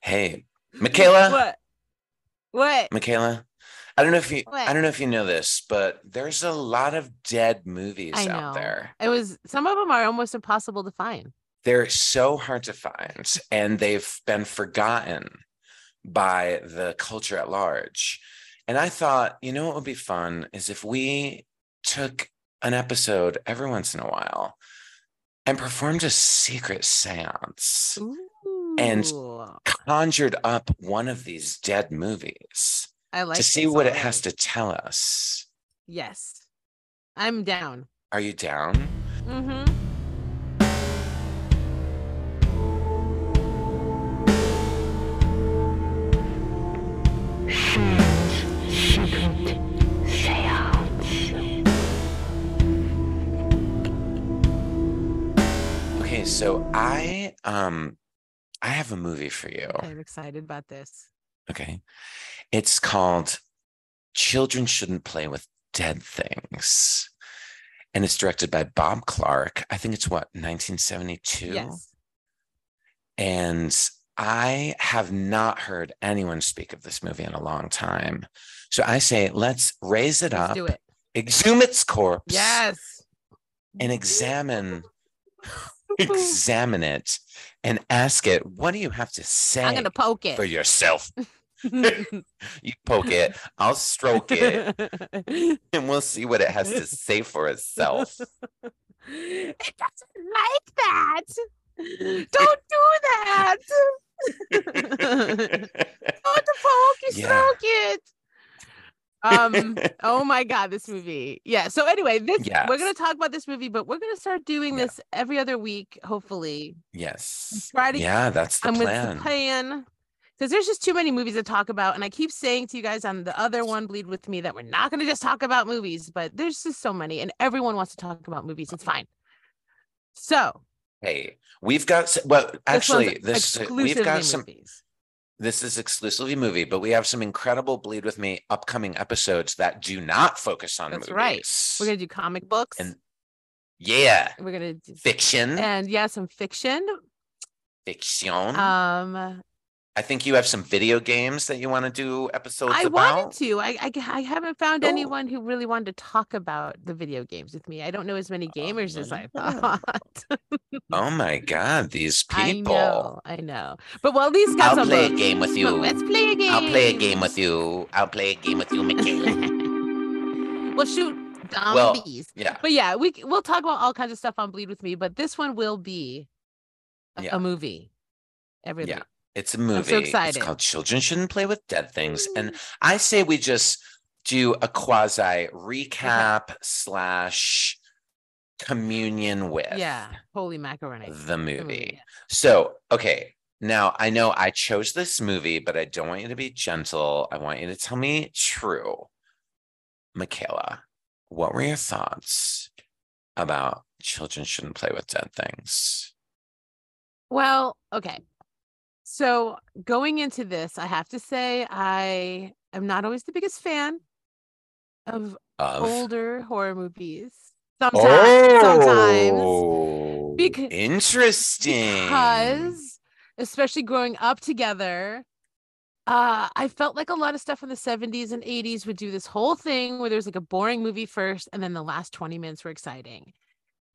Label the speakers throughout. Speaker 1: Hey, Michaela.
Speaker 2: What? What?
Speaker 1: Michaela, I don't know if you
Speaker 2: What?
Speaker 1: I don't know if you know this, but there's a lot of dead movies
Speaker 2: I
Speaker 1: out
Speaker 2: know.
Speaker 1: there.
Speaker 2: It was some of them are almost impossible to find.
Speaker 1: They're so hard to find and they've been forgotten by the culture at large. And I thought, you know what would be fun is if we took an episode every once in a while and performed a secret seance. And-
Speaker 2: Ooh,
Speaker 1: conjured up one of these dead movies
Speaker 2: I like
Speaker 1: to see
Speaker 2: this
Speaker 1: what it
Speaker 2: already.
Speaker 1: has to tell us.
Speaker 2: Yes, I'm down.
Speaker 1: Are you down?
Speaker 2: Mm-hmm.
Speaker 1: Okay, so I um I have a movie for you.
Speaker 2: I'm excited about this.
Speaker 1: Okay. It's called Children Shouldn't Play with Dead Things. And it's directed by Bob Clark. I think it's what, 1972?
Speaker 2: Yes.
Speaker 1: And I have not heard anyone speak of this movie in a long time. So I say, let's raise it
Speaker 2: Let's
Speaker 1: up.
Speaker 2: do it.
Speaker 1: exhume its corpse
Speaker 2: Yes.
Speaker 1: and examine examine it and ask it what do you have to say
Speaker 2: I'm gonna poke it.
Speaker 1: for yourself you poke it i'll stroke it and we'll see what it has to say for itself
Speaker 2: It doesn't like that. Don't do that. Don't poke you
Speaker 1: Yeah.
Speaker 2: stroke it. Um. Oh my God, this movie. Yeah. So anyway, this we're gonna
Speaker 1: Yes.
Speaker 2: talk about this movie, but we're gonna start doing
Speaker 1: Yeah.
Speaker 2: this every other week, hopefully.
Speaker 1: yes
Speaker 2: Try to-
Speaker 1: yeah that's the
Speaker 2: I'm with
Speaker 1: plan
Speaker 2: the plan. Because there's just too many movies to talk about. And I keep saying to you guys on the other one, Bleed With Me, that we're not going to just talk about movies, but there's just so many. And everyone wants to talk about movies. It's fine. So,
Speaker 1: hey we've got s- well
Speaker 2: this one's
Speaker 1: actually this we've
Speaker 2: exclusively
Speaker 1: got some
Speaker 2: movies.
Speaker 1: this is exclusively movie but we have some incredible bleed with me upcoming episodes that do not focus on
Speaker 2: That's
Speaker 1: movies
Speaker 2: right. We're going to do comic books.
Speaker 1: And- yeah
Speaker 2: we're going to do,
Speaker 1: fiction
Speaker 2: and yeah, some fiction.
Speaker 1: fiction.
Speaker 2: Um,
Speaker 1: I think you have some video games that you want to do episodes
Speaker 2: I
Speaker 1: about.
Speaker 2: wanted to. I, I g- I haven't found
Speaker 1: Oh.
Speaker 2: anyone who really wanted to talk about the video games with me. I don't know as many gamers as I
Speaker 1: Oh.
Speaker 2: thought.
Speaker 1: Oh my god, these people!
Speaker 2: I know, I know. But well, these guys
Speaker 1: I'll
Speaker 2: are
Speaker 1: play a
Speaker 2: both-
Speaker 1: game with you.
Speaker 2: Well, Let's play a game.
Speaker 1: I'll play a game with you. I'll play a game with you, Michaela.
Speaker 2: We'll shoot
Speaker 1: Well-
Speaker 2: zombies.
Speaker 1: yeah,
Speaker 2: but yeah, we c- we'll talk about all kinds of stuff on Bleed with Me. But this one will be a,
Speaker 1: Yeah.
Speaker 2: a movie. Every
Speaker 1: Yeah. it's a movie.
Speaker 2: excited. Mm.
Speaker 1: It's called "Children Shouldn't Play with Dead Things," and I say we just do a quasi recap slash communion with
Speaker 2: yeah, holy macaroni.
Speaker 1: the
Speaker 2: The
Speaker 1: movie. So, okay. Now, I know I chose this movie, but I don't want you to be gentle. I want you to tell me true. Michaela, what were your thoughts about children shouldn't play with dead things?
Speaker 2: Well, okay. So going into this, I have to say I am not always the biggest fan of
Speaker 1: Of
Speaker 2: older horror movies. Oh, Sometimes, sometimes.
Speaker 1: Oh,
Speaker 2: Bec-
Speaker 1: interesting.
Speaker 2: because especially growing up together uh i felt like a lot of stuff in the 70s and 80s would do this whole thing where there's like a boring movie first and then the last 20 minutes were exciting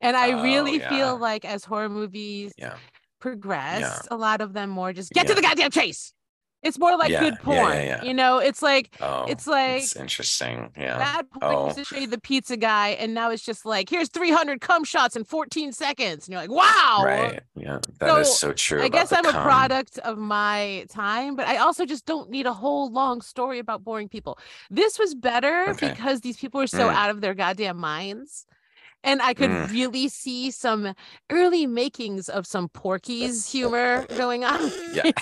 Speaker 2: and i
Speaker 1: Oh,
Speaker 2: really
Speaker 1: yeah.
Speaker 2: feel like as horror movies
Speaker 1: yeah,
Speaker 2: progressed a lot of them more just get to
Speaker 1: Yeah.
Speaker 2: the goddamn chase it's more like
Speaker 1: Yeah,
Speaker 2: good
Speaker 1: yeah, yeah,
Speaker 2: porn
Speaker 1: yeah.
Speaker 2: you know it's like
Speaker 1: oh,
Speaker 2: it's like
Speaker 1: it's interesting. Yeah,
Speaker 2: Bad porn
Speaker 1: Oh.
Speaker 2: used to show you the pizza guy, and now it's just like, here's 300 cum shots in 14 seconds. And you're like, wow,
Speaker 1: right. Yeah, that is so, true.
Speaker 2: I
Speaker 1: about
Speaker 2: guess
Speaker 1: the
Speaker 2: I'm a
Speaker 1: cum.
Speaker 2: product of my time, but I also just don't need a whole long story about boring people. This was better
Speaker 1: Okay.
Speaker 2: because these people were so
Speaker 1: Mm.
Speaker 2: out of their goddamn minds. And I could
Speaker 1: Mm.
Speaker 2: really see some early makings of some Porky's humor going on.
Speaker 1: Yeah.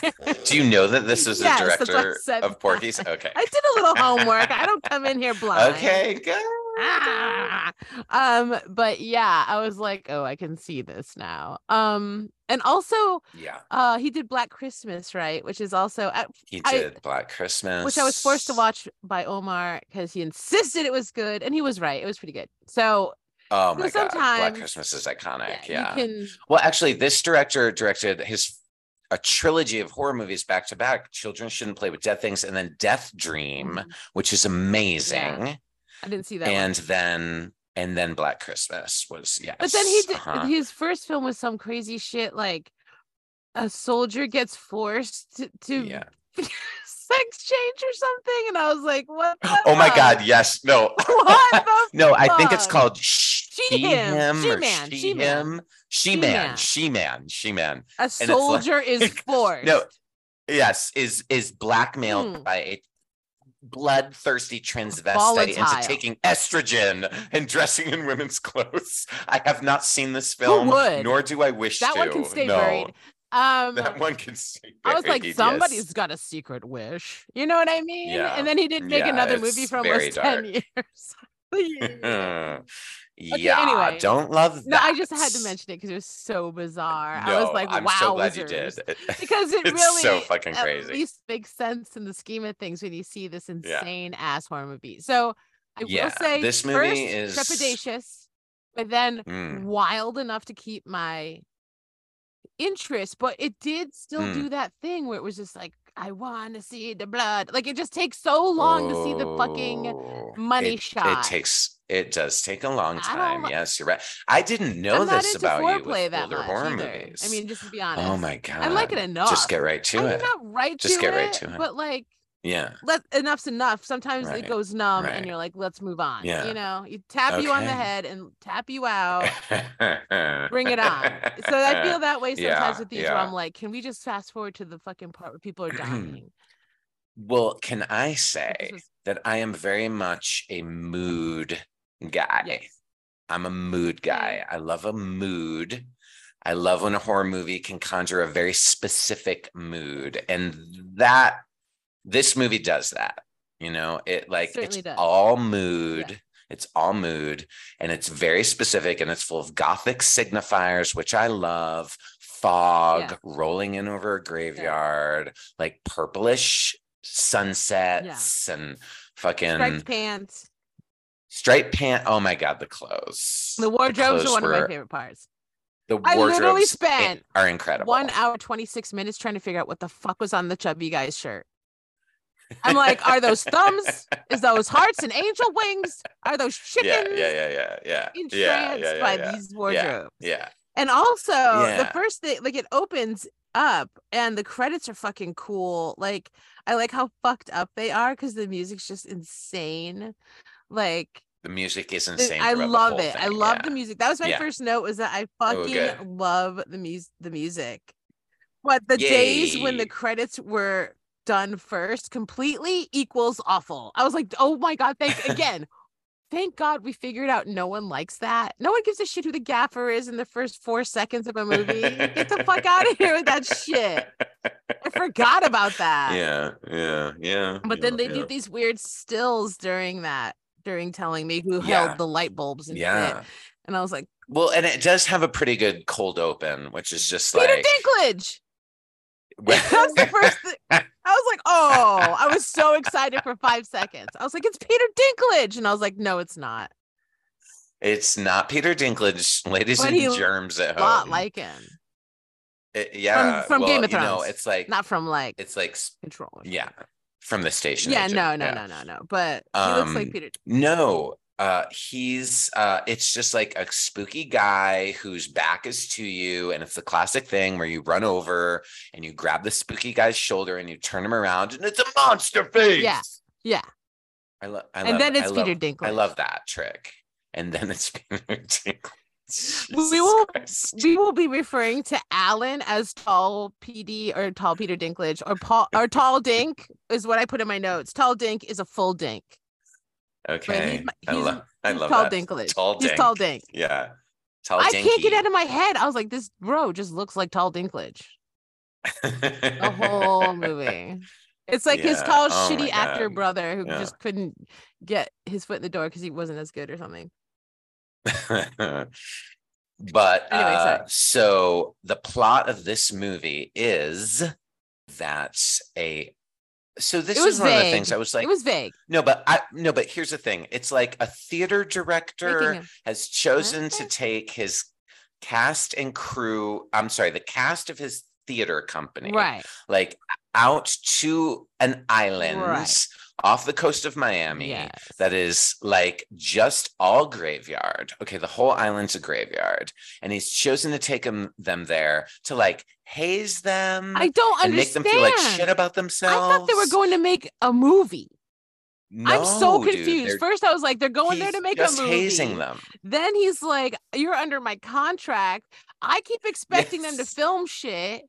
Speaker 1: Do you know that this is
Speaker 2: Yes,
Speaker 1: the
Speaker 2: that's what I
Speaker 1: director
Speaker 2: said.
Speaker 1: of Porky's? Okay.
Speaker 2: I did a little homework. I don't come in here blind.
Speaker 1: Okay, good.
Speaker 2: Ah! Um, but yeah, I was like, oh, I can see this now. Um, and also,
Speaker 1: Yeah,
Speaker 2: uh, he did Black Christmas, right? Which is also uh, at
Speaker 1: he
Speaker 2: I-
Speaker 1: did Black Christmas,
Speaker 2: which I was forced to watch by Omar because he insisted it was good, and he was right. It was pretty good. So
Speaker 1: Oh
Speaker 2: So
Speaker 1: my god, Black
Speaker 2: sometimes-
Speaker 1: Christmas is iconic. Yeah.
Speaker 2: yeah, you can.
Speaker 1: Well, actually, this director directed his a trilogy of horror movies back to back. Children shouldn't play with dead things, and then Death Dream,
Speaker 2: Mhm.
Speaker 1: which is amazing,
Speaker 2: I didn't see that. one.
Speaker 1: and then and then Black Christmas was yes.
Speaker 2: But then he did
Speaker 1: uh-huh.
Speaker 2: his first film was some crazy shit like a soldier gets forced to, to
Speaker 1: yeah.
Speaker 2: sex change or something, and I was like, what? the
Speaker 1: Oh my
Speaker 2: fuck?
Speaker 1: God! Yes. No.
Speaker 2: What the
Speaker 1: No, I think it's
Speaker 2: fuck?
Speaker 1: called she,
Speaker 2: him,
Speaker 1: him,
Speaker 2: she
Speaker 1: or
Speaker 2: man,
Speaker 1: she,
Speaker 2: she man.
Speaker 1: him, she
Speaker 2: man.
Speaker 1: man, she man, she man.
Speaker 2: A
Speaker 1: like-
Speaker 2: soldier is forced.
Speaker 1: Yes, is is blackmailed
Speaker 2: Mm.
Speaker 1: by a bloodthirsty transvestite
Speaker 2: Volatile.
Speaker 1: into taking estrogen and dressing in women's clothes. I have not seen this film,
Speaker 2: would?
Speaker 1: nor do I wish
Speaker 2: that
Speaker 1: to.
Speaker 2: one can stay
Speaker 1: no,
Speaker 2: buried. Um,
Speaker 1: That one can stay
Speaker 2: I was like,
Speaker 1: buried, yes.
Speaker 2: somebody's got a secret wish. You know what I mean?
Speaker 1: Yeah.
Speaker 2: And then he didn't make
Speaker 1: Yeah,
Speaker 2: another movie
Speaker 1: it's
Speaker 2: for
Speaker 1: very
Speaker 2: almost 10 years.
Speaker 1: yeah,
Speaker 2: anyway.
Speaker 1: don't love that.
Speaker 2: no, I just had to mention it because it was so bizarre. I was
Speaker 1: No,
Speaker 2: like,
Speaker 1: I'm
Speaker 2: wow.
Speaker 1: so glad you did.
Speaker 2: Because it
Speaker 1: it's
Speaker 2: really
Speaker 1: so fucking
Speaker 2: at
Speaker 1: crazy.
Speaker 2: least makes sense in the scheme of things when you see this
Speaker 1: Yeah.
Speaker 2: insane ass horror movie. So I
Speaker 1: Yeah,
Speaker 2: will say
Speaker 1: this
Speaker 2: first,
Speaker 1: movie is-
Speaker 2: trepidatious, but then
Speaker 1: Mm.
Speaker 2: wild enough to keep my interest, but it did still
Speaker 1: Mm.
Speaker 2: do that thing where it was just like, I want to see the blood. Like it just takes so long to see the fucking.
Speaker 1: Oh,
Speaker 2: money
Speaker 1: it,
Speaker 2: shot.
Speaker 1: It takes it does take a long
Speaker 2: I don't
Speaker 1: time.
Speaker 2: li-
Speaker 1: Yes, you're right. I didn't know
Speaker 2: I'm not
Speaker 1: this
Speaker 2: into
Speaker 1: about you
Speaker 2: foreplay
Speaker 1: with
Speaker 2: that
Speaker 1: older
Speaker 2: much
Speaker 1: horror
Speaker 2: either.
Speaker 1: movies.
Speaker 2: I mean, just to be honest,
Speaker 1: oh my god,
Speaker 2: I like it enough.
Speaker 1: Just get right
Speaker 2: I
Speaker 1: to
Speaker 2: mean,
Speaker 1: it.
Speaker 2: not right
Speaker 1: Just
Speaker 2: to
Speaker 1: get
Speaker 2: it,
Speaker 1: right to it.
Speaker 2: but like
Speaker 1: Yeah,
Speaker 2: let enough's enough. Sometimes
Speaker 1: Right,
Speaker 2: it goes numb
Speaker 1: right.
Speaker 2: and you're like, let's move on.
Speaker 1: Yeah.
Speaker 2: You know, you tap you on the
Speaker 1: Okay.
Speaker 2: head and tap you out.
Speaker 1: bring
Speaker 2: Oh. Bring it on. so I feel that way sometimes
Speaker 1: Yeah,
Speaker 2: with these where
Speaker 1: yeah.
Speaker 2: I'm like, can we just fast forward to the fucking part where people are dying?
Speaker 1: Well, can I
Speaker 2: Like,
Speaker 1: say
Speaker 2: this was-
Speaker 1: that I am very much a mood guy?
Speaker 2: yes.
Speaker 1: I'm a mood guy.
Speaker 2: Mm.
Speaker 1: I love a mood. I love when a horror movie can conjure a very specific mood. And that this movie does that. You know, it like
Speaker 2: certainly
Speaker 1: it's
Speaker 2: does.
Speaker 1: all mood. It's all mood and it's very specific and it's full of gothic signifiers, which I love. Fog
Speaker 2: Yeah.
Speaker 1: rolling in over a graveyard, like purplish sunsets and fucking
Speaker 2: Striped pants.
Speaker 1: Striped pant. Oh my god, the clothes.
Speaker 2: The wardrobes
Speaker 1: clothes
Speaker 2: are one of
Speaker 1: were-
Speaker 2: my favorite parts.
Speaker 1: The
Speaker 2: I
Speaker 1: wardrobes
Speaker 2: literally spent
Speaker 1: i- are incredible.
Speaker 2: One hour, 26 minutes trying to figure out what the fuck was on the chubby guy's shirt. I'm like, are those thumbs? Is those hearts and angel wings? Are those
Speaker 1: Yeah,
Speaker 2: chickens?
Speaker 1: yeah, yeah, yeah, yeah.
Speaker 2: entranced
Speaker 1: yeah, yeah, yeah,
Speaker 2: by
Speaker 1: yeah.
Speaker 2: these wardrobes.
Speaker 1: Yeah.
Speaker 2: And also, the
Speaker 1: Yeah.
Speaker 2: first thing, like, it opens up and the credits are fucking cool. Like, I like how fucked up they are because the music's just insane. Like,
Speaker 1: The music is
Speaker 2: the-
Speaker 1: insane.
Speaker 2: I
Speaker 1: throughout the
Speaker 2: love
Speaker 1: whole
Speaker 2: it. I
Speaker 1: thing,
Speaker 2: love
Speaker 1: yeah.
Speaker 2: the music. That was my
Speaker 1: Yeah.
Speaker 2: first note was that I
Speaker 1: Oh,
Speaker 2: fucking
Speaker 1: good.
Speaker 2: love the music the music. But the days when the
Speaker 1: Yay.
Speaker 2: credits were done first completely equals awful. I was like, oh my God, thank again. Thank God we figured out no one likes that. No one gives a shit who the gaffer is in the first four seconds of a movie. Get the fuck out of here with that shit. I forgot about that.
Speaker 1: Yeah, yeah, yeah.
Speaker 2: But
Speaker 1: yeah,
Speaker 2: then they
Speaker 1: yeah.
Speaker 2: did these weird stills during that, during telling me who
Speaker 1: Yeah.
Speaker 2: held the light bulbs and shit.
Speaker 1: Yeah.
Speaker 2: And I was like,
Speaker 1: Well, and it does have a pretty good cold open, which is just
Speaker 2: Peter
Speaker 1: like
Speaker 2: Dinklage. that was the first thing. I was like, oh, I was so excited for five seconds. I was like, it's Peter Dinklage. And I was like, no, it's not.
Speaker 1: it's not Peter Dinklage, ladies
Speaker 2: But
Speaker 1: and
Speaker 2: he
Speaker 1: germs at
Speaker 2: A lot
Speaker 1: home.
Speaker 2: like him.
Speaker 1: It- yeah,
Speaker 2: from
Speaker 1: well,
Speaker 2: Game of
Speaker 1: you know,
Speaker 2: Thrones.
Speaker 1: it's like
Speaker 2: Not from like
Speaker 1: it's like s-
Speaker 2: control. or
Speaker 1: yeah, from the station.
Speaker 2: something. Yeah,
Speaker 1: agent,
Speaker 2: no, no,
Speaker 1: yeah.
Speaker 2: no, no, no. But he looks like
Speaker 1: Um,
Speaker 2: Peter.
Speaker 1: No, uh, he's uh, it's just like a spooky guy whose back is to you, and it's the classic thing where you run over and you grab the spooky guy's shoulder and you turn him around, and it's a monster face.
Speaker 2: Yeah, Yeah.
Speaker 1: I, lo- I love.
Speaker 2: And then
Speaker 1: I
Speaker 2: it's
Speaker 1: love-
Speaker 2: Peter Dinklage.
Speaker 1: I love that trick. And then it's Peter Dinklage.
Speaker 2: We
Speaker 1: Jesus
Speaker 2: will-
Speaker 1: Christ.
Speaker 2: We will be referring to Alan as tall PD or tall Peter Dinklage or Paul or tall Dink is what I put in my notes. Tall Dink is a full Dink. he's
Speaker 1: Okay,
Speaker 2: my-
Speaker 1: I
Speaker 2: he's-
Speaker 1: love. I
Speaker 2: He's
Speaker 1: love
Speaker 2: tall
Speaker 1: that.
Speaker 2: Dinklage.
Speaker 1: Tall
Speaker 2: He's
Speaker 1: Dink.
Speaker 2: tall Dink.
Speaker 1: Yeah. Tall
Speaker 2: I can't get
Speaker 1: dinky.
Speaker 2: out of my head. I was like, this bro just looks like Tall Dinklage. The whole movie. It's like his
Speaker 1: Yeah. Oh
Speaker 2: tall,
Speaker 1: my
Speaker 2: shitty actor
Speaker 1: God.
Speaker 2: brother who
Speaker 1: Yeah.
Speaker 2: just couldn't get his foot in the door because he wasn't as good or something.
Speaker 1: but
Speaker 2: Anyway,
Speaker 1: uh,
Speaker 2: sorry.
Speaker 1: so the plot of this movie is that a so this
Speaker 2: It was
Speaker 1: is one of the
Speaker 2: vague.
Speaker 1: things I was like
Speaker 2: it was vague.
Speaker 1: no but I no but here's the thing it's like a theater director
Speaker 2: Making a-
Speaker 1: has chosen to
Speaker 2: Huh?
Speaker 1: take his cast and crew I'm sorry the cast of his theater company
Speaker 2: Right.
Speaker 1: like out to an island
Speaker 2: Right.
Speaker 1: off the coast of Miami
Speaker 2: Yes.
Speaker 1: that is like just all graveyard. Okay, the whole island's a graveyard, and he's chosen to take 'em- them there to like haze them
Speaker 2: I don't
Speaker 1: and make them
Speaker 2: understand.
Speaker 1: feel like shit about
Speaker 2: I
Speaker 1: themselves.
Speaker 2: thought they were going to make a movie. I'm so
Speaker 1: No, dude,
Speaker 2: confused.
Speaker 1: they're-
Speaker 2: First, I was like, they're going there
Speaker 1: he's
Speaker 2: to make
Speaker 1: just
Speaker 2: a movie.
Speaker 1: hazing them.
Speaker 2: Then he's like, You're under my contract. I keep expecting them to
Speaker 1: Yes.
Speaker 2: film shit.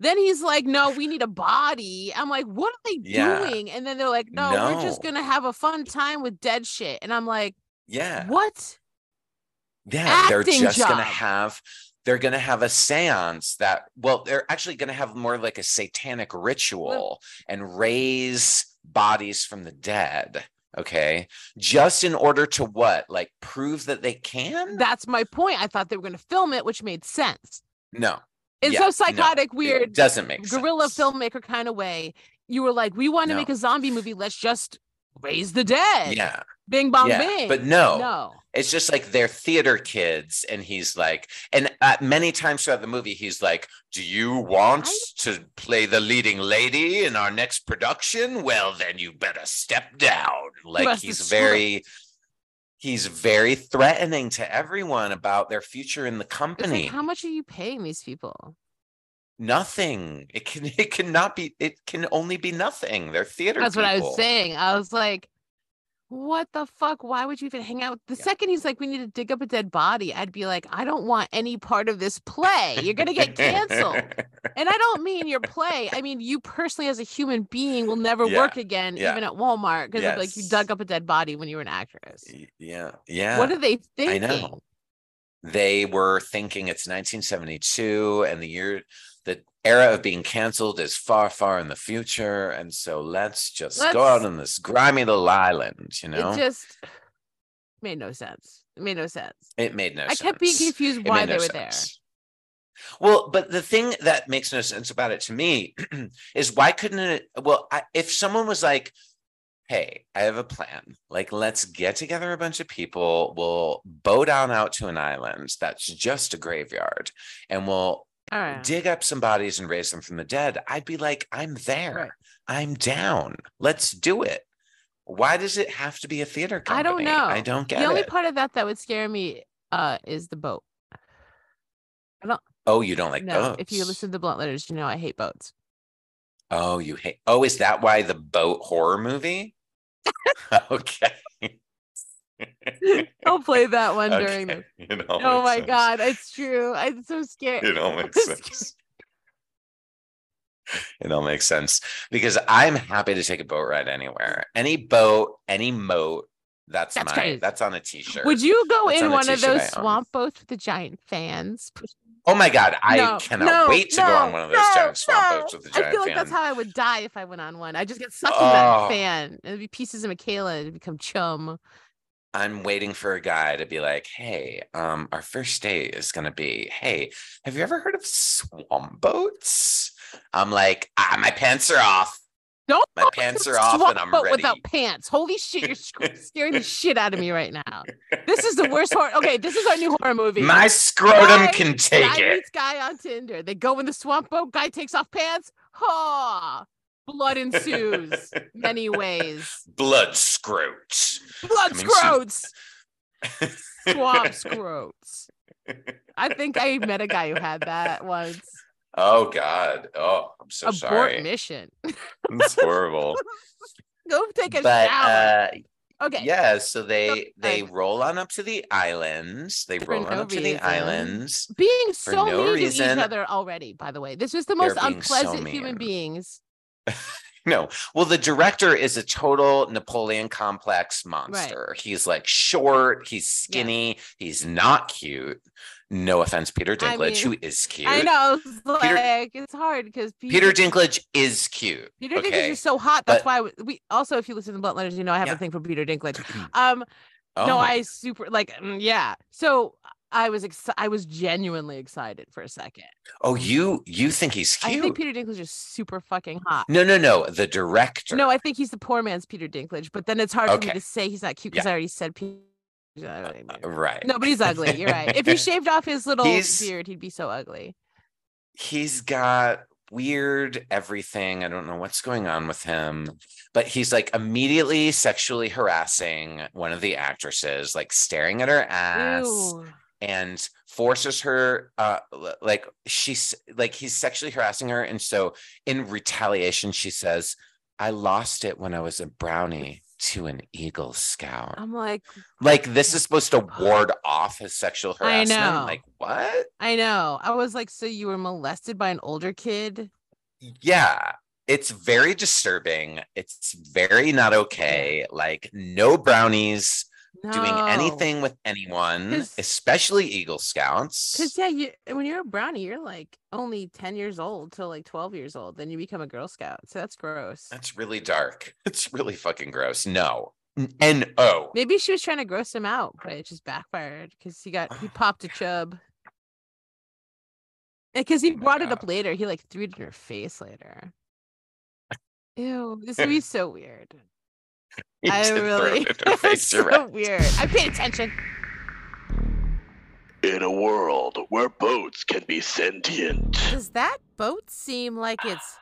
Speaker 2: Then he's like, No, we need a body. I'm like, What are they
Speaker 1: Yeah.
Speaker 2: doing? And then they're like, No, we're just
Speaker 1: No.
Speaker 2: going to have a fun time with dead shit. And I'm like,
Speaker 1: Yeah.
Speaker 2: What?
Speaker 1: Yeah, they're
Speaker 2: acting
Speaker 1: just
Speaker 2: job.
Speaker 1: gonna have they're gonna have a seance that well, they're actually gonna have more like a satanic ritual and raise bodies from the dead. Okay. Just in order to what? Like prove that they can?
Speaker 2: That's my point. I thought they were going to film it, which made sense.
Speaker 1: no.
Speaker 2: In
Speaker 1: Yeah,
Speaker 2: so
Speaker 1: no,
Speaker 2: psychotic,
Speaker 1: It
Speaker 2: weird,
Speaker 1: doesn't make
Speaker 2: guerrilla
Speaker 1: sense.
Speaker 2: filmmaker kind of way, you were like, We want to
Speaker 1: No.
Speaker 2: make a zombie movie. Let's just raise the dead.
Speaker 1: Yeah.
Speaker 2: Bing, bong,
Speaker 1: yeah.
Speaker 2: bing.
Speaker 1: But no,
Speaker 2: No.
Speaker 1: It's just like they're theater kids, and he's like, and uh, many times throughout the movie, he's like, "Do you want to play the leading lady in our next production? Well, then you better step down." Like
Speaker 2: That's the
Speaker 1: he's
Speaker 2: script.
Speaker 1: very, he's very threatening to everyone about their future in the
Speaker 2: It's
Speaker 1: company.
Speaker 2: like, how much are you paying these people?
Speaker 1: nothing. It can it cannot be. It can only be nothing. They're theater.
Speaker 2: That's what I was
Speaker 1: people.
Speaker 2: saying. I was like, what the fuck? Why would you even hang out? with-" The
Speaker 1: Yeah.
Speaker 2: second he's like, we need to dig up a dead body, I'd be like, I don't want any part of this play. You're going to get canceled. and I don't mean your play. I mean, you personally, as a human being, will never
Speaker 1: Yeah.
Speaker 2: work again,
Speaker 1: Yeah.
Speaker 2: even at Walmart, because like you
Speaker 1: Yes.
Speaker 2: dug up a dead body when you were an actress.
Speaker 1: yeah, yeah.
Speaker 2: What are they
Speaker 1: I
Speaker 2: thinking?
Speaker 1: know. they were thinking it's 1972 and the year the era of being canceled is far far in the future and so let's just go out
Speaker 2: Let's-
Speaker 1: on this grimy little island you know
Speaker 2: It just made no sense. It made no sense.
Speaker 1: it made no
Speaker 2: I
Speaker 1: sense
Speaker 2: kept being confused
Speaker 1: It
Speaker 2: why
Speaker 1: made
Speaker 2: they
Speaker 1: no
Speaker 2: were
Speaker 1: sense. well but the thing that makes no sense about it to me is why couldn't it well I, if someone was like hey i have a plan like let's get together a bunch of people we'll bow down out to an island that's just a graveyard and we'll
Speaker 2: there. All right.
Speaker 1: dig up some bodies and raise them from the dead, I'd be like, I'm there.
Speaker 2: Right.
Speaker 1: I'm down. Let's do it. Why does it have to be a theater company?
Speaker 2: I don't
Speaker 1: I
Speaker 2: know.
Speaker 1: don't get
Speaker 2: the only
Speaker 1: it.
Speaker 2: part of that that would scare me uh is the boat.
Speaker 1: oh, you don't like
Speaker 2: no,
Speaker 1: boats.
Speaker 2: if you listen to blunt letters, you know I hate boats.
Speaker 1: Oh, you hate. Oh, is that why the boat horror movie? okay.
Speaker 2: I'll play that one during
Speaker 1: okay.
Speaker 2: the.
Speaker 1: It all
Speaker 2: Oh
Speaker 1: makes
Speaker 2: my
Speaker 1: sense.
Speaker 2: god, it's true. I'm so scared.
Speaker 1: It all makes sense. It all makes sense because I'm happy to take a boat ride anywhere. Any boat, any moat. That's,
Speaker 2: That's
Speaker 1: my.
Speaker 2: crazy.
Speaker 1: That's on a t-shirt.
Speaker 2: Would you go
Speaker 1: That's
Speaker 2: in
Speaker 1: on a
Speaker 2: one of
Speaker 1: t-shirt I
Speaker 2: those
Speaker 1: own.
Speaker 2: swamp boats with the giant fans?
Speaker 1: Oh my god, I
Speaker 2: No,
Speaker 1: cannot
Speaker 2: no,
Speaker 1: wait to go on
Speaker 2: no,
Speaker 1: one of those
Speaker 2: no,
Speaker 1: giant swamp
Speaker 2: no.
Speaker 1: boats with the
Speaker 2: I
Speaker 1: giant
Speaker 2: feel like
Speaker 1: fan.
Speaker 2: that's how I would die if I went on one. I just get sucked in that
Speaker 1: Oh.
Speaker 2: fan. It'd be pieces of Michaela and it'd become chum.
Speaker 1: I'm waiting for a guy to be like, "Hey, um, our first date is gonna be, hey, have you ever heard of swamp boats?" I'm like, ah, my pants are off.
Speaker 2: Don't
Speaker 1: My
Speaker 2: go into
Speaker 1: pants
Speaker 2: a
Speaker 1: are off and
Speaker 2: swamp
Speaker 1: I'm
Speaker 2: boat without
Speaker 1: ready.
Speaker 2: pants. Holy shit, you're sc- scaring the shit out of me right now. This is the worst horror. Okay, this is our new horror movie.
Speaker 1: My scrotum
Speaker 2: Guy-
Speaker 1: can take
Speaker 2: guy
Speaker 1: it.
Speaker 2: meets guy on Tinder. They go in the swamp boat. Guy takes off pants. Ha! Blood ensues many ways.
Speaker 1: Blood scrotes.
Speaker 2: Blood
Speaker 1: Coming
Speaker 2: scroats. Swamp scroats. I think I met a guy who had that once.
Speaker 1: Oh God. Oh, I'm so
Speaker 2: Abort
Speaker 1: sorry.
Speaker 2: mission.
Speaker 1: It's horrible.
Speaker 2: Go take a
Speaker 1: but
Speaker 2: shower.
Speaker 1: uh,
Speaker 2: okay.
Speaker 1: Yeah, so they they
Speaker 2: like-
Speaker 1: roll on up to the islands. They
Speaker 2: For
Speaker 1: roll on
Speaker 2: no
Speaker 1: up to
Speaker 2: reason.
Speaker 1: the islands.
Speaker 2: being
Speaker 1: For
Speaker 2: so
Speaker 1: no
Speaker 2: mean
Speaker 1: reason,
Speaker 2: to each other already by the way this was the
Speaker 1: they're
Speaker 2: most
Speaker 1: being so
Speaker 2: unpleasant human
Speaker 1: mean.
Speaker 2: beings
Speaker 1: No, well, the director is a total Napoleon complex monster. He's like short, he's skinny, he's not cute. No offense, Peter
Speaker 2: I
Speaker 1: Dinklage,
Speaker 2: mean,
Speaker 1: who is cute.
Speaker 2: i know it's
Speaker 1: Peter-
Speaker 2: like it's hard because
Speaker 1: Peter Dinklage is cute.
Speaker 2: Peter Dinklage
Speaker 1: okay.
Speaker 2: is so hot. That's
Speaker 1: But-
Speaker 2: why we- we also, if you listen to Blunt Letters, you know I have a
Speaker 1: Yeah.
Speaker 2: thing for Peter Dinklage. Um, no,
Speaker 1: Oh,
Speaker 2: I super like, mm, yeah. So I was ex- I was genuinely excited for a second.
Speaker 1: oh, you you think he's
Speaker 2: I
Speaker 1: cute?
Speaker 2: think Peter Dinklage is super fucking hot.
Speaker 1: no, no, no. The director.
Speaker 2: No, I think he's the poor man's Peter Dinklage. But then it's hard for
Speaker 1: Okay.
Speaker 2: me to say he's not cute because
Speaker 1: Yeah. Uh,
Speaker 2: I already said Peter. you know what I mean.
Speaker 1: right.
Speaker 2: No, but he's ugly. You're right. If he shaved off his little
Speaker 1: He's-
Speaker 2: beard, he'd be so ugly.
Speaker 1: he's got weird everything. I don't know what's going on with him, but he's like immediately sexually harassing one of the actresses, like staring at her ass
Speaker 2: Ew.
Speaker 1: and forces her uh l- like she's like he's sexually harassing her and so in retaliation she says i lost it when i was a brownie to an eagle scout
Speaker 2: I'm like,
Speaker 1: like this is supposed to ward off his sexual
Speaker 2: I
Speaker 1: harassment
Speaker 2: know.
Speaker 1: like what
Speaker 2: I know. I was like, so you were molested by an older kid?
Speaker 1: yeah it's very disturbing it's very not okay like no brownies doing
Speaker 2: No.
Speaker 1: anything with anyone
Speaker 2: 'Cause-
Speaker 1: especially eagle scouts
Speaker 2: Cause yeah, you when you're a brownie, you're like only ten years old till like twelve years old. Then you become a Girl Scout, so that's gross.
Speaker 1: That's really dark. It's really fucking gross. No. N O.
Speaker 2: Maybe she was trying to gross him out, but it just backfired because he got he
Speaker 1: Oh,
Speaker 2: popped a chub. Because he
Speaker 1: Oh my
Speaker 2: brought it
Speaker 1: God.
Speaker 2: up later, he like threw it in her face later. Ew, this movie's so weird.
Speaker 1: He
Speaker 2: I
Speaker 1: did throw
Speaker 2: really
Speaker 1: it in her face,
Speaker 2: so
Speaker 1: you're right.
Speaker 2: weird. I paid attention.
Speaker 3: In a world where boats can be sentient,
Speaker 4: Does that boat seem like it's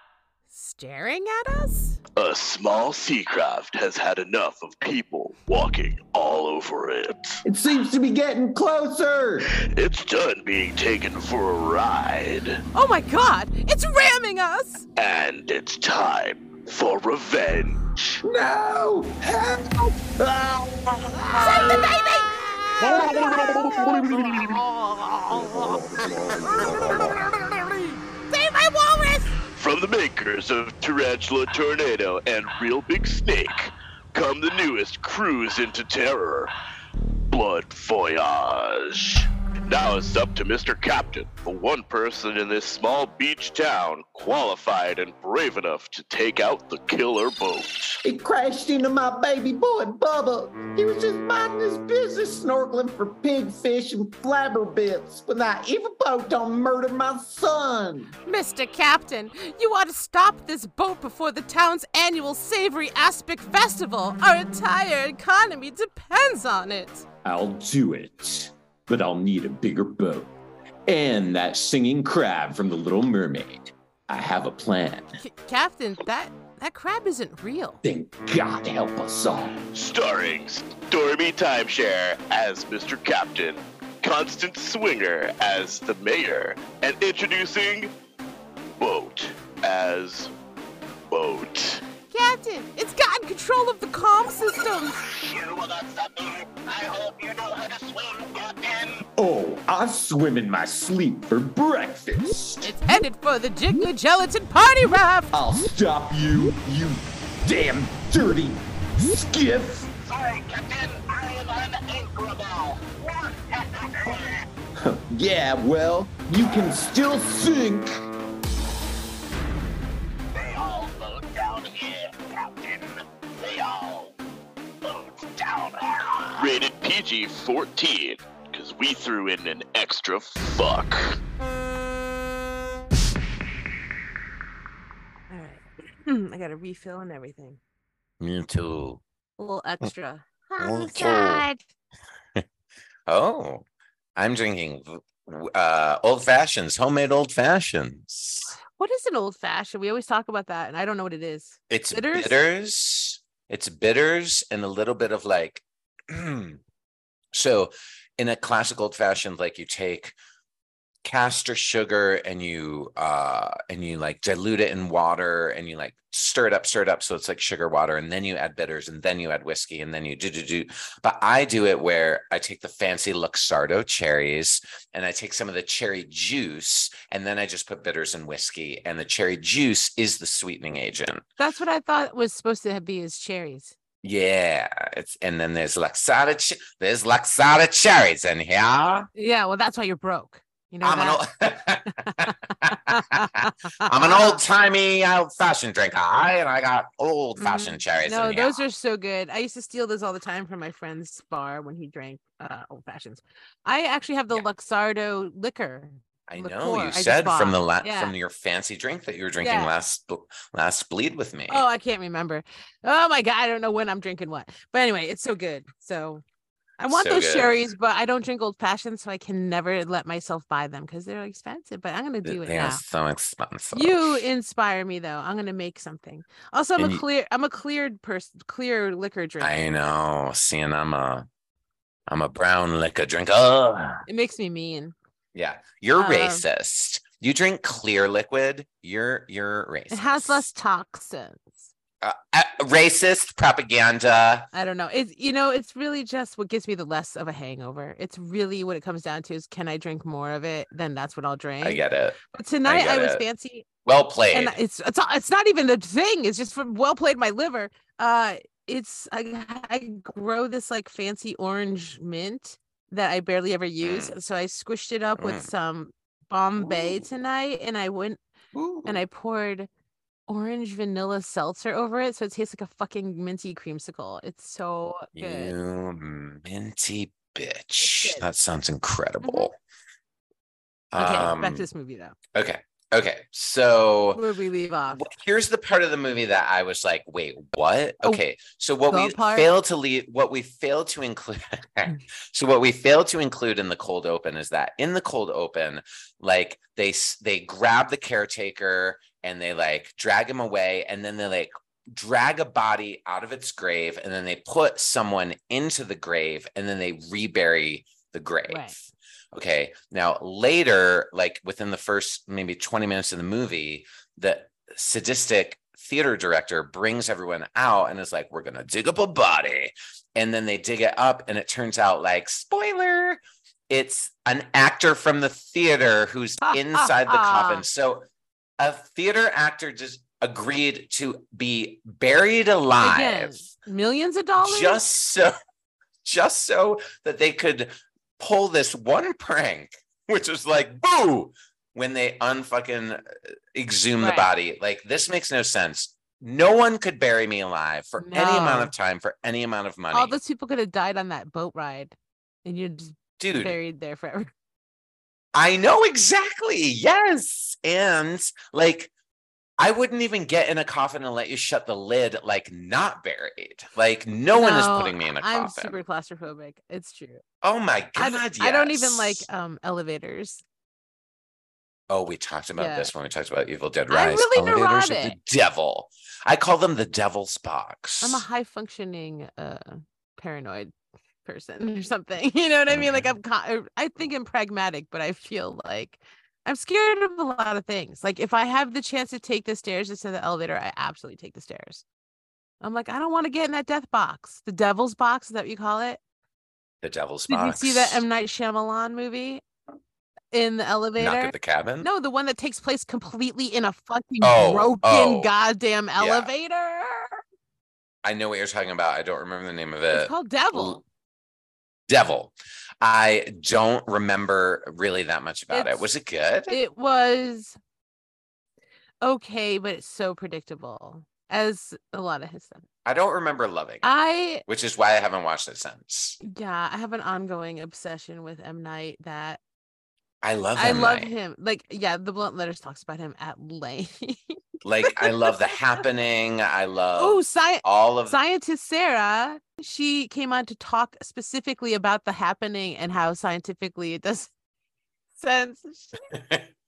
Speaker 4: staring at us?
Speaker 3: a small sea craft has had enough of people walking all over it.
Speaker 5: It seems to be getting closer.
Speaker 3: It's done being taken for a ride,
Speaker 4: Oh my god, it's ramming us!
Speaker 3: and it's time for revenge.
Speaker 5: No! Help! Ah!
Speaker 4: Save the baby! Save my walrus!
Speaker 3: From the makers of Tarantula Tornado and Real Big Snake come the newest cruise into terror Blood Voyage. Now it's up to Mr. Captain, the one person in this small beach town qualified and brave enough to take out the killer boat.
Speaker 5: It crashed into my baby boy, Bubba. He was just minding his business snorkeling for pigfish and flabber bits when that evil boat don't murder my son.
Speaker 4: Mr. Captain, you ought to stop this boat before the town's annual Savory Aspic Festival. Our entire economy depends on it.
Speaker 5: I'll do it, but I'll need a bigger boat. And that singing crab from The Little Mermaid. I have a plan.
Speaker 4: C- Captain, that that crab isn't real.
Speaker 5: Then God help us all.
Speaker 3: Starring Stormy Timeshare as Mr. Captain, Constance Swinger as the mayor, and introducing Boat as Boat.
Speaker 4: Captain, it's gotten control of the comm systems.
Speaker 5: Oh, I swim in my sleep for breakfast.
Speaker 4: It's headed for the Jiggly Gelatin Party Raft.
Speaker 5: I'll stop you, you damn dirty skiff.
Speaker 3: Sorry, Captain, I am unanchorable.
Speaker 5: Yeah, well, you can still sink.
Speaker 3: They all vote down here, Captain. They all vote down here. Rated PG 14, because we threw in an extra fuck.
Speaker 2: All right, I got to refill and everything.
Speaker 1: Me too.
Speaker 2: A little
Speaker 1: Mm.
Speaker 2: extra.
Speaker 1: Okay. Oh, I'm drinking uh, old fashions, homemade old fashions.
Speaker 2: What is an old fashioned? We always talk about that, and I don't know what it is.
Speaker 1: It's
Speaker 2: Bitters?
Speaker 1: bitters. It's bitters and a little bit of like. so, in a classic old fashioned, like you take castor sugar and you uh and you like dilute it in water and you like stir it up stir it up so it's like sugar water and then you add bitters and then you add whiskey and then you do do do but i do it where i take the fancy luxardo cherries and i take some of the cherry juice and then i just put bitters and whiskey and the cherry juice is the sweetening agent
Speaker 2: That's what I thought was supposed to be his cherries.
Speaker 1: yeah, it's and then there's Luxata, ch- there's Luxata cherries in here.
Speaker 2: Yeah, well, that's why you're broke. You know,
Speaker 1: I'm an
Speaker 2: that?
Speaker 1: old, I'm an old timey old fashioned drinker, I, and I got old fashioned cherries
Speaker 2: Mm-hmm. No,
Speaker 1: in here.
Speaker 2: those are so good. I used to steal those all the time from my friend's bar when he drank uh, old fashions. I actually have the
Speaker 1: Yeah.
Speaker 2: Luxardo liquor.
Speaker 1: I
Speaker 2: liqueur
Speaker 1: know
Speaker 2: I
Speaker 1: you
Speaker 2: just
Speaker 1: said from the
Speaker 2: bought.
Speaker 1: la-
Speaker 2: Yeah.
Speaker 1: from your fancy drink that you were drinking
Speaker 2: Yeah.
Speaker 1: last bl- last bleed with me.
Speaker 2: Oh, I can't remember. Oh my god, I don't know when I'm drinking what. But anyway, it's so good. So I want
Speaker 1: So
Speaker 2: those
Speaker 1: good.
Speaker 2: sherries, but I don't drink old fashioned, so I can never let myself buy them because they're expensive. But I'm gonna do it
Speaker 1: They are
Speaker 2: now.
Speaker 1: so expensive.
Speaker 2: You inspire me though. I'm gonna make something. Also, I'm
Speaker 1: And
Speaker 2: a
Speaker 1: you-
Speaker 2: clear. I'm a cleared person. Clear liquor drinker.
Speaker 1: I know. Seeing I'm a, I'm a brown liquor drinker. Ugh.
Speaker 2: It makes me mean.
Speaker 1: Yeah, you're
Speaker 2: Um,
Speaker 1: racist. You drink clear liquid. You're you're racist.
Speaker 2: It has less toxins.
Speaker 1: uh, uh, racist propaganda.
Speaker 2: I don't know. It's you know, it's really just what gives me the less of a hangover. It's really what it comes down to is can I drink more of it? Then that's what I'll drink.
Speaker 1: I get it.
Speaker 2: But tonight I,
Speaker 1: get
Speaker 2: was
Speaker 1: it.
Speaker 2: fancy,
Speaker 1: Well played.
Speaker 2: and it's it's it's not even the thing. It's just from well played my liver. Uh, it's I I grow this like fancy orange mint that I barely ever use, so I squished it up with
Speaker 1: Mm.
Speaker 2: some Bombay
Speaker 5: Ooh.
Speaker 2: tonight, and I went and I poured orange vanilla seltzer over it, so it tastes like a fucking minty creamsicle. It's so
Speaker 1: you
Speaker 2: good.
Speaker 1: minty bitch.
Speaker 2: good. Mm-hmm.
Speaker 1: That sounds incredible.
Speaker 2: Okay, back
Speaker 1: Um,
Speaker 2: to this movie though.
Speaker 1: okay. Okay. So
Speaker 2: Where we leave off.
Speaker 1: wh- here's the part of the movie that I was like, wait, what?
Speaker 2: Oh,
Speaker 1: Okay. So what
Speaker 2: the
Speaker 1: we
Speaker 2: part- Hmm.
Speaker 1: fail to leave what we fail to include so what we fail to include in the cold open is that in the cold open, like they s- they grab the caretaker and they like drag him away and then they like drag a body out of its grave and then they put someone into the grave and then they rebury the grave. Okay. Now later, like within the first maybe 20 minutes of the movie, the sadistic theater director brings everyone out and is like, we're gonna dig up a body. And then they dig it up, and it turns out, like, spoiler, it's an actor from the theater who's inside the coffin. So a theater actor just agreed to be buried alive
Speaker 2: Again, millions of dollars.
Speaker 1: just so just so that they could pull this one prank which is like boo when they unfucking uh, exhume the
Speaker 2: Right.
Speaker 1: body like this makes no sense no one could bury me alive for any amount
Speaker 2: No.
Speaker 1: of time for any amount of money
Speaker 2: all those people could have died on that boat ride, and you're just
Speaker 1: dude
Speaker 2: buried there forever.
Speaker 1: i know exactly yes and like i wouldn't even get in a coffin and let you shut the lid like not buried like no, one is
Speaker 2: No,
Speaker 1: putting me in a
Speaker 2: I'm
Speaker 1: coffin
Speaker 2: super claustrophobic. It's true.
Speaker 1: oh my god
Speaker 2: I, d- I don't even like
Speaker 1: yes.
Speaker 2: um elevators.
Speaker 1: Oh, we talked about
Speaker 2: Yeah.
Speaker 1: this when we talked about Evil Dead
Speaker 2: I'm
Speaker 1: Rise.
Speaker 2: really
Speaker 1: Elevators are the
Speaker 2: neurotic.
Speaker 1: devil. I call them the devil's box.
Speaker 2: I'm a high functioning uh paranoid person or something. You know what I mean? Like
Speaker 1: Okay.
Speaker 2: I'm con- I think I'm pragmatic, but I feel like I'm scared of a lot of things. Like if I have the chance to take the stairs instead of the elevator, I absolutely take the stairs. I'm like, I don't want to get in that death box, the devil's box. Is that what you call it?
Speaker 1: the devil's
Speaker 2: Did you
Speaker 1: box.
Speaker 2: see that M Night Shyamalan movie in the
Speaker 1: Knock
Speaker 2: elevator?
Speaker 1: at the cabin?
Speaker 2: No, the one that takes place completely in a fucking
Speaker 1: Mm-hmm. Oh,
Speaker 2: broken
Speaker 1: oh,
Speaker 2: goddamn
Speaker 1: yeah.
Speaker 2: elevator.
Speaker 1: I know what you're talking about. I don't remember the name of
Speaker 2: It's
Speaker 1: it.
Speaker 2: called Devil.
Speaker 1: Devil. I don't remember really that much about it.
Speaker 2: It's-
Speaker 1: Was it good?
Speaker 2: It was okay, but it's so predictable, as a lot of his stuff.
Speaker 1: I don't remember loving it,
Speaker 2: I
Speaker 1: which is why I haven't watched it since.
Speaker 2: yeah, I have an ongoing obsession with M Night that
Speaker 1: I love
Speaker 2: I
Speaker 1: M.
Speaker 2: love
Speaker 1: Night.
Speaker 2: him. Like yeah, the Blunt Letters talks about him at length.
Speaker 1: Like I love the happening. I love
Speaker 2: oh, sci-
Speaker 1: all of
Speaker 2: scientist Sarah, she came on to talk specifically about the happening and how scientifically it does sense,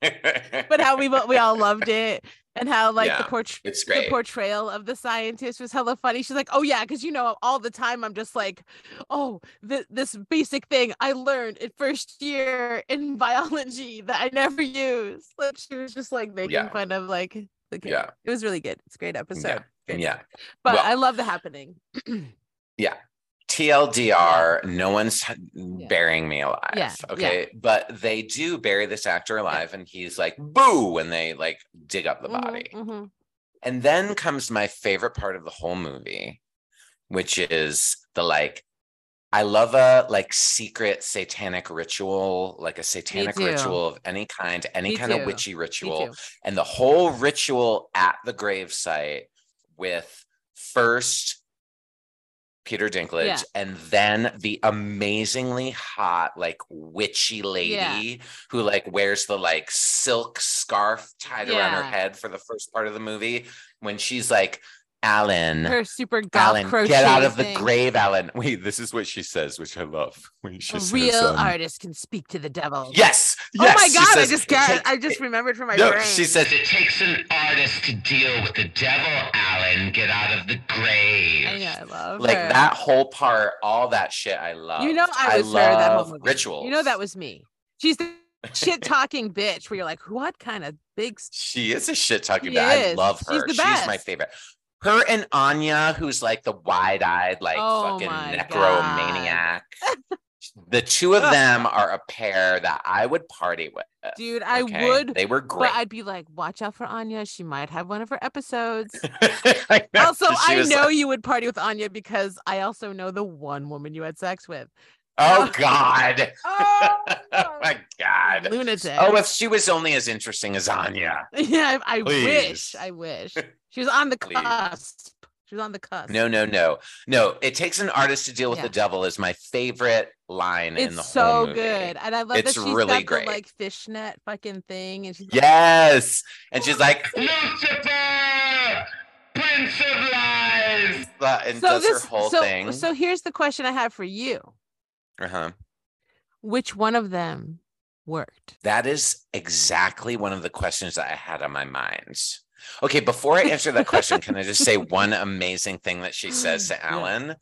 Speaker 2: but how we bo- we all loved it and how like the
Speaker 1: Yeah,
Speaker 2: portrait.
Speaker 1: It's
Speaker 2: The
Speaker 1: great.
Speaker 2: portrayal of the scientist was hella funny. She's like, "Oh yeah, because you know, all the time I'm just like, oh, th- this basic thing I learned in first year in biology that I never use." Like she was just like making
Speaker 1: Yeah.
Speaker 2: fun of like the kid.
Speaker 1: Yeah.
Speaker 2: It was really good. It's a great episode. Good.
Speaker 1: Yeah.
Speaker 2: But
Speaker 1: Well-
Speaker 2: I love the happening.
Speaker 1: TLDR, no one's h- burying me alive.
Speaker 2: Yeah, yeah.
Speaker 1: Okay. But they do bury this actor alive and he's like, boo, when they like dig up the
Speaker 2: Mhm,
Speaker 1: body.
Speaker 2: mhm.
Speaker 1: And then comes my favorite part of the whole movie, which is the like, I love a like secret satanic ritual, like a satanic
Speaker 2: too.
Speaker 1: ritual of any kind, any
Speaker 2: Me
Speaker 1: kind
Speaker 2: too.
Speaker 1: of witchy
Speaker 2: Me
Speaker 1: ritual.
Speaker 2: too.
Speaker 1: and the whole ritual at the gravesite with first Peter Dinklage
Speaker 2: Yeah.
Speaker 1: and then the amazingly hot, like witchy lady who like wears the like silk scarf tied around her
Speaker 2: Yeah.
Speaker 1: head for the first part of the movie when she's like Alan.
Speaker 2: Her super golf
Speaker 1: Alan,
Speaker 2: crochet.
Speaker 1: get out of
Speaker 2: thing.
Speaker 1: the grave, Alan. Wait, this is what she says, which I love. When she
Speaker 2: A
Speaker 1: says,
Speaker 2: real
Speaker 1: um,
Speaker 2: artist can speak to the devil.
Speaker 1: Yes.
Speaker 2: oh
Speaker 1: yes,
Speaker 2: my
Speaker 1: she
Speaker 2: god!
Speaker 1: says,
Speaker 2: I just
Speaker 1: "It
Speaker 2: got.
Speaker 1: takes-
Speaker 2: I just remembered from my
Speaker 1: no,
Speaker 2: brain.
Speaker 1: she says
Speaker 6: It takes an artist to deal with the devil, Alan. Get out of the grave.
Speaker 2: I know. I love
Speaker 1: like
Speaker 2: her.
Speaker 1: that whole part, all that shit. I love.
Speaker 2: You know, I was there that whole movie.
Speaker 1: ritual.
Speaker 2: You know that was me. She's the shit talking bitch. Where you're like, what kind of big? s-
Speaker 1: She is a shit talking.
Speaker 2: She
Speaker 1: I
Speaker 2: is.
Speaker 1: love
Speaker 2: She's
Speaker 1: her.
Speaker 2: the
Speaker 1: She's, my
Speaker 2: best.
Speaker 1: favorite. Her and Anya, who's like the wide eyed, like
Speaker 2: Oh
Speaker 1: fucking
Speaker 2: my
Speaker 1: necromaniac. the two of them are a pair that I would party with.
Speaker 2: Dude, I
Speaker 1: okay?
Speaker 2: would,
Speaker 1: They were
Speaker 2: but
Speaker 1: great.
Speaker 2: I'd be like, watch out for Anya. She might have one of her episodes.
Speaker 1: I know,
Speaker 2: also,
Speaker 1: so she
Speaker 2: I
Speaker 1: was like,
Speaker 2: know you would party with Anya because I also know the one woman you had sex with.
Speaker 1: oh God.
Speaker 2: Oh,
Speaker 1: oh my God.
Speaker 2: lunatic.
Speaker 1: Oh, if she was only as interesting as Anya.
Speaker 2: yeah, I, I
Speaker 1: Please.
Speaker 2: wish. I wish. She was on the
Speaker 1: Please.
Speaker 2: cusp. She was on the cusp.
Speaker 1: No, no, no, no. It takes an artist to deal with
Speaker 2: Yeah.
Speaker 1: the devil is my favorite line in the
Speaker 2: It's
Speaker 1: whole
Speaker 2: so
Speaker 1: movie.
Speaker 2: good. And I love
Speaker 1: It's
Speaker 2: that she's
Speaker 1: really
Speaker 2: got
Speaker 1: great.
Speaker 2: the like fishnet fucking thing and she's like,
Speaker 1: Yes, and she's like,
Speaker 6: Lucifer, Prince of Lies.
Speaker 1: "Ugh," and does her whole
Speaker 2: so,
Speaker 1: thing.
Speaker 2: So here's the question I have for you.
Speaker 1: uh-huh.
Speaker 2: Which one of them worked?
Speaker 1: That is exactly one of the questions that I had on my mind. Okay, before I answer that question, can I just say one amazing thing that she says to
Speaker 2: Yeah.
Speaker 1: Alan?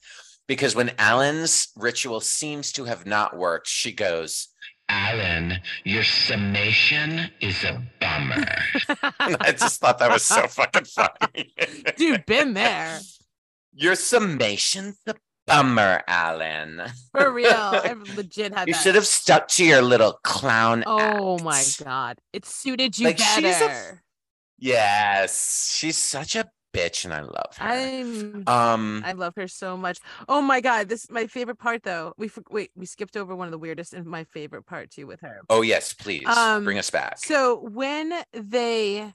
Speaker 1: Because when Alan's ritual seems to have not worked, she goes,
Speaker 6: Alan, your summation is a bummer.
Speaker 1: I just thought that was so fucking funny.
Speaker 2: Dude, been there.
Speaker 1: Your summation's a bummer, Alan.
Speaker 2: For real. I legit had
Speaker 1: You
Speaker 2: that.
Speaker 1: should have stuck to your little clown.
Speaker 2: Oh my
Speaker 1: act.
Speaker 2: god. It suited you
Speaker 1: Like,
Speaker 2: better.
Speaker 1: she's a- Yes, she's such a bitch, and I love her.
Speaker 2: I'm
Speaker 1: um,
Speaker 2: I love her so much. Oh my god, this my favorite part though. We for, wait, we skipped over one of the weirdest and my favorite part too with her.
Speaker 1: oh yes, please
Speaker 2: um,
Speaker 1: bring us back.
Speaker 2: So when they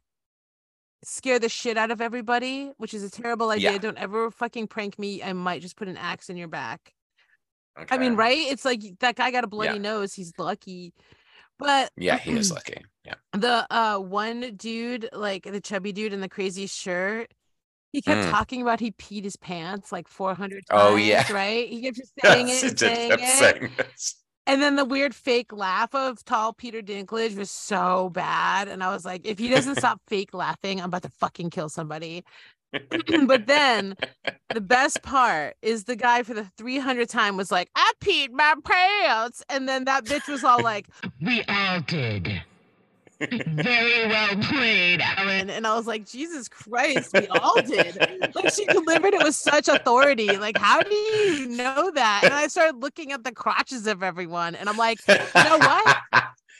Speaker 2: scare the shit out of everybody, which is a terrible idea,
Speaker 1: Yeah.
Speaker 2: don't ever fucking prank me. I might just put an axe in your back. I
Speaker 1: Okay.
Speaker 2: mean, right? It's like y- that guy got a bloody nose. He's lucky. But
Speaker 1: Yeah, he is lucky. Yeah.
Speaker 2: the uh one dude, like the chubby dude in the crazy shirt, he kept
Speaker 1: Mm.
Speaker 2: talking about he peed his pants like 400 times,
Speaker 1: Oh, yeah.
Speaker 2: right? He kept just saying it, and saying it.
Speaker 1: this.
Speaker 2: And then the weird fake laugh of tall Peter Dinklage was so bad. And I was like, if he doesn't stop fake laughing, I'm about to fucking kill somebody. but then the best part is the guy for the 300th time was like, I peed my pants. And then that bitch was all like,
Speaker 6: We all did. Very well played, Alan.
Speaker 2: and, and I was like, Jesus Christ, we all did. Like she delivered it with such authority. Like, how do you know that? And I started looking at the crotches of everyone. And I'm like, know what?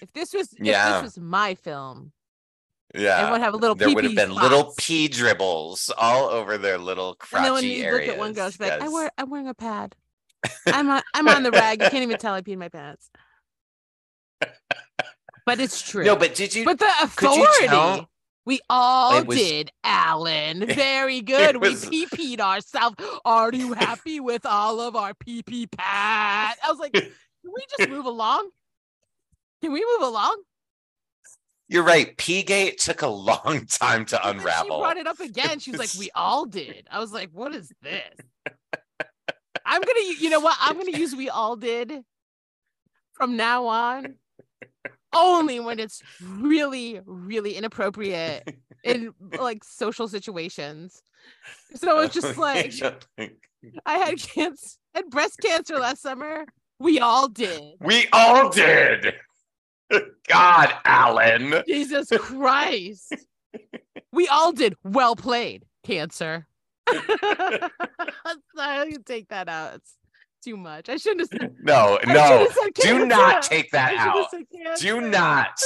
Speaker 2: if this was
Speaker 1: Yeah.
Speaker 2: if this was my film,
Speaker 1: yeah.
Speaker 2: everyone have a little
Speaker 1: there would have
Speaker 2: pee-pee
Speaker 1: been little
Speaker 2: spots.
Speaker 1: pee dribbles all over their little crotchy
Speaker 2: And then when you
Speaker 1: areas.
Speaker 2: look at one girl, she's like, I
Speaker 1: yes.
Speaker 2: wear, I'm wearing a pad. I'm on, I'm on the rag. You can't even tell I peed my pants. But it's true.
Speaker 1: No, but did you?
Speaker 2: But the
Speaker 1: could
Speaker 2: authority.
Speaker 1: you tell?
Speaker 2: We all
Speaker 1: was-
Speaker 2: did, Alan. Very good.
Speaker 1: was-
Speaker 2: We pee peed ourselves. Are you happy with all of our pee pee pat? I was like, can we just move along? Can we move along?
Speaker 1: You're right. Peagate took a long time to
Speaker 2: And then She
Speaker 1: unravel.
Speaker 2: brought it up again. She was like, "We all did." I was like, "What is this?" I'm gonna, u- you know what? I'm gonna use "we all did" from now on, only when it's really, really inappropriate in like social situations. So it's just like I had cancer, had breast cancer last summer. We all did.
Speaker 1: we all did. God, Alan.
Speaker 2: Jesus Christ, we all did. Well played, cancer. I can take that out. It's too much. I shouldn't have said.
Speaker 1: No,
Speaker 2: I
Speaker 1: no.
Speaker 2: should've said
Speaker 1: Do
Speaker 2: cancer.
Speaker 1: not take
Speaker 2: I
Speaker 1: that
Speaker 2: should've
Speaker 1: out.
Speaker 2: said
Speaker 1: Do
Speaker 2: cancer.
Speaker 1: not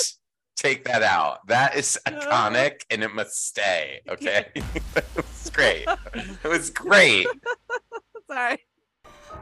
Speaker 1: take that out. That is
Speaker 2: No.
Speaker 1: iconic and it must stay. Okay. it's great. It was great.
Speaker 2: Sorry.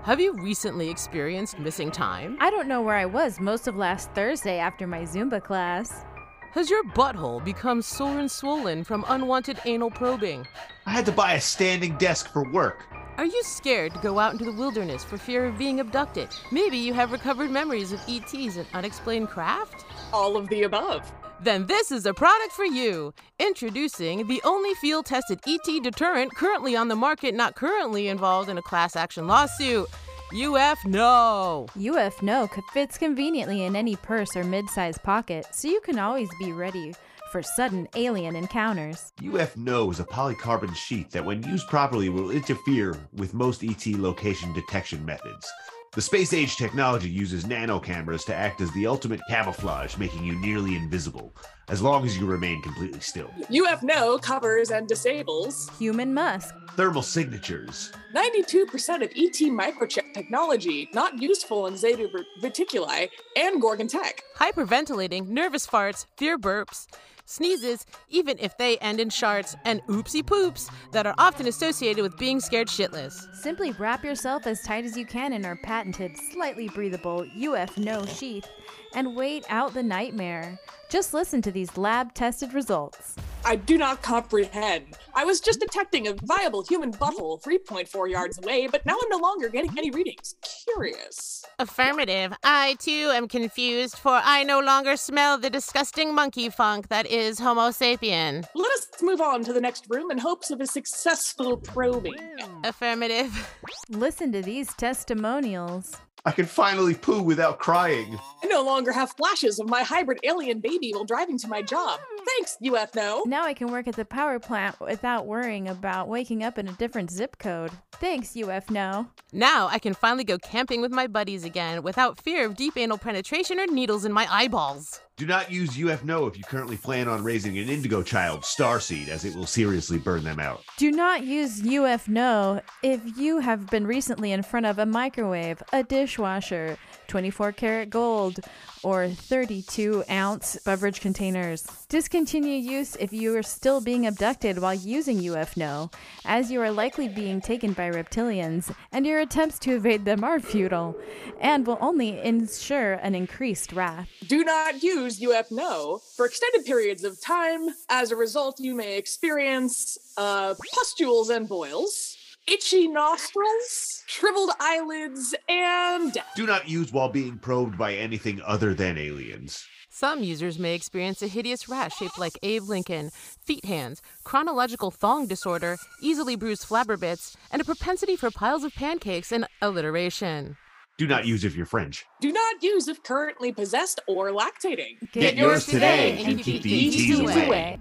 Speaker 2: Have you recently experienced missing time?
Speaker 7: I don't know where I was most of last Thursday after my Zumba class.
Speaker 2: Has your butthole become sore and swollen from unwanted anal probing?
Speaker 8: I had to buy a standing desk for work.
Speaker 2: Are you scared to go out into the wilderness for fear of being E abducted? Maybe you have recovered memories of ETs and unexplained craft?
Speaker 9: All of the above.
Speaker 4: Then this is a product for you. Introducing the only field tested
Speaker 2: E
Speaker 4: ET deterrent currently on the market, not currently involved in a class action lawsuit. UF No.
Speaker 7: UF No c- fits conveniently in any purse or mid-sized pocket, so you can always be ready for sudden alien encounters.
Speaker 8: UF No is a polycarbon sheet that, when used properly, will interfere with most ET location detection methods. The space age technology uses nano cameras to act as the ultimate camouflage, making you nearly invisible, as long as you remain completely still.
Speaker 9: UFNO covers and disables
Speaker 7: Human Musk,
Speaker 8: Thermal signatures.
Speaker 9: 92% of ET microchip technology not useful in Zeta Ret- Reticuli and Gorgon Tech.
Speaker 4: Hyperventilating, nervous farts, fear burps, sneezes, even if they end in sharts, and oopsie poops that are often associated with being scared shitless.
Speaker 7: simply wrap yourself as tight as you can in our patented, slightly breathable UF No sheath and wait out the nightmare. Just listen to these lab-tested results.
Speaker 9: I do not comprehend. I was just detecting a viable human butthole 3.4 yards away, but now I'm no longer getting any readings. Curious.
Speaker 2: Affirmative. I too am confused, for I no longer smell the disgusting monkey funk that is Homo sapien.
Speaker 9: Let us move on to the next room in hopes of a successful probing.
Speaker 2: Affirmative.
Speaker 7: Listen to these testimonials.
Speaker 8: I can finally poo without crying.
Speaker 9: I no longer have flashes of my hybrid alien baby while driving to my job. Thanks, UFNO.
Speaker 7: Now I can work at the power plant without worrying about waking up in a different zip code. Thanks, UF No.
Speaker 4: Now I can finally go camping with my buddies again without fear of deep anal penetration or needles in my eyeballs.
Speaker 8: Do not use UF No if you currently plan on raising an indigo child, starseed, as it will seriously burn them out.
Speaker 7: Do not use UF No if you have been recently in front of a microwave, a dishwasher, 24 karat gold, or 32 ounce beverage containers. Discontinue use if you are still being abducted while using UF No, as you are likely being taken by reptilians, and your attempts to evade them are futile and will only ensure an increased wrath.
Speaker 9: Do not use UFNO for extended periods of time. As a result, you may experience uh, pustules and boils, itchy nostrils, shriveled eyelids, and death.
Speaker 8: Do not use while being probed by anything other than aliens.
Speaker 4: Some users may experience a hideous rash shaped like Abe Lincoln, feet hands, chronological thong disorder, easily bruised flabber bits, and a propensity for piles of pancakes and alliteration.
Speaker 8: Do not use if you're French.
Speaker 9: Do not use if currently possessed or lactating.
Speaker 8: Get yours today and keep the ETs away.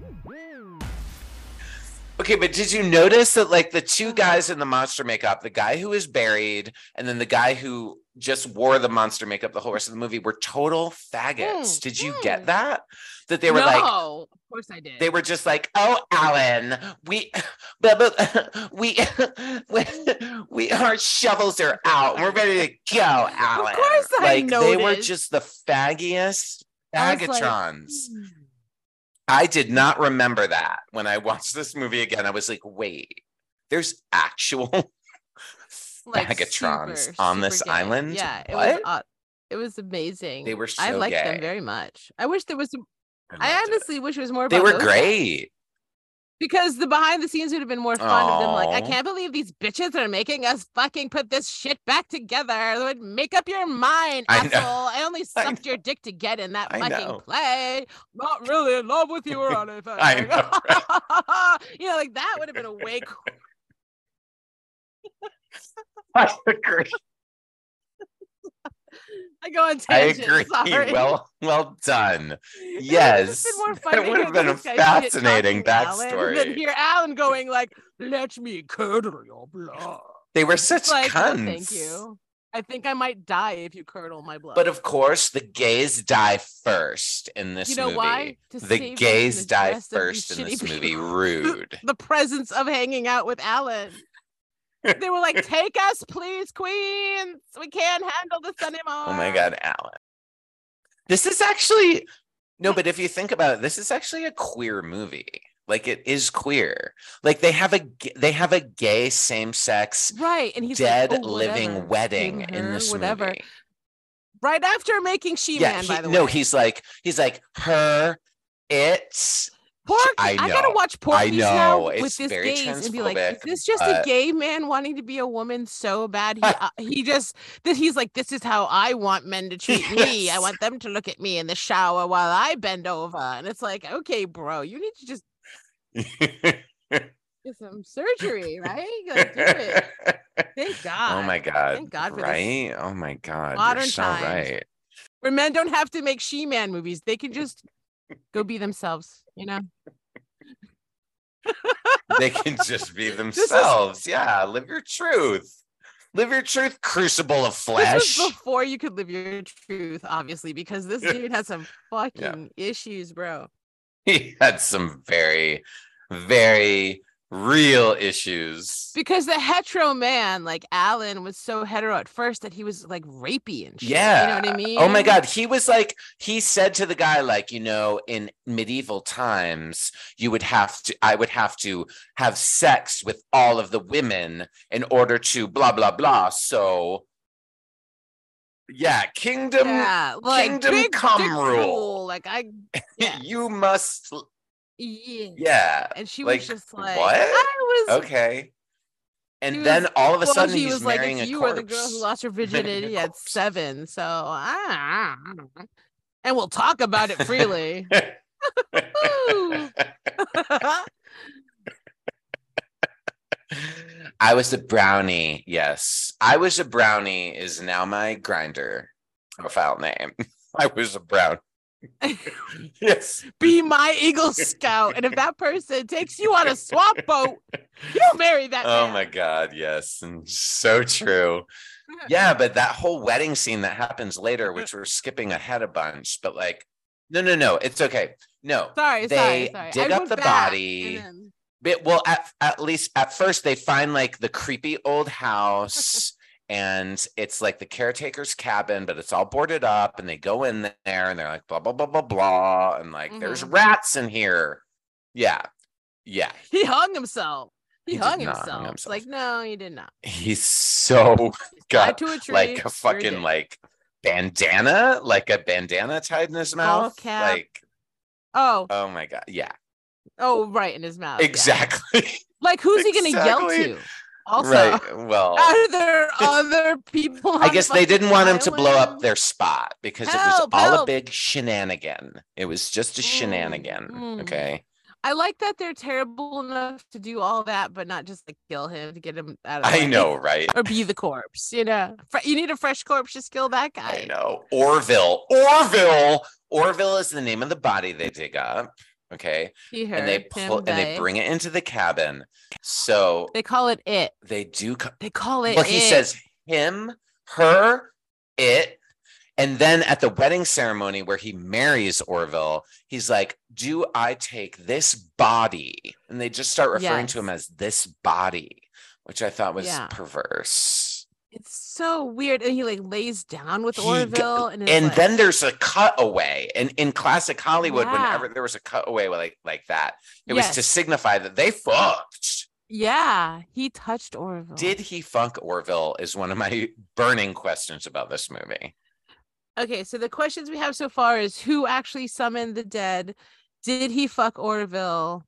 Speaker 1: Okay, but did you notice that like the two guys in the monster makeup, the guy who is buried and then the guy who just wore the monster makeup the whole rest of the movie were total faggots.
Speaker 2: Mm,
Speaker 1: Did you
Speaker 2: mm.
Speaker 1: get that? That they were
Speaker 2: no,
Speaker 1: like
Speaker 2: of course I did.
Speaker 1: they were just like, "Oh, Alan, we but, but, we we we our shovels are out. We're ready to go, Alan."
Speaker 2: course I
Speaker 1: like they were
Speaker 2: noticed.
Speaker 1: just the faggiest
Speaker 2: I was like, hmm.
Speaker 1: faggotrons. I did not remember that when I watched this movie again. I was like, wait, there's actual
Speaker 2: like,
Speaker 1: Bagatrons
Speaker 2: super,
Speaker 1: on this
Speaker 2: super gay.
Speaker 1: island?
Speaker 2: Yeah, it was.
Speaker 1: What?
Speaker 2: au- It was amazing.
Speaker 1: They were
Speaker 2: I
Speaker 1: so
Speaker 2: liked
Speaker 1: gay.
Speaker 2: them very much. I wish there was. some- I
Speaker 1: loved it.
Speaker 2: honestly wish it was more.
Speaker 1: they
Speaker 2: about
Speaker 1: were
Speaker 2: those
Speaker 1: great.
Speaker 2: Because the behind the scenes would have been more fun of them like,
Speaker 1: Aw.
Speaker 2: I can't believe these bitches are making us fucking put this shit back together. Like, make up your mind,
Speaker 1: I know.
Speaker 2: asshole. I only
Speaker 1: I
Speaker 2: sucked your dick to get in that
Speaker 1: I
Speaker 2: fucking
Speaker 1: know.
Speaker 2: play. Not really in love with you or anything.
Speaker 1: I know,
Speaker 2: you know, like that would have been a way cool.
Speaker 1: I agree.
Speaker 2: I go on
Speaker 1: I
Speaker 2: tangent.
Speaker 1: agree.
Speaker 2: Sorry.
Speaker 1: Well, well done.
Speaker 2: It would've
Speaker 1: Yes.
Speaker 2: just been more fun
Speaker 1: That
Speaker 2: to
Speaker 1: would
Speaker 2: hear
Speaker 1: have been a
Speaker 2: this guy shit
Speaker 1: fascinating
Speaker 2: talking Alan Than
Speaker 1: backstory.
Speaker 2: hear Alan going like, "Let me curdle your blood."
Speaker 1: They were such
Speaker 2: It's like, no,
Speaker 1: cunts.
Speaker 2: thank you. I think I might die if you curdle my blood.
Speaker 1: But of course, the gays die first in this
Speaker 2: you know
Speaker 1: movie.
Speaker 2: why? To save you
Speaker 1: The
Speaker 2: from
Speaker 1: gays die
Speaker 2: dress of these
Speaker 1: first in
Speaker 2: shitty
Speaker 1: this
Speaker 2: people.
Speaker 1: movie. Rude.
Speaker 2: The presence of hanging out with Alan. they were like, "Take us, please, Queens. We can't handle this anymore."
Speaker 1: Oh my God, Alan. This is actually, no, but if you think about it, this is actually a queer movie. Like it is queer. Like they have a g- they have a gay same sex
Speaker 2: Right, and he's like,
Speaker 1: dead
Speaker 2: "Oh, whatever,
Speaker 1: living
Speaker 2: king
Speaker 1: wedding in
Speaker 2: her,
Speaker 1: this
Speaker 2: whatever.
Speaker 1: movie.
Speaker 2: Right after making She Man,
Speaker 1: yeah,
Speaker 2: by
Speaker 1: he-
Speaker 2: the way.
Speaker 1: no, he's like he's like her, it's
Speaker 2: Porky.
Speaker 1: I
Speaker 2: I, gotta
Speaker 1: know.
Speaker 2: watch Porky's
Speaker 1: know.
Speaker 2: now with
Speaker 1: It's
Speaker 2: this
Speaker 1: very
Speaker 2: gaze and be like, is
Speaker 1: transphobic,
Speaker 2: this just a
Speaker 1: but-
Speaker 2: gay man wanting to be a woman so bad? He, uh, he just that he's like, this is how I want men to treat me. I
Speaker 1: Yes.
Speaker 2: want them to look at me in the shower while I bend over, and it's like, okay, bro, you need to just get some surgery, right? Like, do it. Thank God.
Speaker 1: oh my god.
Speaker 2: Thank God for this
Speaker 1: right? Oh my god.
Speaker 2: modern
Speaker 1: You're so
Speaker 2: times.
Speaker 1: right.
Speaker 2: Where men don't have to make she-man movies; they can just go be themselves. You know.
Speaker 1: They can just be
Speaker 2: is-
Speaker 1: themselves. yeah. Live your truth. Live your truth, crucible of flesh.
Speaker 2: This was before you could live your truth, obviously, because this dude had some fucking issues, bro.
Speaker 1: he had some very, very real issues.
Speaker 2: Because the hetero man, like Alan, was so hetero at first that he was like rapey and shit. You know what I mean?
Speaker 1: Oh my God. He was like, he said to the guy, like, you know, in medieval times, you would have to, I would have to have sex with all of the women in order to blah, blah, blah. So, yeah, kingdom,
Speaker 2: Yeah, like
Speaker 1: Kingdom
Speaker 2: big
Speaker 1: come
Speaker 2: dick
Speaker 1: rule.
Speaker 2: Like I, yeah.
Speaker 1: you must,
Speaker 2: yeah.
Speaker 1: yeah.
Speaker 2: And she
Speaker 1: Like,
Speaker 2: was just like,
Speaker 1: what?
Speaker 2: I was.
Speaker 1: Okay. And
Speaker 2: He
Speaker 1: then
Speaker 2: was-
Speaker 1: all of a
Speaker 2: Well,
Speaker 1: sudden,
Speaker 2: he
Speaker 1: he's
Speaker 2: was like,
Speaker 1: marrying
Speaker 2: if
Speaker 1: a
Speaker 2: you
Speaker 1: corpse.
Speaker 2: were the girl who lost her
Speaker 1: Marrying a
Speaker 2: virginity at
Speaker 1: corpse.
Speaker 2: seven, so I, I don't know. and we'll talk about it freely. Woo!
Speaker 1: I was a brownie. Yes. I was a brownie is now my grinder profile name. I was a brown. yes.
Speaker 2: Be my Eagle Scout, and if that person takes you on a swamp boat, you'll marry that
Speaker 1: Oh
Speaker 2: man.
Speaker 1: my God. Yes. And so true. Yeah. But that whole wedding scene that happens later, which we're skipping ahead a bunch, but like, no, no, no. It's okay. No.
Speaker 2: Sorry,
Speaker 1: They
Speaker 2: sorry, sorry.
Speaker 1: dig
Speaker 2: I
Speaker 1: up
Speaker 2: went
Speaker 1: the
Speaker 2: back,
Speaker 1: body.
Speaker 2: and then-
Speaker 1: But, well, at, at least at first they find like the creepy old house and it's like the caretaker's cabin, but it's all boarded up and they go in there and they're like blah, blah, blah, blah, blah. And like, there's
Speaker 2: Mhm.
Speaker 1: rats in here. Yeah. Yeah.
Speaker 2: He hung himself. He,
Speaker 1: He did
Speaker 2: hung,
Speaker 1: not hung
Speaker 2: himself. It's
Speaker 1: himself.
Speaker 2: Like, no, he did not.
Speaker 1: He's so
Speaker 2: He's
Speaker 1: got
Speaker 2: tied to a tree.
Speaker 1: like a
Speaker 2: sure he
Speaker 1: fucking
Speaker 2: did.
Speaker 1: like bandana, like a bandana tied in his mouth.
Speaker 2: cap.
Speaker 1: Like,
Speaker 2: Oh,
Speaker 1: oh my God. Yeah.
Speaker 2: oh, right in his mouth. yeah.
Speaker 1: Exactly.
Speaker 2: Like, who's he gonna
Speaker 1: Exactly.
Speaker 2: yell to? Also, Ah,
Speaker 1: right. Well,
Speaker 2: are there other people?
Speaker 1: I
Speaker 2: on
Speaker 1: guess they
Speaker 2: fucking
Speaker 1: didn't want him to blow up
Speaker 2: island?
Speaker 1: their spot because
Speaker 2: Help,
Speaker 1: it was all
Speaker 2: help.
Speaker 1: a big shenanigan. It was just a
Speaker 2: Mm,
Speaker 1: shenanigan.
Speaker 2: mm.
Speaker 1: Okay.
Speaker 2: I like that they're terrible enough to do all that, but not just like kill him to get him out of. the
Speaker 1: I
Speaker 2: way.
Speaker 1: know, right?
Speaker 2: or be the corpse. You know, Fre- you need a fresh corpse to kill that guy.
Speaker 1: I know. Orville. Orville. Orville is the name of the body they dig up. Okay.
Speaker 2: He, her,
Speaker 1: And they
Speaker 2: him,
Speaker 1: pull and they
Speaker 2: they.
Speaker 1: bring it into the cabin. So
Speaker 2: They call it it.
Speaker 1: they do co-
Speaker 2: They call it.
Speaker 1: well, he
Speaker 2: it.
Speaker 1: says him, her, it. And then at the wedding ceremony where he marries Orville, he's like, Do I take this body? And they just start referring to him as this body, which I thought was
Speaker 2: Yeah.
Speaker 1: perverse.
Speaker 2: it's so weird, and he like lays down with
Speaker 1: He go-
Speaker 2: Orville, and, is
Speaker 1: and
Speaker 2: like-
Speaker 1: then there's a cutaway. And in classic Hollywood,
Speaker 2: Yeah.
Speaker 1: whenever there was a cutaway like, like that, it was to
Speaker 2: Yes.
Speaker 1: signify that they fucked.
Speaker 2: yeah, he touched Orville.
Speaker 1: Did he fuck Orville? Is one of my burning questions about this movie.
Speaker 2: okay? So the questions we have so far is who actually summoned the dead. Did he fuck Orville?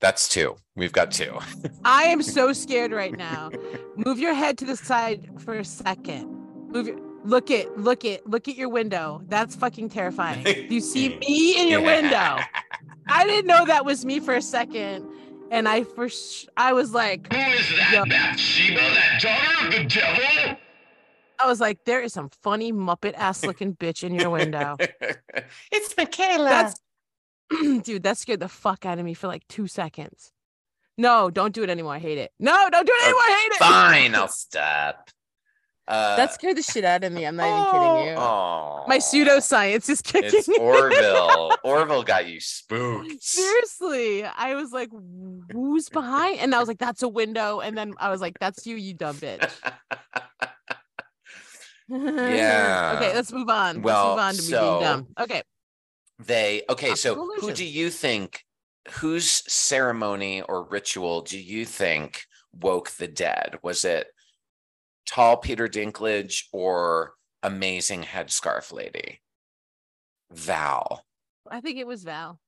Speaker 1: That's two. We've got two.
Speaker 2: I am so scared right now. Move your head to the side for a second. Move your look it, look it, look at your window. That's fucking terrifying. Do you see me in your window? I didn't know that was me for a second, and I for sh- I was like,
Speaker 6: Who is that
Speaker 2: Yo.
Speaker 6: Bathsheba, that daughter of the devil?
Speaker 2: I was like, there is some funny Muppet ass looking bitch in your window.
Speaker 1: it's Michaela.
Speaker 2: That's dude, that scared the fuck out of me for like two seconds. No, don't do it anymore. I hate it. No, don't do it
Speaker 1: Okay,
Speaker 2: anymore. I hate it.
Speaker 1: fine. I'll stop. Uh,
Speaker 2: That scared the shit out of me. I'm not even kidding you.
Speaker 1: Oh,
Speaker 2: My pseudoscience is kicking
Speaker 1: It's
Speaker 2: in.
Speaker 1: Orville. Orville got you spooked.
Speaker 2: Seriously, I was like, who's behind? And I was like, that's a window. And then I was like, that's you, you dumb bitch.
Speaker 1: Yeah.
Speaker 2: okay, let's move on.
Speaker 1: Well,
Speaker 2: let's move on to me
Speaker 1: so-
Speaker 2: being dumb. Okay.
Speaker 1: they okay. So, who
Speaker 2: Absolution.
Speaker 1: do you think? Whose ceremony or ritual do you think woke the dead? Was it tall Peter Dinklage or amazing headscarf lady? Val.
Speaker 2: I think it was Val.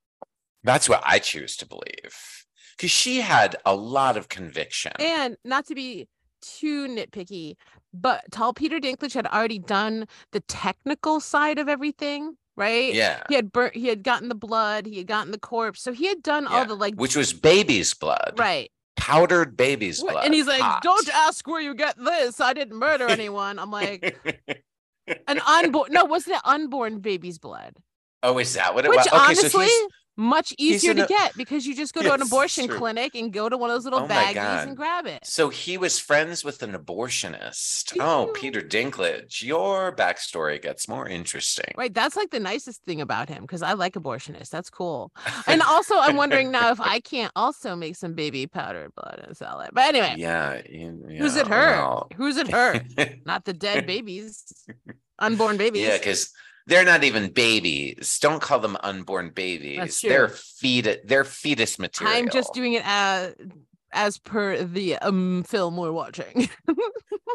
Speaker 1: That's what I choose to believe. Because she had a lot of conviction.
Speaker 2: And not to be too nitpicky, but tall Peter Dinklage had already done the technical side of everything, right?
Speaker 1: yeah.
Speaker 2: He had burnt, he had gotten the blood, he had gotten the corpse. So he had done all
Speaker 1: Yeah.
Speaker 2: the like,
Speaker 1: Which was baby's blood.
Speaker 2: right.
Speaker 1: Powdered baby's
Speaker 2: Wh-
Speaker 1: blood.
Speaker 2: And he's like,
Speaker 1: Hot.
Speaker 2: don't ask where you get this. I didn't murder anyone. I'm like, an unborn, no, wasn't it unborn baby's blood?
Speaker 1: oh, is that what it
Speaker 2: Which
Speaker 1: was?
Speaker 2: honestly,
Speaker 1: he's-
Speaker 2: much easier
Speaker 1: in
Speaker 2: to
Speaker 1: a-
Speaker 2: get because you just go to an
Speaker 1: Yes,
Speaker 2: abortion
Speaker 1: true.
Speaker 2: clinic and go to one of those little
Speaker 1: Oh my
Speaker 2: baggies
Speaker 1: God.
Speaker 2: and grab it.
Speaker 1: So he was friends with an abortionist. Oh, Peter Dinklage, your backstory gets more interesting.
Speaker 2: Right. That's like the nicest thing about him because I like abortionists. That's cool. And also, I'm wondering now if I can't also make some baby powdered blood and sell it. But anyway,
Speaker 1: Yeah. you-
Speaker 2: who's it
Speaker 1: yeah,
Speaker 2: her?
Speaker 1: well.
Speaker 2: Who's it her? Not the dead babies, unborn babies.
Speaker 1: yeah, because they're not even babies. Don't call them unborn babies.
Speaker 2: true.
Speaker 1: They're fetus. They're fetus material.
Speaker 2: I'm just doing it as as per the um film we're watching.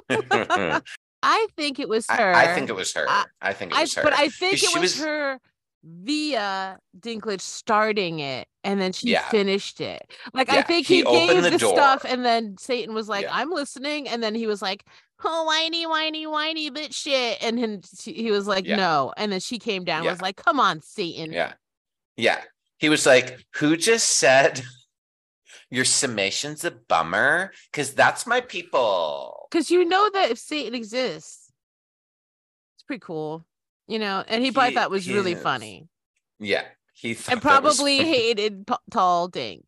Speaker 1: I,
Speaker 2: I think it was her.
Speaker 1: I think it was her.
Speaker 2: I-
Speaker 1: I, think it
Speaker 2: I,
Speaker 1: was her.
Speaker 2: but I think it
Speaker 1: she
Speaker 2: was,
Speaker 1: was-
Speaker 2: her via Dinklage starting it and then she
Speaker 1: Yeah.
Speaker 2: finished it. Like I
Speaker 1: Yeah,
Speaker 2: think he,
Speaker 1: he
Speaker 2: gave
Speaker 1: opened
Speaker 2: the,
Speaker 1: the
Speaker 2: stuff
Speaker 1: door.
Speaker 2: and then Satan was like,
Speaker 1: Yeah.
Speaker 2: I'm listening. And then he was like, Oh, whiny, whiny, whiny bitch shit. And then she, he was like,
Speaker 1: Yeah.
Speaker 2: No. And then she came down and
Speaker 1: Yeah.
Speaker 2: was like, Come on, Satan.
Speaker 1: Yeah. Yeah. He was like, Who just said your summation's a bummer? Because that's my people.
Speaker 2: Because you know that if Satan exists, it's pretty cool. You know, and he, probably
Speaker 1: He-
Speaker 2: thought it was
Speaker 1: he
Speaker 2: really
Speaker 1: is.
Speaker 2: funny.
Speaker 1: Yeah. He
Speaker 2: And
Speaker 1: thought that was-
Speaker 2: probably hated P- tall Dink.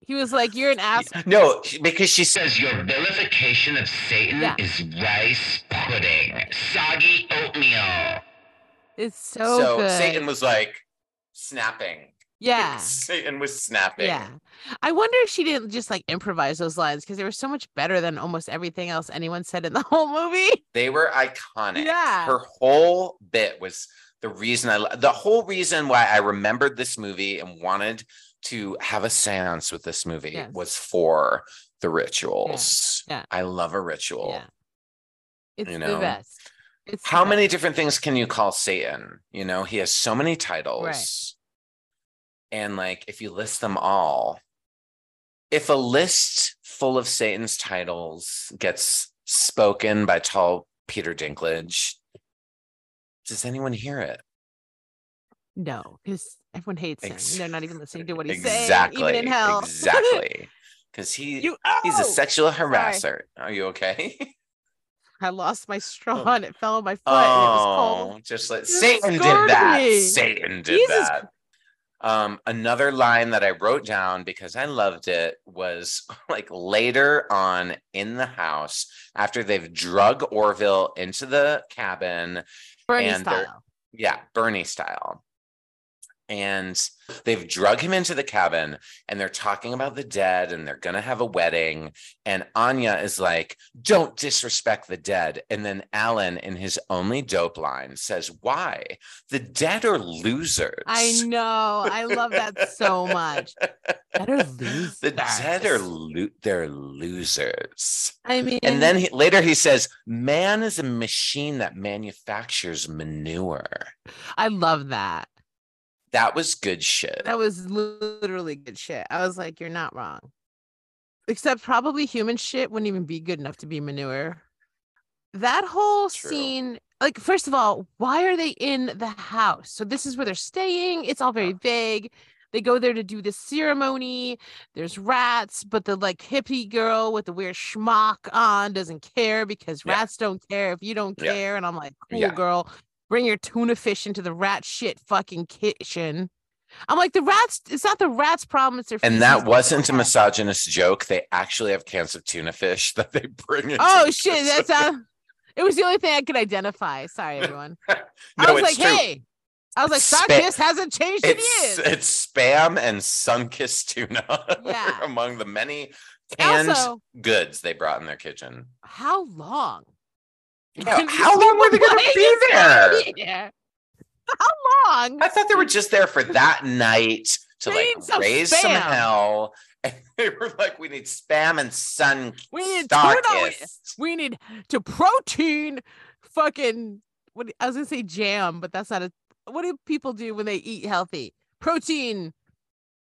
Speaker 2: He was like, You're an ass
Speaker 1: no, she- because she said,
Speaker 6: Says your vilification of Satan
Speaker 2: Yeah.
Speaker 6: is rice pudding, soggy oatmeal.
Speaker 2: It's so,
Speaker 1: so
Speaker 2: good.
Speaker 1: Satan was like snapping.
Speaker 2: yeah.
Speaker 1: Satan was snapping.
Speaker 2: Yeah. I wonder if she didn't just like improvise those lines because they were so much better than almost everything else anyone said in the whole movie.
Speaker 1: They were iconic.
Speaker 2: Yeah.
Speaker 1: Her whole bit was the reason I, lo- the whole reason why I remembered this movie and wanted to have a seance with this movie
Speaker 2: Yes.
Speaker 1: was for the rituals.
Speaker 2: yeah.
Speaker 1: I love a ritual.
Speaker 2: Yeah. It's the
Speaker 1: know?
Speaker 2: best. It's the
Speaker 1: How
Speaker 2: best.
Speaker 1: many different things can you call Satan? You know, he has so many titles. And like, if you list them all, if a list full of Satan's titles gets spoken by tall Peter Dinklage, does anyone hear it?
Speaker 2: No, because everyone hates him.
Speaker 1: Ex-
Speaker 2: and They're not even listening to what he's
Speaker 1: exactly.
Speaker 2: saying, even in hell.
Speaker 1: Exactly. Because he
Speaker 2: you,
Speaker 1: he's a
Speaker 2: oh!
Speaker 1: sexual harasser. Are you okay?
Speaker 2: I lost my straw
Speaker 1: Oh.
Speaker 2: and it fell on my foot and it was cold.
Speaker 1: Oh, just like Satan did
Speaker 2: scarred
Speaker 1: that.
Speaker 2: me.
Speaker 1: Satan did
Speaker 2: Jesus
Speaker 1: that. Um, another line that I wrote down because I loved it was like later on in the house after they've drug Orville into the cabin.
Speaker 2: Bernie
Speaker 1: And they're-
Speaker 2: style.
Speaker 1: Yeah, Bernie style. And they've drug him into the cabin and they're talking about the dead and they're going to have a wedding. And Anya is like, don't disrespect the dead. And then Alan, in his only dope line, says, why? The dead are losers.
Speaker 2: I know. I love that so much. Better lose
Speaker 1: The dead are lo- they're losers.
Speaker 2: I mean,
Speaker 1: And then he, later he says, man is a machine that manufactures manure.
Speaker 2: I love that.
Speaker 1: That was good shit.
Speaker 2: That was literally good shit. I was like, you're not wrong. Except probably human shit wouldn't even be good enough to be manure. That whole
Speaker 1: True.
Speaker 2: scene, like, first of all, why are they in the house? So this is where they're staying. It's all very vague. They go there to do this ceremony. There's rats, but the like hippie girl with the weird schmuck on doesn't care because
Speaker 1: Yeah.
Speaker 2: rats don't care if you don't
Speaker 1: Yeah.
Speaker 2: care. And I'm like, cool
Speaker 1: Yeah.
Speaker 2: girl, bring your tuna fish into the rat shit fucking kitchen. I'm like, the rats, it's not the rats' problem, it's their
Speaker 1: And
Speaker 2: feces
Speaker 1: that wasn't a
Speaker 2: problem.
Speaker 1: misogynist joke. They actually have cans of tuna fish that they bring in.
Speaker 2: Oh shit, that's uh it was the only thing I could identify. Sorry, everyone. I was like, hey. I was like,
Speaker 1: Spa-
Speaker 2: Sarkis hasn't changed in
Speaker 1: it's,
Speaker 2: years.
Speaker 1: it's spam and sunkissed tuna
Speaker 2: Yeah.
Speaker 1: among the many canned
Speaker 2: Also,
Speaker 1: goods they brought in their kitchen.
Speaker 2: how long?
Speaker 1: Yeah, how long were they going to be there?
Speaker 2: Yeah. How long?
Speaker 1: I thought they were just there for that night to
Speaker 2: They need
Speaker 1: like
Speaker 2: some
Speaker 1: raise some
Speaker 2: spam.
Speaker 1: hell. And they were like, we need spam and sun.
Speaker 2: We need
Speaker 1: star
Speaker 2: tuna, we-
Speaker 1: kissed."
Speaker 2: We need to protein fucking what I was gonna say jam, but that's not a what do people do when they eat healthy? Protein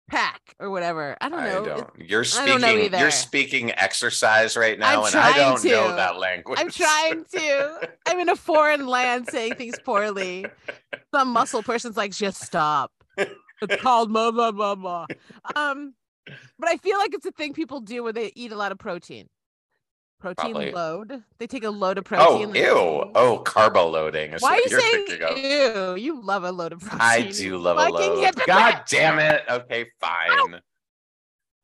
Speaker 2: pack or whatever. I don't
Speaker 1: I
Speaker 2: know.
Speaker 1: don't. You're
Speaker 2: I
Speaker 1: speaking.
Speaker 2: don't know either.
Speaker 1: you're speaking exercise right now, and I
Speaker 2: trying
Speaker 1: don't
Speaker 2: to.
Speaker 1: know that language.
Speaker 2: I'm trying to. I'm in a foreign land saying things poorly. Some muscle person's like, just stop. It's called blah blah blah blah. Um, but I feel like it's a thing people do where they eat a lot of protein. Protein
Speaker 1: Probably.
Speaker 2: load. They take a load of protein.
Speaker 1: Oh,
Speaker 2: like-
Speaker 1: ew! Oh, carbo loading is
Speaker 2: Why are
Speaker 1: what
Speaker 2: you
Speaker 1: you're
Speaker 2: saying
Speaker 1: thinking of.
Speaker 2: ew? You love a load of protein.
Speaker 1: I do love a
Speaker 2: Fucking
Speaker 1: load.
Speaker 2: hypocrite.
Speaker 1: God damn it! Okay, fine.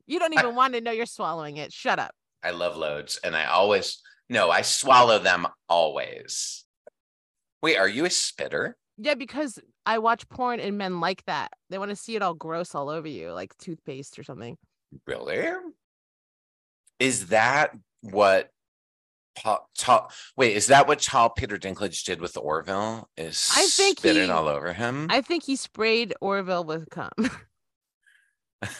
Speaker 2: You don't
Speaker 1: I-
Speaker 2: even want to know you're swallowing it. Shut up.
Speaker 1: I love loads, and I always no, I swallow them always. Wait, are you a spitter?
Speaker 2: Yeah, because I watch porn and men like that. They want to see it all gross all over you, like toothpaste or something.
Speaker 1: Really? Is that what? Paul, Ta- wait, is that what Tal Peter Dinklage did with Orville? Is
Speaker 2: I think
Speaker 1: spitting
Speaker 2: he-
Speaker 1: all over him?
Speaker 2: I think he sprayed Orville with cum.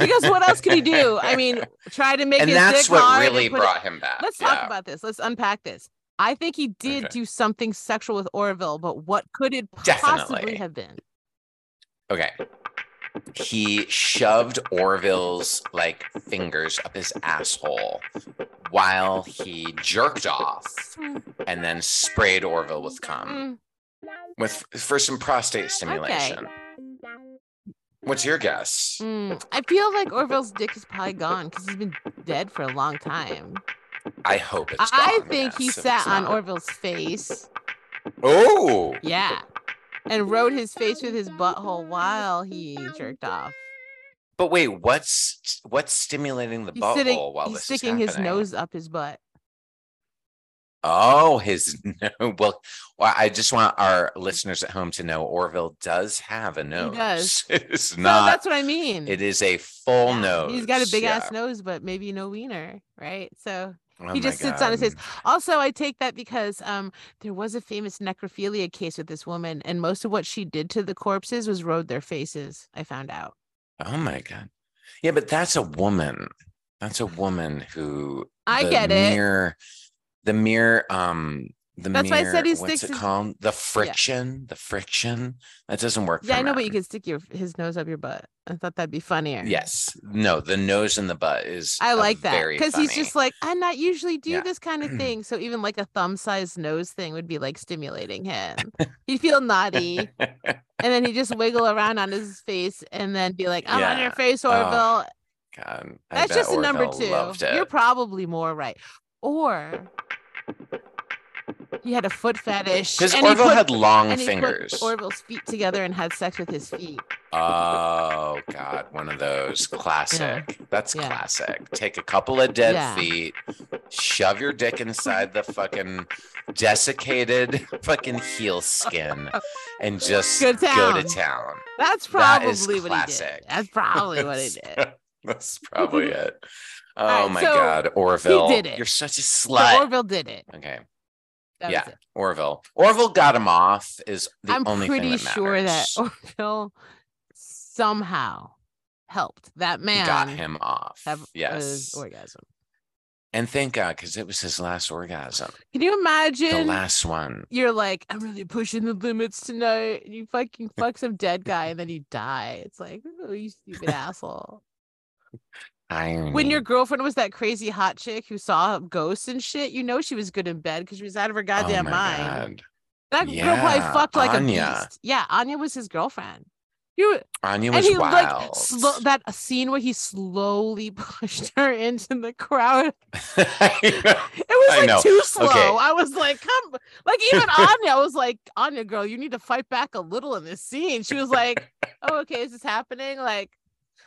Speaker 2: because what else could he do? I mean, try to make
Speaker 1: and
Speaker 2: his
Speaker 1: that's
Speaker 2: dick
Speaker 1: what
Speaker 2: hard and
Speaker 1: really
Speaker 2: put it-
Speaker 1: brought him back.
Speaker 2: Let's talk
Speaker 1: Yeah.
Speaker 2: about this. Let's unpack this. I think he did
Speaker 1: Okay.
Speaker 2: do something sexual with Orville, but what could it
Speaker 1: Definitely.
Speaker 2: possibly have been?
Speaker 1: Okay. He shoved Orville's like fingers up his asshole while he jerked off and then sprayed Orville with cum
Speaker 2: Mm,
Speaker 1: with for some prostate stimulation. What's your guess?
Speaker 2: mm. I feel like Orville's dick is probably gone because he's been dead for a long time.
Speaker 1: I hope it's.
Speaker 2: I
Speaker 1: gone,
Speaker 2: think he
Speaker 1: yes, if
Speaker 2: sat
Speaker 1: it's
Speaker 2: on
Speaker 1: not.
Speaker 2: Orville's face.
Speaker 1: Oh,
Speaker 2: Yeah. And rode his face with his butthole while he jerked off.
Speaker 1: but wait, what's what's stimulating the
Speaker 2: He's sitting,
Speaker 1: butthole while
Speaker 2: he's
Speaker 1: this is
Speaker 2: sticking his
Speaker 1: happening?
Speaker 2: nose up his butt.
Speaker 1: Oh, his no. Well, well, I just want our listeners at home to know Orville does have a nose.
Speaker 2: does.
Speaker 1: It's
Speaker 2: no,
Speaker 1: not.
Speaker 2: that's what I mean.
Speaker 1: it is a full
Speaker 2: Yeah,
Speaker 1: nose.
Speaker 2: He's got a big ass nose, but maybe no wiener, right? So
Speaker 1: nose.
Speaker 2: he just sits on his face. Also, I take that because um, there was a famous necrophilia case with this woman, and most of what she did to the corpses was rode their faces. I found out.
Speaker 1: Oh my god. Yeah, but that's a woman. That's a woman who.
Speaker 2: I
Speaker 1: the
Speaker 2: get it.
Speaker 1: mere, The mere. Um. The
Speaker 2: That's why I
Speaker 1: mere,
Speaker 2: said he
Speaker 1: what's
Speaker 2: sticks
Speaker 1: it
Speaker 2: his-
Speaker 1: called? The friction. The friction that doesn't work.
Speaker 2: Yeah,
Speaker 1: for
Speaker 2: I know, but you
Speaker 1: men.
Speaker 2: could stick your his nose up your butt. I thought that'd be funnier.
Speaker 1: Yes. No. The nose and the butt is.
Speaker 2: I
Speaker 1: a
Speaker 2: like that
Speaker 1: very
Speaker 2: because he's
Speaker 1: funny-
Speaker 2: just like I not usually do
Speaker 1: Yeah.
Speaker 2: this kind of thing. So even like a thumb sized nose thing would be like stimulating him. He'd feel naughty, and then he just wiggle around on his face, and then be like, "I'm on your
Speaker 1: Yeah.
Speaker 2: face,
Speaker 1: Oh,
Speaker 2: Orville."
Speaker 1: God, I
Speaker 2: That's
Speaker 1: bet
Speaker 2: just a number
Speaker 1: Orville loved
Speaker 2: two.
Speaker 1: it.
Speaker 2: You're probably more right, or he had a foot fetish
Speaker 1: Because
Speaker 2: and he
Speaker 1: Orville
Speaker 2: put-
Speaker 1: had long
Speaker 2: and he put
Speaker 1: fingers.
Speaker 2: Orville's feet together and had sex with his feet.
Speaker 1: oh God, one of those classic. That's
Speaker 2: Yeah.
Speaker 1: classic. Take a couple of dead
Speaker 2: Yeah.
Speaker 1: feet, shove your dick inside the fucking desiccated fucking heel skin, and just
Speaker 2: Good
Speaker 1: go to
Speaker 2: town.
Speaker 1: town.
Speaker 2: That's
Speaker 1: That
Speaker 2: probably
Speaker 1: is
Speaker 2: what he
Speaker 1: classic.
Speaker 2: did. That's probably what he did.
Speaker 1: That's probably it. Oh
Speaker 2: right,
Speaker 1: my
Speaker 2: so
Speaker 1: God, Orville!
Speaker 2: did it.
Speaker 1: You're such a
Speaker 2: So
Speaker 1: slut.
Speaker 2: Orville did it.
Speaker 1: okay,
Speaker 2: That
Speaker 1: Yeah.
Speaker 2: was it.
Speaker 1: Orville. Orville got him off. Is the
Speaker 2: I'm
Speaker 1: only
Speaker 2: pretty
Speaker 1: thing that
Speaker 2: sure that
Speaker 1: matters.
Speaker 2: Orville somehow helped that man
Speaker 1: got him off.
Speaker 2: have
Speaker 1: yes.
Speaker 2: his orgasm.
Speaker 1: and thank God, because it was his last orgasm.
Speaker 2: Can you
Speaker 1: The
Speaker 2: imagine?
Speaker 1: last one.
Speaker 2: You're like, I'm really pushing the limits tonight. And you fucking fuck some dead guy and then you die. It's like, oh, you stupid asshole.
Speaker 1: Irony.
Speaker 2: When your girlfriend was that crazy hot chick who saw ghosts and shit, you know she was good in bed because she was out of her
Speaker 1: Oh
Speaker 2: goddamn
Speaker 1: my
Speaker 2: mind.
Speaker 1: God.
Speaker 2: That girl probably
Speaker 1: Yeah,
Speaker 2: fucked like
Speaker 1: Anya.
Speaker 2: a beast. Yeah, Anya was his girlfriend. You
Speaker 1: Anya
Speaker 2: and
Speaker 1: was
Speaker 2: he
Speaker 1: wild.
Speaker 2: like slow that scene where he slowly pushed her into the crowd. It was
Speaker 1: I
Speaker 2: like
Speaker 1: know.
Speaker 2: too slow.
Speaker 1: Okay.
Speaker 2: I was like, come like even Anya was like, Anya girl, you need to fight back a little in this scene. She was like, Oh, okay, is this happening? Like,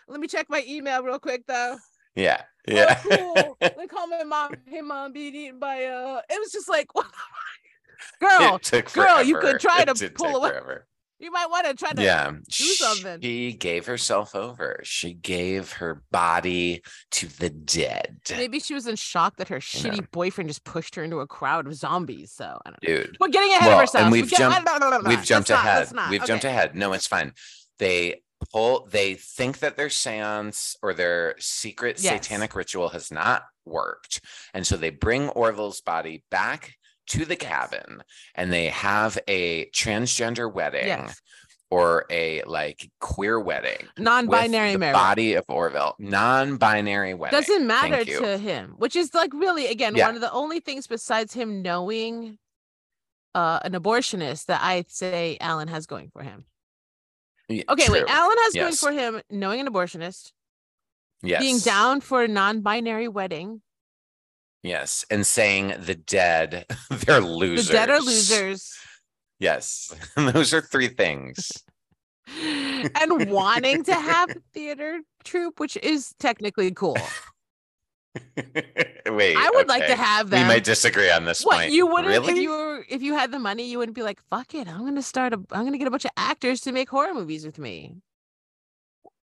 Speaker 2: let me check my email real quick though.
Speaker 1: yeah.
Speaker 2: Oh,
Speaker 1: Yeah.
Speaker 2: cool. Let me call my mom. Hey mom, being eaten by uh it was just like what the fuck? Girl,
Speaker 1: It took
Speaker 2: girl, you
Speaker 1: forever.
Speaker 2: could try
Speaker 1: It
Speaker 2: to
Speaker 1: did
Speaker 2: pull
Speaker 1: take
Speaker 2: away.
Speaker 1: forever.
Speaker 2: you might want to try to
Speaker 1: Yeah.
Speaker 2: something.
Speaker 1: She gave herself over. She gave her body to the dead.
Speaker 2: Maybe she was in shock that her
Speaker 1: You know.
Speaker 2: shitty boyfriend just pushed her into a crowd of zombies. So I don't know.
Speaker 1: Dude.
Speaker 2: We're getting ahead
Speaker 1: Well,
Speaker 2: of
Speaker 1: and
Speaker 2: ourselves.
Speaker 1: we've
Speaker 2: we get-
Speaker 1: jumped-
Speaker 2: blah, blah, blah, blah.
Speaker 1: We've
Speaker 2: Let's
Speaker 1: jumped
Speaker 2: not-
Speaker 1: ahead.
Speaker 2: let's not.
Speaker 1: We've jumped
Speaker 2: Okay.
Speaker 1: ahead. No, it's fine. They pull. They think that their séance or their secret
Speaker 2: Yes.
Speaker 1: satanic ritual has not worked, and so they bring Orville's body back to the cabin, and they have a transgender wedding
Speaker 2: Yes.
Speaker 1: or a like queer wedding. with
Speaker 2: non-binary
Speaker 1: the
Speaker 2: marriage
Speaker 1: Body of Orville. Non-binary wedding.
Speaker 2: doesn't matter
Speaker 1: Thank you.
Speaker 2: to him, which is like really again
Speaker 1: Yeah.
Speaker 2: one of the only things besides him knowing uh, an abortionist that I say Alan has going for him.
Speaker 1: Yeah,
Speaker 2: Okay, wait,
Speaker 1: true.
Speaker 2: Alan has
Speaker 1: Yes.
Speaker 2: going for him knowing an abortionist,
Speaker 1: yes.
Speaker 2: being down for a non-binary wedding.
Speaker 1: Yes, and saying the dead, they're losers.
Speaker 2: The dead are losers,
Speaker 1: Yes, those are three things.
Speaker 2: and wanting to have a theater troupe, which is technically cool.
Speaker 1: Wait,
Speaker 2: I would like to
Speaker 1: okay.
Speaker 2: have
Speaker 1: We
Speaker 2: them.
Speaker 1: might disagree on this
Speaker 2: What
Speaker 1: point.
Speaker 2: you wouldn't
Speaker 1: really?
Speaker 2: if you were if you had the money, you wouldn't be like, fuck it, I'm gonna start a I'm gonna get a bunch of actors to make horror movies with me.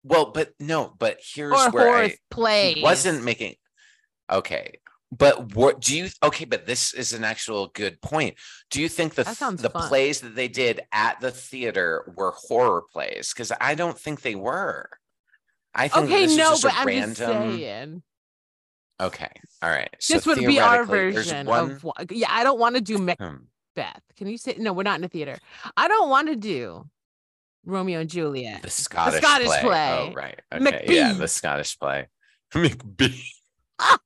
Speaker 1: Well, but no, but here's
Speaker 2: or
Speaker 1: where
Speaker 2: horror
Speaker 1: I
Speaker 2: plays.
Speaker 1: he wasn't making. Okay, but what do you? Okay, but this is an actual good point. Do you think the
Speaker 2: That
Speaker 1: th-
Speaker 2: sounds
Speaker 1: the
Speaker 2: fun.
Speaker 1: plays that they did at the theater were horror plays? Because I don't think they were. I think that
Speaker 2: okay,
Speaker 1: this is
Speaker 2: no,
Speaker 1: just a
Speaker 2: but I'm
Speaker 1: random.
Speaker 2: just saying
Speaker 1: Okay, all right. So
Speaker 2: this would be our
Speaker 1: theoretically, there's
Speaker 2: version
Speaker 1: one-
Speaker 2: of what. Yeah, I don't want to do
Speaker 1: hmm.
Speaker 2: Macbeth. Can you say no? We're not in a theater. I don't want to do Romeo and Juliet.
Speaker 1: The Scottish,
Speaker 2: Scottish
Speaker 1: play.
Speaker 2: play.
Speaker 1: Oh, right. Okay. Yeah, the
Speaker 2: Macbeth.
Speaker 1: Scottish play. McBee.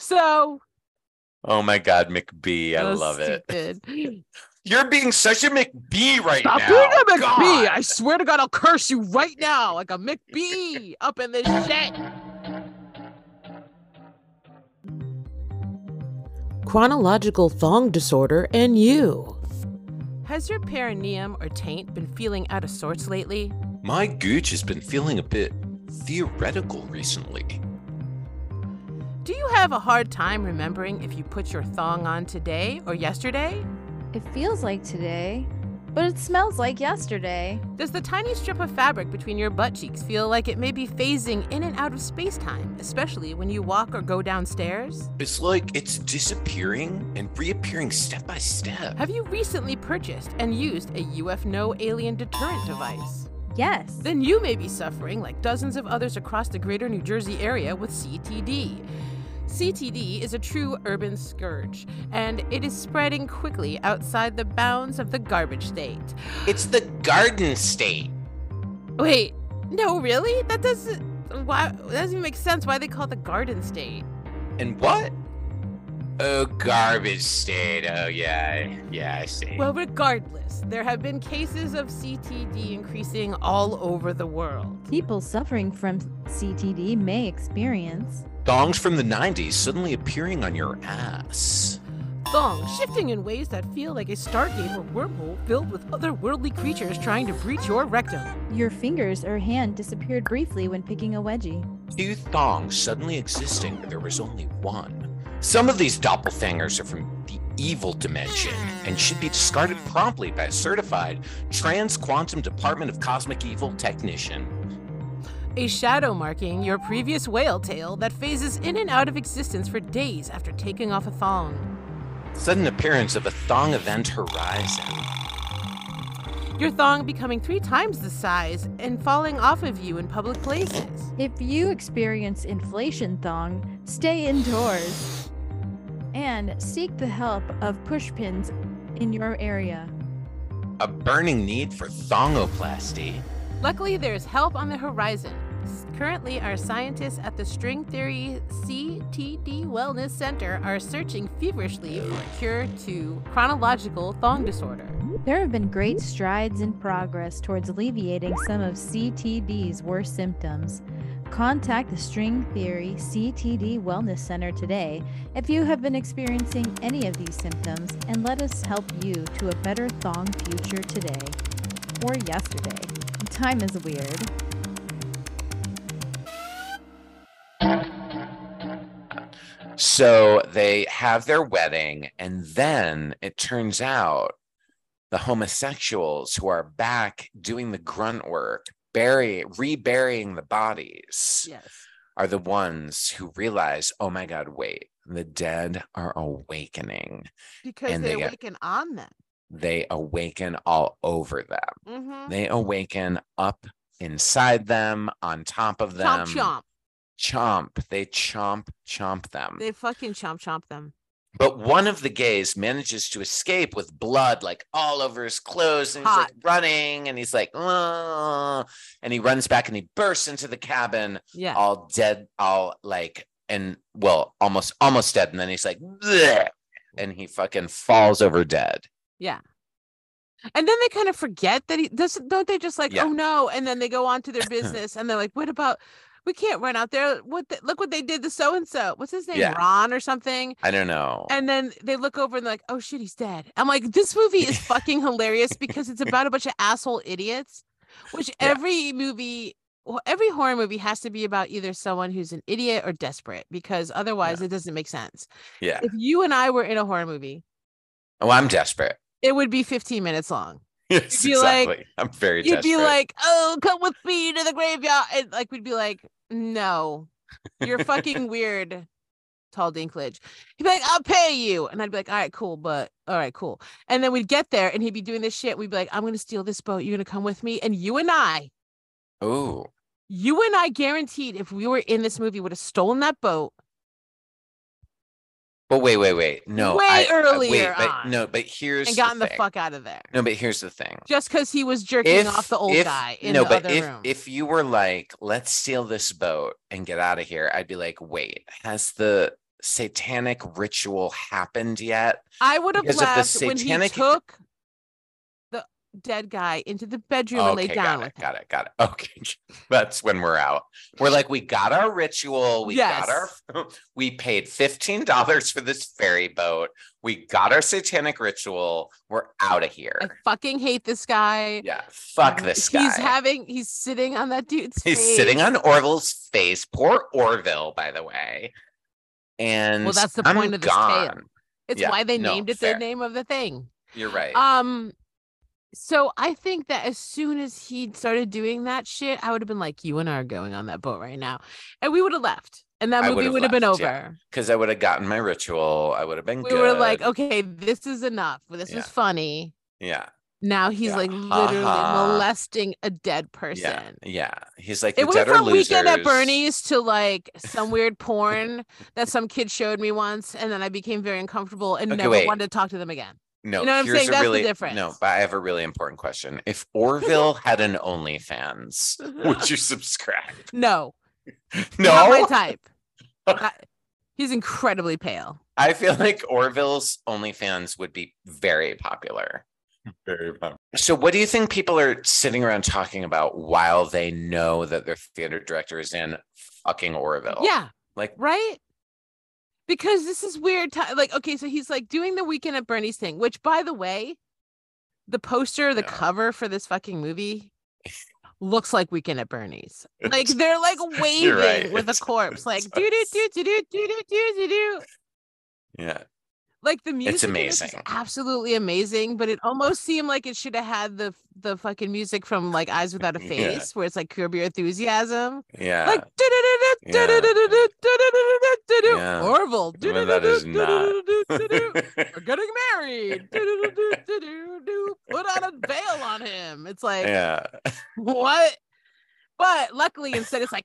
Speaker 2: So
Speaker 1: Oh my God, McBee. I love it.
Speaker 2: it.
Speaker 1: You're being such a McBee right
Speaker 2: Stop
Speaker 1: now.
Speaker 2: being a McBee.
Speaker 1: God.
Speaker 2: I swear to God, I'll curse you right now like a McBee up in this shit. Chronological thong disorder and you. Has your perineum or taint been feeling out of sorts lately?
Speaker 1: My gooch has been feeling a bit theoretical recently.
Speaker 2: Do you have a hard time remembering if you put your thong on today or yesterday?
Speaker 7: It feels like today, but it smells like yesterday.
Speaker 2: Does the tiny strip of fabric between your butt cheeks feel like it may be phasing in and out of space time, especially when you walk or go downstairs?
Speaker 1: It's like it's disappearing and reappearing step by step.
Speaker 2: Have you recently purchased and used a UFNO alien deterrent device?
Speaker 7: Yes.
Speaker 2: Then you may be suffering, like dozens of others across the greater New Jersey area, with CTD. CTD is a true urban scourge, and it is spreading quickly outside the bounds of the garbage state.
Speaker 1: It's the garden state.
Speaker 2: Wait, no, really? That doesn't. Why? That doesn't even make sense. Why they call it the Garden State?
Speaker 1: And what? Oh, garbage state. Oh, yeah. Yeah, I see.
Speaker 2: Well, regardless, there have been cases of CTD increasing all over the world.
Speaker 7: People suffering from CTD may experience
Speaker 1: Thongs from the 90s suddenly appearing on your ass.
Speaker 2: Thong shifting in ways that feel like a stargate or wormhole filled with otherworldly creatures trying to breach your rectum.
Speaker 7: your fingers or hand disappeared briefly when picking a wedgie.
Speaker 1: Two thongs suddenly existing where there was only one. Some of these doppelgangers are from the evil dimension and should be discarded promptly by a certified trans quantum department of cosmic evil technician.
Speaker 2: A shadow marking your previous whale tail that phases in and out of existence for days after taking off a thong.
Speaker 1: Sudden appearance of a thong event horizon.
Speaker 2: Your thong becoming three times the size and falling off of you in public places.
Speaker 7: If you experience inflation thong, stay indoors and seek the help of pushpins in your area.
Speaker 1: A burning need for thongoplasty.
Speaker 2: Luckily, there's help on the horizon. S- Currently, our scientists at the String Theory CTD Wellness Center are searching feverishly for a cure to chronological thong disorder.
Speaker 7: There have been great strides in progress towards alleviating some of CTD's worst symptoms. Contact the String Theory CTD Wellness Center today if you have been experiencing any of these symptoms and let us help you to a better thong future today or yesterday. Time is weird.
Speaker 1: So they have their wedding, and then it turns out the homosexuals who are back doing the grunt work, bury reburying the bodies,
Speaker 2: Yes.
Speaker 1: are the ones who realize, oh my God, wait, the dead are awakening.
Speaker 2: Because
Speaker 1: And
Speaker 2: they,
Speaker 1: they get-
Speaker 2: awaken on them.
Speaker 1: They awaken all over them.
Speaker 2: Mm-hmm.
Speaker 1: They awaken up inside them, on top of them.
Speaker 2: Chomp chomp.
Speaker 1: Chomp. They chomp, chomp them.
Speaker 2: They fucking chomp chomp them.
Speaker 1: But one of the gays manages to escape with blood like all over his clothes and he's
Speaker 2: Hot.
Speaker 1: like running and he's like, "Ah," and he runs back and he bursts into the cabin
Speaker 2: Yeah.
Speaker 1: all dead, all like, and well, almost, almost dead. And then he's like, "Bleh," and he fucking falls over dead.
Speaker 2: And then they kind of forget that he doesn't, don't they just like,
Speaker 1: Yeah.
Speaker 2: oh no. And then they go on to their business and they're like, what about, we can't run out there. What, the, look what they did to so and so. What's his name?
Speaker 1: Yeah.
Speaker 2: Ron or something.
Speaker 1: I don't know.
Speaker 2: And then they look over and they're like, oh shit, he's dead. I'm like, this movie is fucking hilarious because it's about a bunch of asshole idiots, which
Speaker 1: Yeah.
Speaker 2: every movie, well, every horror movie has to be about either someone who's an idiot or desperate because otherwise it doesn't make sense.
Speaker 1: yeah.
Speaker 2: If you and I were in a horror movie,
Speaker 1: Oh, I'm desperate.
Speaker 2: it would be 15 minutes long.
Speaker 1: Yes,
Speaker 2: You'd be like-
Speaker 1: exactly. I'm very
Speaker 2: You'd
Speaker 1: desperate.
Speaker 2: be like, oh, come with me to the graveyard. And like, we'd be like, no, you're fucking weird, Tall Dinklage. He'd be like, I'll pay you. And I'd be like, all right, cool, but all right, cool. And then we'd get there and he'd be doing this shit. We'd be like, I'm going to steal this boat. You're going to come with me. And you and I,
Speaker 1: ooh.
Speaker 2: you and I guaranteed if we were in this movie, would have stolen that boat.
Speaker 1: But wait, wait, wait. No,
Speaker 2: Way
Speaker 1: I- I-
Speaker 2: earlier
Speaker 1: Wait, but
Speaker 2: on.
Speaker 1: no, but here's
Speaker 2: and gotten the,
Speaker 1: thing.
Speaker 2: fuck out of there.
Speaker 1: No, but here's the thing.
Speaker 2: Just because he was jerking off the old
Speaker 1: if-
Speaker 2: guy in
Speaker 1: no,
Speaker 2: the
Speaker 1: but
Speaker 2: other
Speaker 1: if
Speaker 2: room.
Speaker 1: if you were like, let's steal this boat and get out of here, I'd be like, wait, has the satanic ritual happened yet?
Speaker 2: I would have
Speaker 1: Because of the
Speaker 2: laughed when he
Speaker 1: satanic-
Speaker 2: took the dead guy into the bedroom and lay
Speaker 1: okay, got
Speaker 2: down with
Speaker 1: it,
Speaker 2: him.
Speaker 1: got it, got it. Okay, that's when we're out. We're like, we got our ritual. We got our. We paid fifteen dollars for this ferry boat. We got our satanic ritual. We're out of here.
Speaker 2: I fucking hate this guy.
Speaker 1: Yeah, fuck this guy.
Speaker 2: He's having he's sitting on that dude's
Speaker 1: He's
Speaker 2: face.
Speaker 1: sitting on Orville's face. Poor Orville, by the way. And
Speaker 2: Well, that's the
Speaker 1: I'm
Speaker 2: point of this tale.
Speaker 1: gone.
Speaker 2: It's
Speaker 1: yeah,
Speaker 2: why they
Speaker 1: no,
Speaker 2: named it
Speaker 1: fair.
Speaker 2: the name of the thing.
Speaker 1: You're right.
Speaker 2: Um so I think that as soon as he started doing that shit, I would have been like, You and I are going on that boat right now. And we would have left. And that
Speaker 1: I
Speaker 2: movie
Speaker 1: would've
Speaker 2: would have been
Speaker 1: left,
Speaker 2: over.
Speaker 1: yeah. Because I would have gotten my ritual. I would have been
Speaker 2: We
Speaker 1: good.
Speaker 2: were like, okay, this is enough. This
Speaker 1: Yeah.
Speaker 2: was funny.
Speaker 1: yeah,
Speaker 2: Now he's
Speaker 1: Yeah.
Speaker 2: like literally
Speaker 1: Uh-huh.
Speaker 2: molesting a dead person.
Speaker 1: yeah, yeah. He's like,
Speaker 2: It
Speaker 1: the
Speaker 2: went
Speaker 1: dead are
Speaker 2: from weekend at
Speaker 1: losers.
Speaker 2: Bernie's to like some weird porn that some kid showed me once, and then I became very uncomfortable and
Speaker 1: Okay,
Speaker 2: never
Speaker 1: wait.
Speaker 2: wanted to talk to them again.
Speaker 1: No,
Speaker 2: know what I'm
Speaker 1: here's
Speaker 2: saying?
Speaker 1: a
Speaker 2: That's the
Speaker 1: really no.
Speaker 2: difference.
Speaker 1: But I have a really important question. If Orville had an OnlyFans, would you subscribe?
Speaker 2: No, not my
Speaker 1: No,
Speaker 2: type. I- he's incredibly pale.
Speaker 1: I feel like Orville's OnlyFans would be very popular. Very popular. So, what do you think people are sitting around talking about while they know that their theater director is in fucking Orville?
Speaker 2: Yeah,
Speaker 1: Like,
Speaker 2: right? Because this is weird. ti- like, okay, so he's like doing the weekend at Bernie's thing, which, by the way, the poster, the
Speaker 1: Yeah.
Speaker 2: cover for this fucking movie looks like Weekend at Bernie's. Like they're like waving
Speaker 1: right,
Speaker 2: with a
Speaker 1: it
Speaker 2: corpse, like
Speaker 1: does.
Speaker 2: do do do do do do do do do do.
Speaker 1: yeah.
Speaker 2: Like the music, in this is
Speaker 1: amazing.
Speaker 2: absolutely amazing. But it almost seemed like it should have had the the fucking music from like Eyes Without a
Speaker 1: Yeah.
Speaker 2: Face, where it's like Curb Your Enthusiasm.
Speaker 1: Yeah.
Speaker 2: Like do-do-do-do,
Speaker 1: Yeah.
Speaker 2: do-do-do-do, do-do-do-do, do-do.
Speaker 1: Yeah.
Speaker 2: Orville.
Speaker 1: Well, that is
Speaker 2: do-do-do-do,
Speaker 1: not-
Speaker 2: do-do-do-do, do-do. We're getting married. Do-do-do-do, do-do-do. Put out a veil on him. It's like
Speaker 1: yeah.
Speaker 2: what? But luckily, instead, it's like,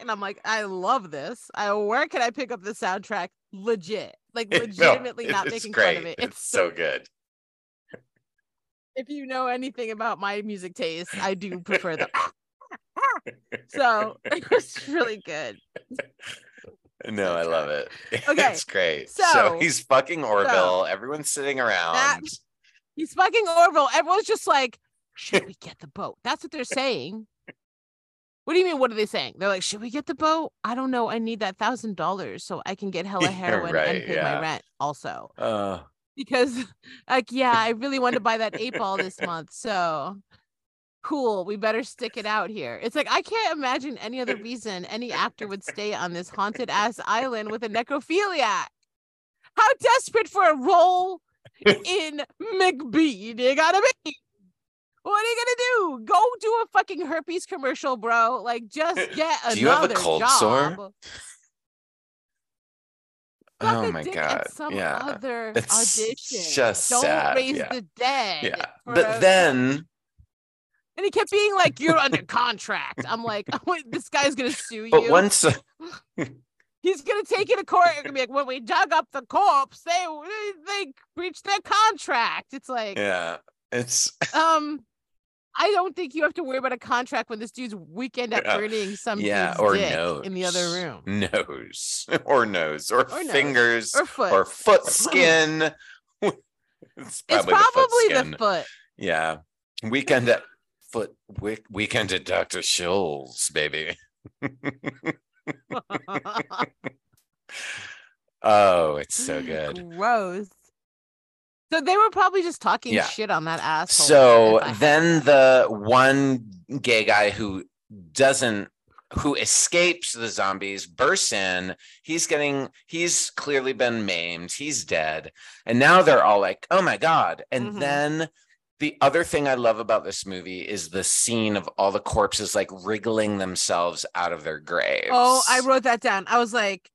Speaker 2: and I'm like, I love this. I where can I pick up the soundtrack? Legit, like
Speaker 1: No,
Speaker 2: legitimately,
Speaker 1: it-
Speaker 2: not
Speaker 1: it's
Speaker 2: making
Speaker 1: great.
Speaker 2: fun of it.
Speaker 1: It's so good.
Speaker 2: If you know anything about my music taste, I do prefer the. so it was really good.
Speaker 1: No, I love it.
Speaker 2: Okay,
Speaker 1: it's great. So,
Speaker 2: so-
Speaker 1: he's fucking Orville. Everyone's sitting around.
Speaker 2: He's fucking Orville. Everyone's just like, should we get the boat? That's what they're saying. What do you mean? What are they saying? They're like, should we get the boat? I don't know. I need that thousand dollars so I can get hella
Speaker 1: Yeah,
Speaker 2: heroin
Speaker 1: right,
Speaker 2: and pay
Speaker 1: yeah.
Speaker 2: my rent also.
Speaker 1: Uh,
Speaker 2: Because, like, yeah, I really wanted to buy that eight ball this month. So cool. We better stick it out here. It's like, I can't imagine any other reason any actor would stay on this haunted ass island with a necrophiliac. How desperate for a role in McBee. You gotta be. What are you gonna do? Go do a fucking herpes commercial, bro. Like, just get another
Speaker 1: Do you have a cold
Speaker 2: job.
Speaker 1: sore?
Speaker 2: Suck
Speaker 1: oh
Speaker 2: a
Speaker 1: my
Speaker 2: dick
Speaker 1: god.
Speaker 2: At some
Speaker 1: Yeah.
Speaker 2: other
Speaker 1: It's
Speaker 2: audition.
Speaker 1: just
Speaker 2: Don't
Speaker 1: sad,
Speaker 2: raise
Speaker 1: yeah.
Speaker 2: the dead.
Speaker 1: yeah.
Speaker 2: for
Speaker 1: But
Speaker 2: a-
Speaker 1: then
Speaker 2: and he kept being like, "You're under contract." I'm like, "Wait, "This guy's gonna sue
Speaker 1: But
Speaker 2: you."
Speaker 1: once
Speaker 2: He's gonna take it to court and be like, when we dug up the corpse, they they breached their contract. It's like,
Speaker 1: Yeah. It's
Speaker 2: um, I don't think you have to worry about a contract when this dude's weekend at
Speaker 1: Yeah.
Speaker 2: burning some
Speaker 1: yeah,
Speaker 2: dude's
Speaker 1: or
Speaker 2: dick
Speaker 1: nose
Speaker 2: in the other room
Speaker 1: Nose or nose or,
Speaker 2: Or nose.
Speaker 1: fingers
Speaker 2: or foot.
Speaker 1: or foot skin. it's
Speaker 2: it's
Speaker 1: probably, the foot skin.
Speaker 2: probably the foot.
Speaker 1: yeah. Weekend at foot week, weekend at Dr. Scholl's, baby. oh, it's so good.
Speaker 2: Gross. So they were probably just talking
Speaker 1: Yeah.
Speaker 2: shit on that asshole.
Speaker 1: So
Speaker 2: if I-
Speaker 1: then the one gay guy who doesn't who escapes the zombies bursts in. He's getting he's clearly been maimed. He's dead. And now they're all like, "Oh my god." And
Speaker 2: Mhm.
Speaker 1: then the other thing I love about this movie is the scene of all the corpses like wriggling themselves out of their graves.
Speaker 2: Oh, I wrote that down. I was like,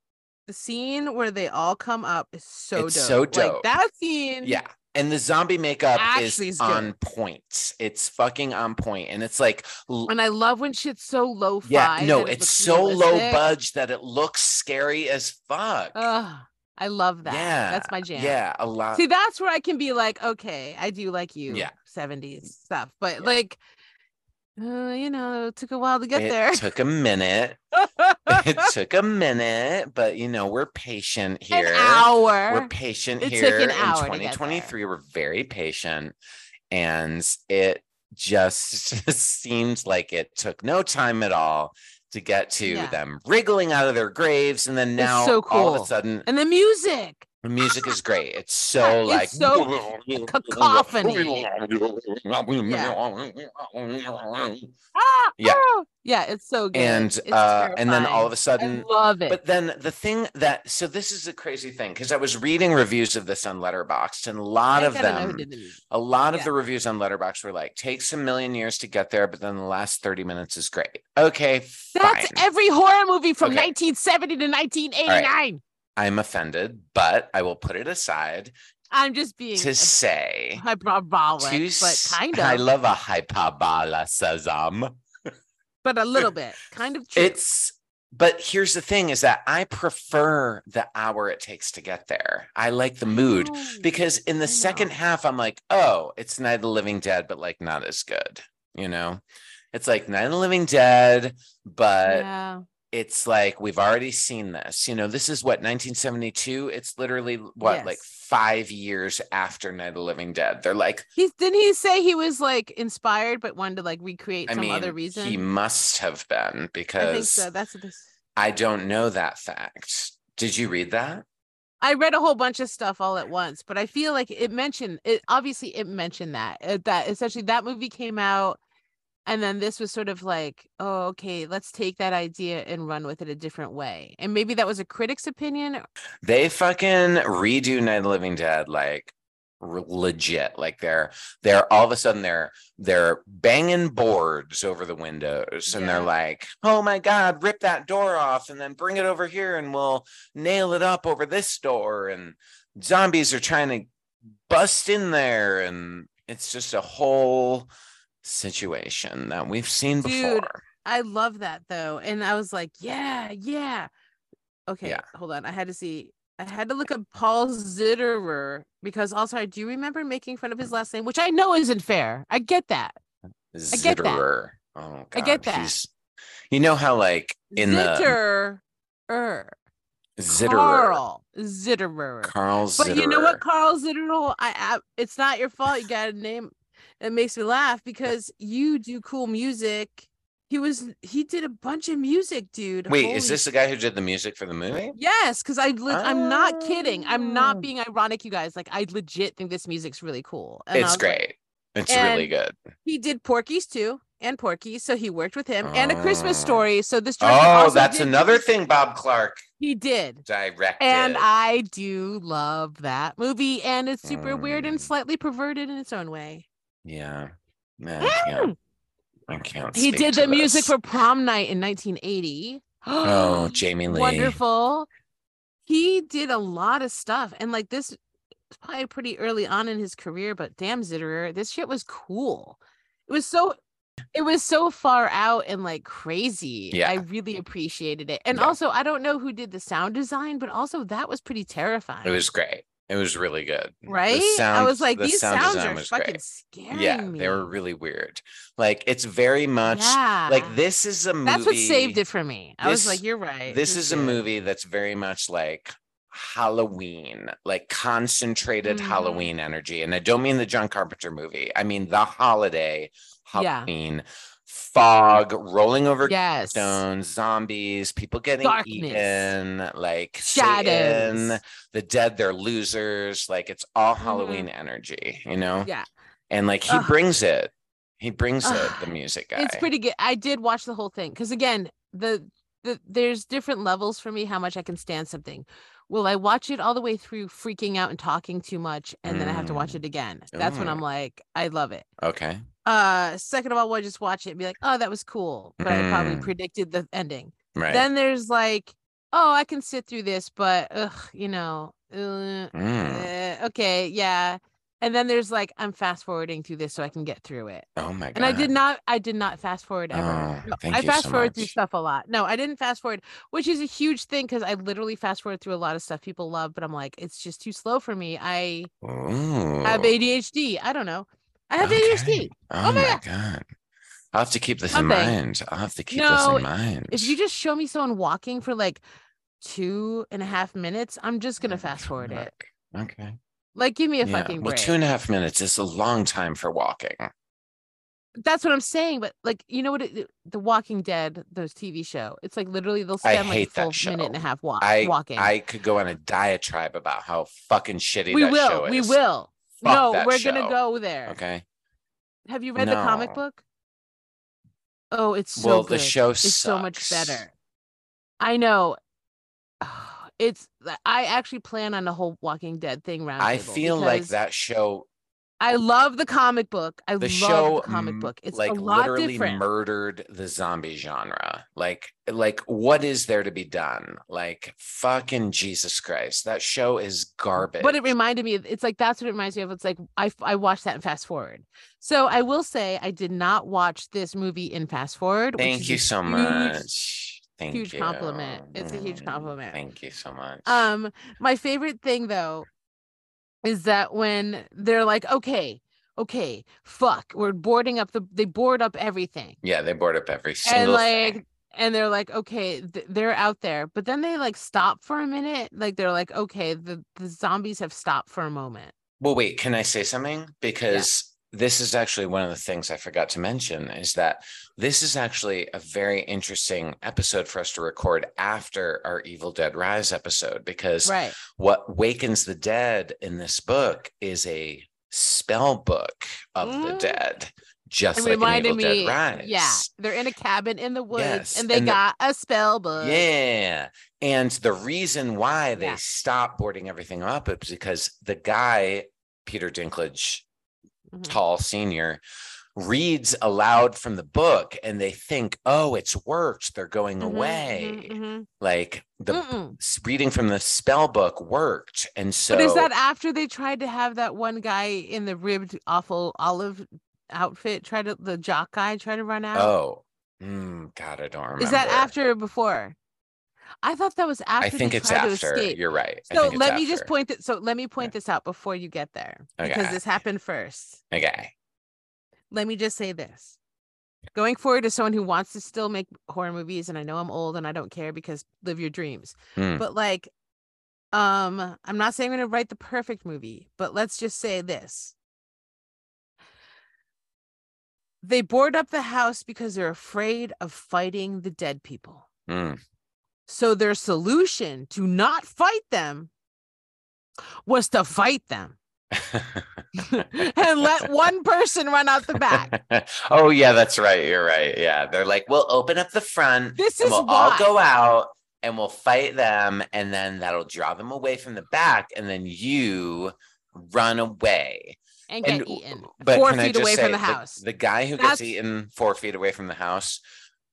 Speaker 2: the scene where they all come up is so
Speaker 1: It's
Speaker 2: dope.
Speaker 1: so dope.
Speaker 2: Like that scene.
Speaker 1: Yeah. And the zombie makeup
Speaker 2: Actually is
Speaker 1: is
Speaker 2: good.
Speaker 1: on point. It's fucking on point. And it's like l-
Speaker 2: And I love when shit's so low fi.
Speaker 1: Yeah, no, it's so low budge that it looks scary as fuck.
Speaker 2: Ugh, I love that.
Speaker 1: Yeah,
Speaker 2: That's my jam.
Speaker 1: Yeah, a lot.
Speaker 2: See, that's where I can be like, okay, I do like you.
Speaker 1: Yeah.
Speaker 2: 70s stuff. But
Speaker 1: Yeah.
Speaker 2: like, uh, you know, it took a while to get
Speaker 1: it
Speaker 2: there.
Speaker 1: took a minute. it took a minute, but you know, we're patient here.
Speaker 2: An hour.
Speaker 1: We're patient
Speaker 2: It took
Speaker 1: here
Speaker 2: an
Speaker 1: in
Speaker 2: hour to get
Speaker 1: 2023. We're very patient. And it just seems like it took no time at all to get to
Speaker 2: Yeah.
Speaker 1: them wriggling out of their graves. And then
Speaker 2: It's
Speaker 1: now
Speaker 2: so
Speaker 1: all of a
Speaker 2: cool.
Speaker 1: sudden
Speaker 2: and the music.
Speaker 1: The music is great. It's so
Speaker 2: It's
Speaker 1: like
Speaker 2: so cacophony. Ah,
Speaker 1: Yeah.
Speaker 2: ah. Yeah, it's so good.
Speaker 1: and
Speaker 2: It's
Speaker 1: uh and then all
Speaker 2: terrifying.
Speaker 1: of a sudden
Speaker 2: I love it.
Speaker 1: but then the thing that so this is a crazy thing because I was reading reviews of this on Letterboxd and a lot
Speaker 2: I
Speaker 1: of
Speaker 2: gotta know who
Speaker 1: them
Speaker 2: did the music.
Speaker 1: a lot of
Speaker 2: Yeah.
Speaker 1: the reviews on Letterboxd were like takes a million years to get there but then the last 30 minutes is great. Okay, fine.
Speaker 2: That's every horror movie from
Speaker 1: Okay.
Speaker 2: 1970 to 1989.
Speaker 1: I'm offended, but I will put it aside
Speaker 2: I'm just being
Speaker 1: to say
Speaker 2: hyperbolic,
Speaker 1: to
Speaker 2: but
Speaker 1: s-
Speaker 2: kind
Speaker 1: I
Speaker 2: of,
Speaker 1: love a hyperbola sesam.
Speaker 2: but a little bit, kind of true.
Speaker 1: It's but here's the thing is that I prefer the hour it takes to get there. I like the mood
Speaker 2: Oh,
Speaker 1: because in
Speaker 2: I
Speaker 1: the second
Speaker 2: know.
Speaker 1: half I'm like, oh, it's Night of the Living Dead, but like not as good, you know? It's like Night of the Living Dead, but
Speaker 2: yeah.
Speaker 1: it's like we've already seen this. You know, this is what 1972. It's literally what like
Speaker 2: Yes.
Speaker 1: five years after Night of the Living Dead. They're like,
Speaker 2: He's didn't he say he was like inspired, but wanted to like recreate
Speaker 1: I
Speaker 2: some
Speaker 1: mean,
Speaker 2: other reason?
Speaker 1: he must have been
Speaker 2: I think
Speaker 1: because
Speaker 2: so. That's what this.
Speaker 1: I don't know that fact. Did you read that?
Speaker 2: I read a whole bunch of stuff all at once, but I feel like it mentioned it. Obviously, it mentioned that uh, that essentially that movie came out, and then this was sort of like, oh, okay, let's take that idea and run with it a different way. And maybe that was a critic's opinion.
Speaker 1: They fucking redo Night of the Living Dead like r- legit. Like they're they're all of a sudden they're they're banging boards over the windows and they're
Speaker 2: Yeah.
Speaker 1: like, oh my god, rip that door off and then bring it over here and we'll nail it up over this door and zombies are trying to bust in there and it's just a whole situation that we've seen
Speaker 2: Dude,
Speaker 1: before.
Speaker 2: I love that though, and I was like, yeah, yeah. Okay,
Speaker 1: Yeah.
Speaker 2: hold on. I had to see. I had to look up Paul Zitterer because also I do remember making fun of his last name, which I know isn't fair. I get that. get that.
Speaker 1: Zitterer. Oh god.
Speaker 2: I get that.
Speaker 1: He's, you know how like in the
Speaker 2: Zitterer.
Speaker 1: Zitterer.
Speaker 2: Carl Zitterer.
Speaker 1: Carl
Speaker 2: But you know what,
Speaker 1: Zitterer.
Speaker 2: Carl Zitterer? I, I it's not your fault. You got a name. It makes me laugh because you do cool music. He was he did a bunch of music, dude.
Speaker 1: Wait,
Speaker 2: Holy
Speaker 1: is this the guy who did the music for the movie?
Speaker 2: Yes, because I le- I'm not kidding. I'm
Speaker 1: Oh.
Speaker 2: not being ironic, you guys. Like I legit think this music's really cool. And I
Speaker 1: it's
Speaker 2: was like-
Speaker 1: great. it's really
Speaker 2: and
Speaker 1: good.
Speaker 2: he did Porky's too, and Porky. So he worked with him, and A Christmas
Speaker 1: Oh.
Speaker 2: Story. So this director
Speaker 1: Oh,
Speaker 2: also
Speaker 1: that's
Speaker 2: did-
Speaker 1: another thing Bob Clark
Speaker 2: he did.
Speaker 1: directed.
Speaker 2: And I do love that movie, and it's super weird
Speaker 1: Mm.
Speaker 2: and slightly perverted in its own way.
Speaker 1: yeah, Nah, I can't- I can't.
Speaker 2: Mm. He
Speaker 1: speak
Speaker 2: did
Speaker 1: to
Speaker 2: the music
Speaker 1: this.
Speaker 2: for Prom Night in 1980.
Speaker 1: Oh, Jamie Lee.
Speaker 2: wonderful. He did a lot of stuff, and like this, was probably pretty early on in his career. But damn, Zitterer, this shit was cool. It was so It was so far out and like crazy.
Speaker 1: Yeah.
Speaker 2: I really appreciated it. And
Speaker 1: Yeah.
Speaker 2: also, I don't know who did the sound design, but also that was pretty terrifying.
Speaker 1: It was great. It was really good. The
Speaker 2: right? I
Speaker 1: sound-
Speaker 2: was like,
Speaker 1: the
Speaker 2: these
Speaker 1: sound
Speaker 2: sounds
Speaker 1: design
Speaker 2: are
Speaker 1: was
Speaker 2: fucking
Speaker 1: great.
Speaker 2: scaring
Speaker 1: yeah,
Speaker 2: me.
Speaker 1: they were really weird. Like it's very much
Speaker 2: yeah.
Speaker 1: like this is a movie.
Speaker 2: That's what saved it for me. I was
Speaker 1: This-
Speaker 2: like, you're right.
Speaker 1: This is a
Speaker 2: good.
Speaker 1: movie that's very much like Halloween, like concentrated
Speaker 2: Mhm.
Speaker 1: Halloween energy. And I don't mean the John Carpenter movie. I mean the holiday
Speaker 2: Yeah.
Speaker 1: Halloween fog rolling over
Speaker 2: Yes.
Speaker 1: stones, zombies, people getting
Speaker 2: Darkness.
Speaker 1: eaten, like
Speaker 2: Shadows.
Speaker 1: Satan, the dead, they're losers. Like it's all Halloween energy, you know?
Speaker 2: Mm-hmm. Yeah.
Speaker 1: And like he
Speaker 2: Ugh.
Speaker 1: brings it. He brings it,
Speaker 2: Ugh.
Speaker 1: the music guy.
Speaker 2: It's pretty good. I did watch the whole thing because again, the the there's different levels for me how much I can stand something. Will I watch it all the way through, freaking out and talking too much, and then I have to watch
Speaker 1: Mm.
Speaker 2: it again? That's when I'm
Speaker 1: Ooh.
Speaker 2: like, I love it.
Speaker 1: Okay.
Speaker 2: Uh, second of all, will I just watch it and be like, oh, that was cool, but I probably
Speaker 1: Mm.
Speaker 2: predicted the ending.
Speaker 1: Right.
Speaker 2: Then there's like, oh, I can sit through this, but ugh, you know, uh,
Speaker 1: Mm.
Speaker 2: uh, okay, yeah. And then there's like, I'm fast forwarding through this so I can get through it.
Speaker 1: Oh my god.
Speaker 2: And I did not I did not fast forward ever.
Speaker 1: Oh,
Speaker 2: No,
Speaker 1: thank
Speaker 2: I
Speaker 1: you so
Speaker 2: fast forward through
Speaker 1: much.
Speaker 2: stuff a lot. No, I didn't fast forward, which is a huge thing because I literally fast forward through a lot of stuff people love, but I'm like, it's just too slow for me. I
Speaker 1: Ooh.
Speaker 2: have ADHD. I don't know. I have ADHD.
Speaker 1: Oh. Okay. Oh,
Speaker 2: Oh my
Speaker 1: my god. I'll have to keep this in
Speaker 2: One thing.
Speaker 1: mind. I'll have to keep
Speaker 2: No,
Speaker 1: this in mind.
Speaker 2: If you just show me someone walking for like two and a half minutes, I'm just gonna
Speaker 1: Oh,
Speaker 2: fast forward it.
Speaker 1: fuck. Okay.
Speaker 2: Like, give me a
Speaker 1: Yeah.
Speaker 2: fucking
Speaker 1: well,
Speaker 2: break.
Speaker 1: two and a half minutes is a long time for walking.
Speaker 2: That's what I'm saying. But like, you know what? It, The Walking Dead, those TV show. It's like literally they'll
Speaker 1: I
Speaker 2: spend like a
Speaker 1: hate that
Speaker 2: full minute and a
Speaker 1: show.
Speaker 2: half walk
Speaker 1: I
Speaker 2: walking.
Speaker 1: I could go on a diatribe about how fucking shitty
Speaker 2: we
Speaker 1: that
Speaker 2: will.
Speaker 1: show is.
Speaker 2: We will.
Speaker 1: Fuck
Speaker 2: no,
Speaker 1: that
Speaker 2: we're gonna
Speaker 1: show.
Speaker 2: go there.
Speaker 1: Okay.
Speaker 2: Have you read the comic
Speaker 1: No.
Speaker 2: book? Oh, it's so
Speaker 1: well, the
Speaker 2: good.
Speaker 1: show
Speaker 2: it's so much
Speaker 1: sucks.
Speaker 2: better. I know. It's I actually plan on the whole Walking Dead thing round.
Speaker 1: I feel like that show.
Speaker 2: I love the comic book. I
Speaker 1: The
Speaker 2: love
Speaker 1: show
Speaker 2: the comic
Speaker 1: m-
Speaker 2: book. It's
Speaker 1: like
Speaker 2: a lot
Speaker 1: literally
Speaker 2: different.
Speaker 1: murdered the zombie genre. Like, like what is there to be done? Like, fucking Jesus Christ, that show is garbage.
Speaker 2: But it reminded me, it's like that's what it reminds me of. It's like I, f- I watched that in fast forward. So I will say I did not watch this movie in fast forward. which
Speaker 1: Thank
Speaker 2: is
Speaker 1: you
Speaker 2: a
Speaker 1: so
Speaker 2: huge-
Speaker 1: much. Thank
Speaker 2: huge
Speaker 1: you.
Speaker 2: compliment. It's a huge
Speaker 1: Mm,
Speaker 2: compliment.
Speaker 1: Thank you so much.
Speaker 2: Um, my favorite thing though is that when they're like, okay, okay, fuck, we're boarding up the, they board up everything,
Speaker 1: yeah, they board up every single
Speaker 2: and like,
Speaker 1: thing.
Speaker 2: and they're like, okay, th- they're out there, but then they like stop for a minute, like they're like, okay, the the zombies have stopped for a moment.
Speaker 1: Well, wait, can I say something? Because this is actually one of the things I forgot to mention is that this is actually a very interesting episode for us to record after our Evil Dead Rise episode because
Speaker 2: Right.
Speaker 1: what wakens the dead in this book is a spell book of the
Speaker 2: Mm.
Speaker 1: dead,
Speaker 2: It
Speaker 1: just like in
Speaker 2: reminded
Speaker 1: Evil
Speaker 2: me,
Speaker 1: Dead Rise.
Speaker 2: yeah, they're in a cabin in the woods,
Speaker 1: Yes,
Speaker 2: and they
Speaker 1: and the-
Speaker 2: got a spell book.
Speaker 1: Yeah. And the reason why they
Speaker 2: Yeah.
Speaker 1: stopped boarding everything up is because the guy, Peter Dinklage,
Speaker 2: Mhm.
Speaker 1: tall senior, reads aloud from the book and they think, oh, it's worked. They're going
Speaker 2: Mhm, mhm,
Speaker 1: away.
Speaker 2: mhm.
Speaker 1: Like the
Speaker 2: Mm-mm.
Speaker 1: s- reading from the spell book worked. And so
Speaker 2: but is that after they tried to have that one guy in the ribbed, awful olive outfit try to the jock guy try to run out?
Speaker 1: oh mm, God, I don't remember.
Speaker 2: is that after or before? I thought that was after.
Speaker 1: I think
Speaker 2: they
Speaker 1: it's
Speaker 2: tried to
Speaker 1: after.
Speaker 2: escape.
Speaker 1: You're right. I
Speaker 2: So
Speaker 1: think it's
Speaker 2: let me just
Speaker 1: after.
Speaker 2: point that. So let me point this out before you get there, because
Speaker 1: Okay.
Speaker 2: this happened first.
Speaker 1: Okay.
Speaker 2: let me just say this going forward as someone who wants to still make horror movies and i know i'm old and i don't care because live your dreams
Speaker 1: Hmm.
Speaker 2: but like um i'm not saying i'm going to write the perfect movie but let's just say this they board up the house because they're afraid of fighting the dead people
Speaker 1: Mm.
Speaker 2: so their solution to not fight them was to fight them and let one person run out the back
Speaker 1: oh yeah, that's right. You're right. Yeah, they're like, we'll open up the front.
Speaker 2: This
Speaker 1: and
Speaker 2: is
Speaker 1: we'll
Speaker 2: why.
Speaker 1: all go out and we'll fight them, and then that'll draw them away from the back, and then you run away.
Speaker 2: and get
Speaker 1: And-
Speaker 2: eaten
Speaker 1: But
Speaker 2: four
Speaker 1: can I
Speaker 2: feet
Speaker 1: just
Speaker 2: away
Speaker 1: say,
Speaker 2: from the house.
Speaker 1: The, guy who
Speaker 2: That's-
Speaker 1: gets eaten four feet away from the house.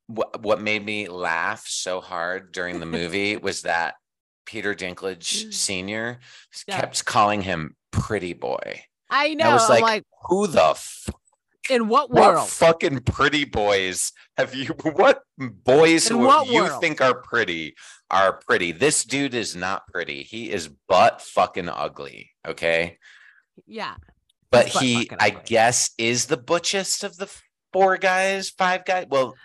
Speaker 1: What what made me laugh so hard during the movie was that Peter Dinklage Senior
Speaker 2: Mm. Yeah.
Speaker 1: kept calling him pretty boy.
Speaker 2: I know.
Speaker 1: I was
Speaker 2: I'm
Speaker 1: like,
Speaker 2: like,
Speaker 1: Who the fuck
Speaker 2: In what
Speaker 1: What
Speaker 2: world?
Speaker 1: fucking pretty boys have you? What boys
Speaker 2: In
Speaker 1: who
Speaker 2: what
Speaker 1: you
Speaker 2: world?
Speaker 1: think are pretty are pretty? This dude is not pretty. He is butt fucking ugly. Okay,
Speaker 2: yeah.
Speaker 1: but
Speaker 2: butt
Speaker 1: he,
Speaker 2: fucking
Speaker 1: I
Speaker 2: ugly.
Speaker 1: guess, is the butchest of the four guys, five guys. Well,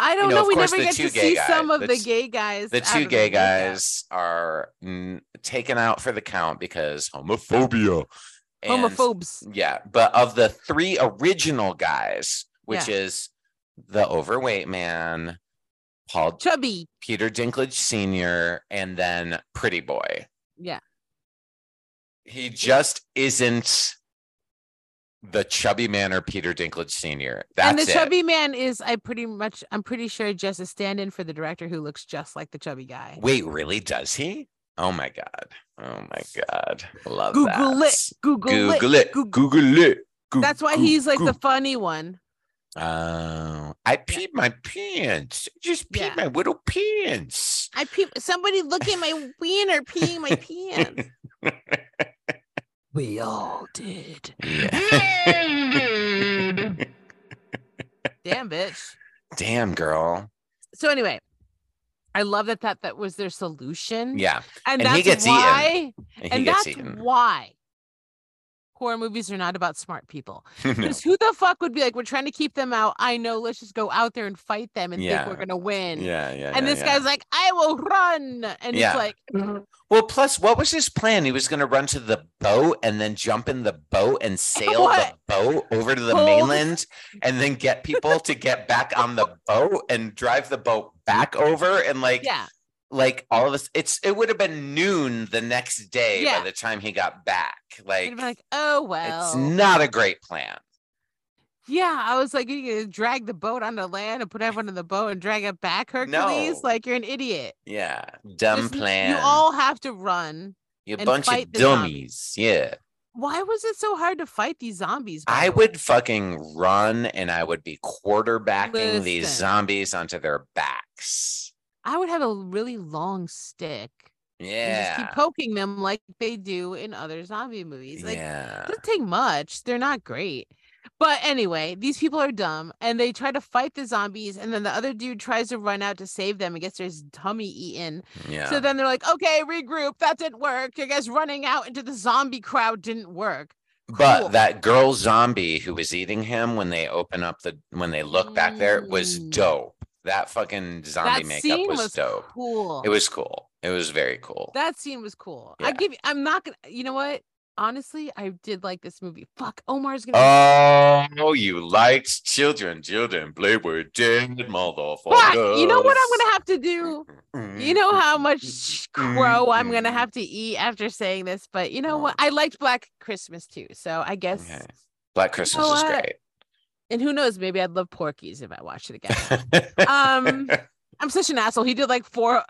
Speaker 2: I don't
Speaker 1: know,
Speaker 2: know.
Speaker 1: of
Speaker 2: We
Speaker 1: course
Speaker 2: never
Speaker 1: the
Speaker 2: get
Speaker 1: two
Speaker 2: to
Speaker 1: gay
Speaker 2: see some
Speaker 1: guys-
Speaker 2: of the
Speaker 1: that's-
Speaker 2: gay guys.
Speaker 1: the
Speaker 2: out
Speaker 1: two
Speaker 2: of
Speaker 1: gay
Speaker 2: makeup.
Speaker 1: guys are mm, taken out for the count because homophobia. And-
Speaker 2: Homophobes.
Speaker 1: Yeah, but of the three original guys, which is the overweight man, Paul
Speaker 2: Chubby.
Speaker 1: Peter Dinklage Sr., and then Pretty Boy.
Speaker 2: Yeah.
Speaker 1: He just isn't the chubby man or Peter Dinklage Sr. That's
Speaker 2: and the
Speaker 1: it.
Speaker 2: chubby man is I pretty much I'm pretty sure just a stand-in for the director who looks just like the chubby guy.
Speaker 1: Wait, really? Does he? Oh my god. Oh my god. Love
Speaker 2: Google
Speaker 1: that.
Speaker 2: it. Google,
Speaker 1: Google
Speaker 2: it.
Speaker 1: it.
Speaker 2: Goog-
Speaker 1: Google it. Goo-
Speaker 2: That's why
Speaker 1: goo-
Speaker 2: he's like the
Speaker 1: goo.
Speaker 2: funny one.
Speaker 1: Oh, I peed my pants. I just peed
Speaker 2: Yeah.
Speaker 1: my little pants.
Speaker 2: I pe- somebody look at my wiener peeing my pants. we all did.
Speaker 1: Yeah.
Speaker 2: Damn bitch.
Speaker 1: Damn, girl.
Speaker 2: So anyway, I love that that that was their solution.
Speaker 1: Yeah. and
Speaker 2: and, that's
Speaker 1: he gets eaten.
Speaker 2: why.
Speaker 1: And he
Speaker 2: and
Speaker 1: gets
Speaker 2: that's
Speaker 1: eaten.
Speaker 2: why horror movies are not about smart people. Because who the fuck would be like, we're trying to keep them out. I know. Let's just go out there and fight them and think
Speaker 1: Yeah.
Speaker 2: we're gonna win.
Speaker 1: Yeah, yeah.
Speaker 2: And
Speaker 1: yeah,
Speaker 2: this
Speaker 1: yeah.
Speaker 2: guy's like, I will run. And
Speaker 1: Yeah.
Speaker 2: it's like,
Speaker 1: Well, plus, what was his plan? He was going to run to the boat and then jump in the boat and sail the
Speaker 2: What?
Speaker 1: boat over to the
Speaker 2: Hold-
Speaker 1: mainland and then get people to get back on the boat and drive the boat back over and like
Speaker 2: yeah,
Speaker 1: like all of us it's it would have been noon the next day
Speaker 2: Yeah.
Speaker 1: by the time he got back like,
Speaker 2: and be like, oh well.
Speaker 1: it's not a great plan
Speaker 2: yeah, I was like, you gonna drag the boat onto land and put everyone in the boat and drag it back, Hercules.
Speaker 1: No.
Speaker 2: Like you're an idiot.
Speaker 1: yeah dumb
Speaker 2: Just-
Speaker 1: plan
Speaker 2: You all have to run.
Speaker 1: You
Speaker 2: and
Speaker 1: bunch
Speaker 2: fight
Speaker 1: of
Speaker 2: the zombies.
Speaker 1: dummies yeah
Speaker 2: Why was it so hard to fight these zombies? by
Speaker 1: I
Speaker 2: the way?
Speaker 1: would fucking run and I would be quarterbacking these
Speaker 2: Listen.
Speaker 1: zombies onto their backs.
Speaker 2: I would have a really long stick. and
Speaker 1: Yeah.
Speaker 2: Just keep poking them like they do in other zombie movies. Like
Speaker 1: yeah.
Speaker 2: doesn't take much. They're not great. But anyway, these people are dumb and they try to fight the zombies. And then the other dude tries to run out to save them and gets his tummy eaten.
Speaker 1: Yeah.
Speaker 2: So then they're like, okay, regroup. That didn't work. You guys running out into the zombie crowd didn't work. cool.
Speaker 1: But that girl zombie who was eating him when they open up the when they look back there was
Speaker 2: Mm.
Speaker 1: dope. That fucking zombie
Speaker 2: that
Speaker 1: makeup
Speaker 2: scene
Speaker 1: was,
Speaker 2: was,
Speaker 1: dope.
Speaker 2: cool.
Speaker 1: It was cool. It was very cool.
Speaker 2: that scene was cool.
Speaker 1: Yeah.
Speaker 2: I give you, I'm not gonna, you know what? Honestly, I did like this movie. Fuck, Omar's gonna.
Speaker 1: Oh, you liked children, children, play with dead motherfuckers.
Speaker 2: Fuck, you know what I'm gonna have to do?
Speaker 1: gonna
Speaker 2: You know how much crow I'm gonna
Speaker 1: Mm.
Speaker 2: have to eat after saying this, but you know
Speaker 1: Oh.
Speaker 2: what? I liked Black Christmas too, so I guess.
Speaker 1: Okay. Black Christmas
Speaker 2: know
Speaker 1: is
Speaker 2: what?
Speaker 1: great.
Speaker 2: And who knows? Maybe I'd love Porky's if I watched it again. um, I'm such an asshole. He did like four,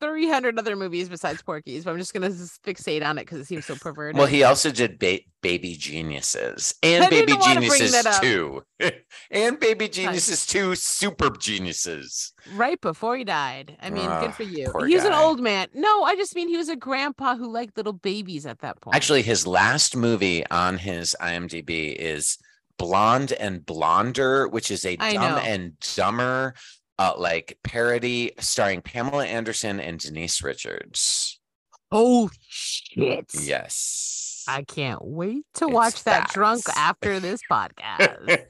Speaker 2: 300 other movies besides Porky's, but I'm just gonna s- fixate on it because it seems so perverted.
Speaker 1: well, he also did ba- Baby Geniuses and
Speaker 2: I didn't
Speaker 1: Baby
Speaker 2: wanna bring
Speaker 1: Geniuses
Speaker 2: that up.
Speaker 1: 2 and Baby Geniuses 2 Super Geniuses.
Speaker 2: right before he died. I mean,
Speaker 1: Ah,
Speaker 2: good for you.
Speaker 1: poor
Speaker 2: He was an
Speaker 1: guy.
Speaker 2: old man. No, I just mean he was a grandpa who liked little babies at that point.
Speaker 1: Actually, his last movie on his IMDb is Blonde and Blonder, which is a
Speaker 2: I
Speaker 1: dumb
Speaker 2: know.
Speaker 1: and dumber uh, like parody starring Pamela Anderson and Denise Richards.
Speaker 2: oh shit.
Speaker 1: Yes.
Speaker 2: I can't wait to
Speaker 1: It's
Speaker 2: watch that drunk
Speaker 1: facts.
Speaker 2: after this podcast.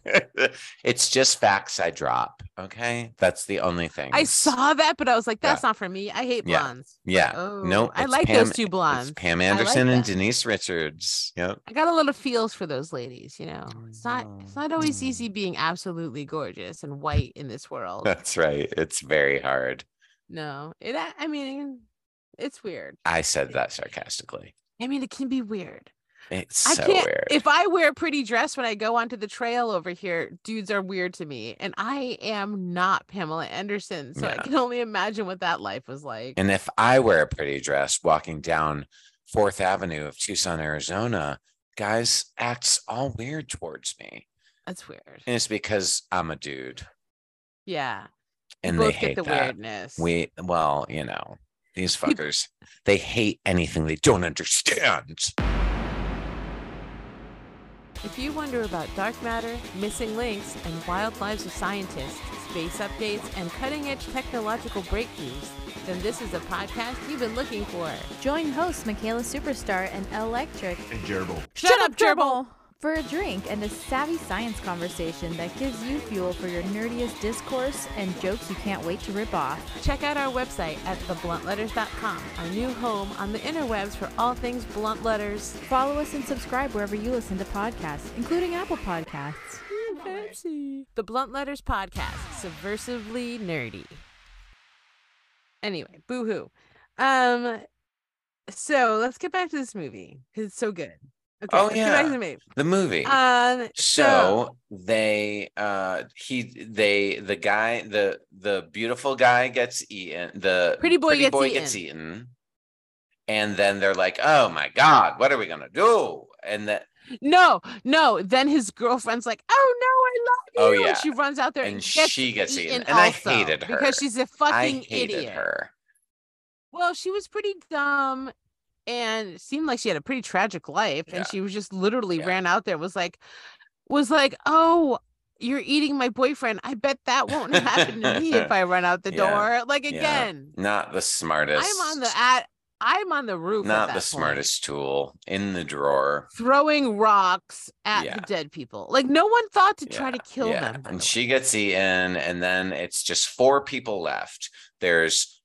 Speaker 1: it's just facts I drop. Okay. That's the only thing.
Speaker 2: I saw that, but I was like,
Speaker 1: Yeah.
Speaker 2: that's not for me. I hate
Speaker 1: Yeah.
Speaker 2: blondes.
Speaker 1: Yeah.
Speaker 2: Oh,
Speaker 1: No,
Speaker 2: I
Speaker 1: it's
Speaker 2: like
Speaker 1: Pam-
Speaker 2: those two
Speaker 1: It's
Speaker 2: blondes.
Speaker 1: Pam
Speaker 2: like
Speaker 1: Anderson and
Speaker 2: that.
Speaker 1: Denise Richards. Yep.
Speaker 2: I got a lot of feels for those ladies, you know.
Speaker 1: I
Speaker 2: It's not
Speaker 1: know.
Speaker 2: it's not always
Speaker 1: Oh, Mm.
Speaker 2: easy being absolutely gorgeous and white in this world.
Speaker 1: That's right. It's very hard.
Speaker 2: no. It I I mean it's weird.
Speaker 1: I said that sarcastically.
Speaker 2: I mean it can be weird.
Speaker 1: It's so
Speaker 2: I can't
Speaker 1: weird.
Speaker 2: if I wear a pretty dress when I go onto the trail over here, dudes are weird to me. And I am not Pamela Anderson. So
Speaker 1: Yeah.
Speaker 2: I can only imagine what that life was like.
Speaker 1: and if I wear a pretty dress walking down Fourth Avenue of Tucson, Arizona, guys acts all weird towards me.
Speaker 2: That's weird.
Speaker 1: And it's because I'm a dude
Speaker 2: Yeah. you
Speaker 1: and they
Speaker 2: both
Speaker 1: hate
Speaker 2: get the
Speaker 1: that.
Speaker 2: weirdness.
Speaker 1: We well, you know, these fuckers, they hate anything they don't understand.
Speaker 2: If you wonder about dark matter, missing links, and wild lives of scientists, space updates, and cutting edge technological breakthroughs, then this is a podcast you've been looking for.
Speaker 7: Join hosts Michaela Superstar and Electric
Speaker 8: And gerbil.
Speaker 2: Shut up, gerbil!
Speaker 7: for a drink and a savvy science conversation that gives you fuel for your nerdiest discourse and jokes you can't wait to rip off.
Speaker 2: Check out our website at thebluntletters.com, our new home on the interwebs for all things blunt letters.
Speaker 7: Follow us and subscribe wherever you listen to podcasts, including Apple Podcasts.
Speaker 2: The Blunt Letters Podcast, subversively nerdy. Anyway, boo-hoo. Um, so let's get back to this movie because it's so good. Okay,
Speaker 1: Oh,
Speaker 2: let's get back
Speaker 1: yeah.
Speaker 2: to the movie.
Speaker 1: the movie.
Speaker 2: Um,
Speaker 1: so they uh he they the guy the the beautiful guy gets eaten the
Speaker 2: Pretty boy gets
Speaker 1: eaten and then they're like oh my god what are we gonna do and that
Speaker 2: no, no. Then his girlfriend's like, "Oh no, I
Speaker 1: Oh,
Speaker 2: love you!"
Speaker 1: yeah.
Speaker 2: And she runs out there and,
Speaker 1: and
Speaker 2: gets
Speaker 1: she gets
Speaker 2: eaten,
Speaker 1: eaten, and i
Speaker 2: also
Speaker 1: hated her
Speaker 2: because she's a
Speaker 1: i
Speaker 2: fucking
Speaker 1: hated
Speaker 2: idiot.
Speaker 1: her
Speaker 2: Well, she was pretty dumb and it seemed like she had a pretty tragic life.
Speaker 1: Yeah.
Speaker 2: And she was just literally
Speaker 1: Yeah.
Speaker 2: ran out there, was like, was like, oh, you're eating my boyfriend. I bet that won't happen to me if I run out the
Speaker 1: Yeah.
Speaker 2: door. Like
Speaker 1: Yeah.
Speaker 2: again,
Speaker 1: not the smartest
Speaker 2: I'm on the at I'm on the roof. at
Speaker 1: not
Speaker 2: that
Speaker 1: the
Speaker 2: point,
Speaker 1: smartest tool in the drawer
Speaker 2: Throwing rocks at
Speaker 1: Yeah.
Speaker 2: the dead people. Like no one thought to try
Speaker 1: Yeah,
Speaker 2: to kill them. by the
Speaker 1: And
Speaker 2: way.
Speaker 1: she gets eaten, and then it's just four people left. There's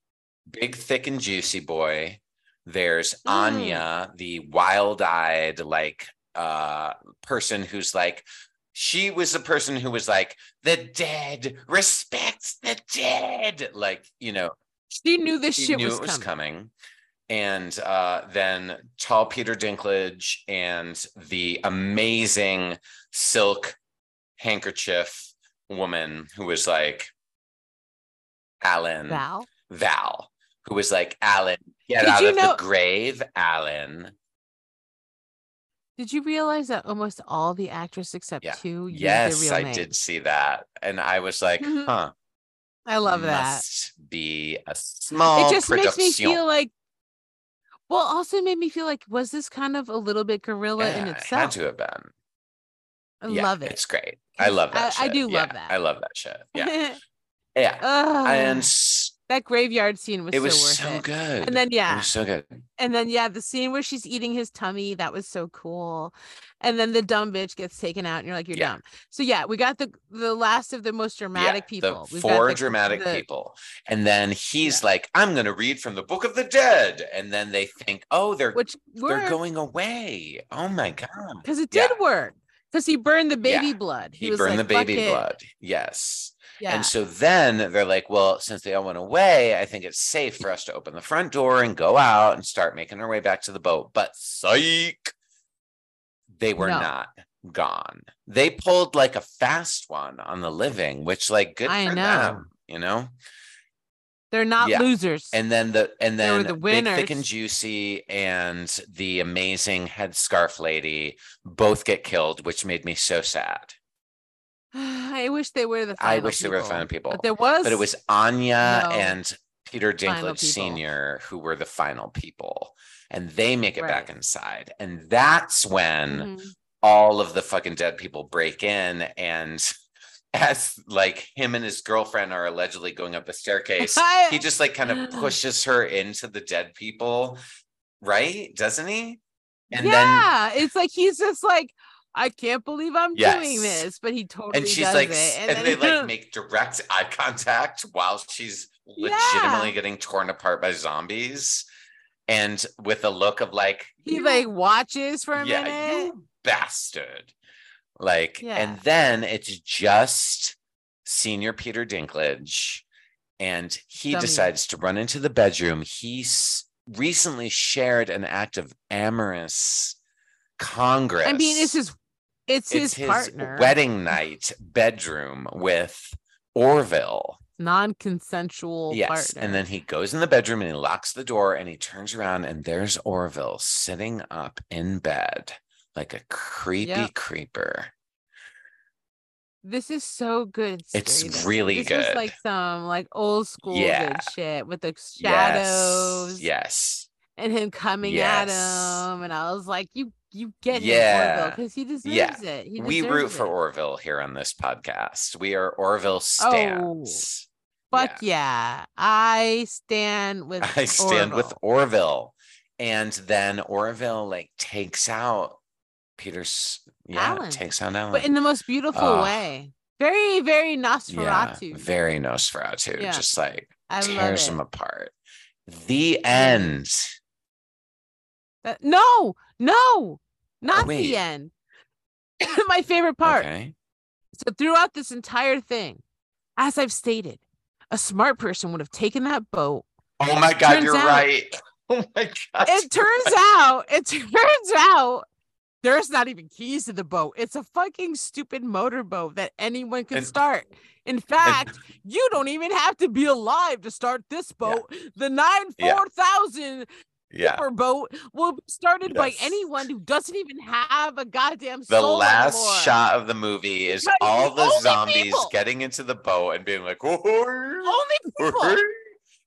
Speaker 1: Big, Thick, and Juicy Boy. There's
Speaker 2: Mm.
Speaker 1: Anya, the wild-eyed, like uh person who's like, she was the person who was like, the dead respects the dead. Like, you know,
Speaker 2: she knew this
Speaker 1: she
Speaker 2: shit
Speaker 1: knew
Speaker 2: was,
Speaker 1: it was
Speaker 2: coming.
Speaker 1: coming. And uh, then tall Peter Dinklage and the amazing silk handkerchief woman who was like, Alan, Val,
Speaker 2: Val.
Speaker 1: who was like, Alan, get
Speaker 2: Did
Speaker 1: out
Speaker 2: you
Speaker 1: of
Speaker 2: know-
Speaker 1: the grave, Alan.
Speaker 2: Did you realize that almost all the actors except
Speaker 1: Yeah.
Speaker 2: two used their
Speaker 1: Yes,
Speaker 2: real
Speaker 1: I
Speaker 2: name?
Speaker 1: did see that. And I was like,
Speaker 2: Mhm.
Speaker 1: huh,
Speaker 2: I love that.
Speaker 1: must be a small
Speaker 2: it just
Speaker 1: production.
Speaker 2: makes me feel like well also made me feel like was this kind of a little bit gorilla in
Speaker 1: Yeah, it
Speaker 2: itself
Speaker 1: Had to have been.
Speaker 2: i
Speaker 1: Yeah,
Speaker 2: love it
Speaker 1: It's great. I
Speaker 2: 'Cause
Speaker 1: love that.
Speaker 2: I- I
Speaker 1: shit.
Speaker 2: do love
Speaker 1: Yeah,
Speaker 2: that.
Speaker 1: I love that shit. Yeah, yeah.
Speaker 2: Ugh,
Speaker 1: and s-
Speaker 2: that graveyard scene was
Speaker 1: it was
Speaker 2: so worth
Speaker 1: so
Speaker 2: it
Speaker 1: good.
Speaker 2: and then
Speaker 1: it
Speaker 2: yeah
Speaker 1: was so good.
Speaker 2: and then yeah the scene where she's eating his tummy that was so cool and then the dumb bitch gets taken out and you're like you're
Speaker 1: Yeah.
Speaker 2: dumb so yeah we got the the last of the most dramatic
Speaker 1: yeah,
Speaker 2: people
Speaker 1: The
Speaker 2: We've got
Speaker 1: four
Speaker 2: the-
Speaker 1: dramatic
Speaker 2: the-
Speaker 1: people, and then he's like, "I'm going to read from the Book of the Dead," and then they think, "Oh, they're
Speaker 2: which
Speaker 1: they're
Speaker 2: worked
Speaker 1: going away." Oh my god!
Speaker 2: because it
Speaker 1: yeah.
Speaker 2: did work because he burned the
Speaker 1: Yeah,
Speaker 2: baby blood
Speaker 1: He,
Speaker 2: was
Speaker 1: burned
Speaker 2: like,
Speaker 1: the
Speaker 2: "Fuck
Speaker 1: baby
Speaker 2: it."
Speaker 1: blood. Yes.
Speaker 2: yeah
Speaker 1: And so then they're like, well, since they all went away, I think it's safe for us to open the front door and go out and start making our way back to the boat. But psych, they were
Speaker 2: No.
Speaker 1: not gone. They pulled like a fast one on the living, which like good
Speaker 2: I
Speaker 1: for
Speaker 2: know.
Speaker 1: them, you know.
Speaker 2: they're not
Speaker 1: yeah.
Speaker 2: losers
Speaker 1: And then the and
Speaker 2: They were
Speaker 1: then
Speaker 2: the
Speaker 1: Big, thick and
Speaker 2: winners.
Speaker 1: juicy and the amazing headscarf lady both get killed, which made me so sad.
Speaker 2: I wish they were the
Speaker 1: I
Speaker 2: final
Speaker 1: wish they were the final people.
Speaker 2: But there was
Speaker 1: but it was Anya
Speaker 2: No.
Speaker 1: and Peter
Speaker 2: Final
Speaker 1: Dinklage
Speaker 2: people.
Speaker 1: Sr. who were the final people, and they make it back
Speaker 2: Right.
Speaker 1: inside, and that's when
Speaker 2: Mhm.
Speaker 1: all of the fucking dead people break in, and as like him and his girlfriend are allegedly going up the staircase,
Speaker 2: I-
Speaker 1: he just like kind of pushes her into the dead people, right? Doesn't he? And then.
Speaker 2: yeah, it's like he's just like, I can't believe I'm doing
Speaker 1: Yes.
Speaker 2: this, but he totally
Speaker 1: And she's
Speaker 2: does
Speaker 1: like,
Speaker 2: it.
Speaker 1: s-
Speaker 2: And,
Speaker 1: and,
Speaker 2: then
Speaker 1: they like make direct eye contact while she's legitimately getting torn apart by zombies, and with a look of like,
Speaker 2: he
Speaker 1: "You
Speaker 2: like watches for a
Speaker 1: yeah,
Speaker 2: minute.
Speaker 1: you bastard. Like,
Speaker 2: Yeah.
Speaker 1: and then it's just senior Peter Dinklage, and he
Speaker 2: Dummy.
Speaker 1: decides to run into the bedroom. He's recently shared an act of amorous congress.
Speaker 2: I mean, it's his, it's, his,
Speaker 1: It's
Speaker 2: partner,
Speaker 1: wedding night bedroom with Orville.
Speaker 2: non-consensual
Speaker 1: Yes.
Speaker 2: partner.
Speaker 1: And then he goes in the bedroom and he locks the door and he turns around and there's Orville sitting up in bed like a creepy
Speaker 2: Yep.
Speaker 1: creeper.
Speaker 2: this is so good. and
Speaker 1: It's
Speaker 2: scary, though.
Speaker 1: really
Speaker 2: This was
Speaker 1: good.
Speaker 2: like some like old school
Speaker 1: Yeah.
Speaker 2: good shit with the
Speaker 1: Yes,
Speaker 2: shadows
Speaker 1: Yes.
Speaker 2: and him coming
Speaker 1: Yes.
Speaker 2: at him, and I was like, you You get
Speaker 1: Yeah.
Speaker 2: him because he deserves
Speaker 1: Yeah.
Speaker 2: it. He
Speaker 1: we
Speaker 2: deserves
Speaker 1: root for
Speaker 2: it. Oh.
Speaker 1: Orville here on this podcast. We are Orville stands.
Speaker 2: Fuck yeah. I stand with
Speaker 1: I stand with
Speaker 2: Orville.
Speaker 1: Orville. And then Orville like takes out Peter's yeah,
Speaker 2: Alan.
Speaker 1: takes out Alan.
Speaker 2: but in the most beautiful
Speaker 1: Ah.
Speaker 2: way. Very, very
Speaker 1: yeah,
Speaker 2: Nosferatu.
Speaker 1: very Nosferatu.
Speaker 2: Yeah.
Speaker 1: Just like
Speaker 2: I love
Speaker 1: tears him
Speaker 2: it.
Speaker 1: apart. The end.
Speaker 2: That- no, no, not
Speaker 1: Oh, wait.
Speaker 2: the end. My favorite part.
Speaker 1: Okay.
Speaker 2: So throughout this entire thing, as I've stated, a smart person would have taken that boat.
Speaker 1: Oh my god,
Speaker 2: Turns
Speaker 1: you're
Speaker 2: out-
Speaker 1: right. Oh my god.
Speaker 2: It turns out, it turns out there's not even keys to the boat. It's a fucking stupid motorboat that anyone can
Speaker 1: And-
Speaker 2: start. In fact, you don't even have to be alive to start this boat. The nine
Speaker 1: Yeah.
Speaker 2: four thousand
Speaker 1: yeah.
Speaker 2: Super boat will be started by
Speaker 1: Yes.
Speaker 2: anyone who doesn't even have a goddamn
Speaker 1: The
Speaker 2: soul
Speaker 1: last
Speaker 2: anymore.
Speaker 1: shot of the movie is
Speaker 2: Because
Speaker 1: all
Speaker 2: the
Speaker 1: the
Speaker 2: only
Speaker 1: zombies
Speaker 2: people-
Speaker 1: getting into the boat and being like, "Oh,
Speaker 2: Only people,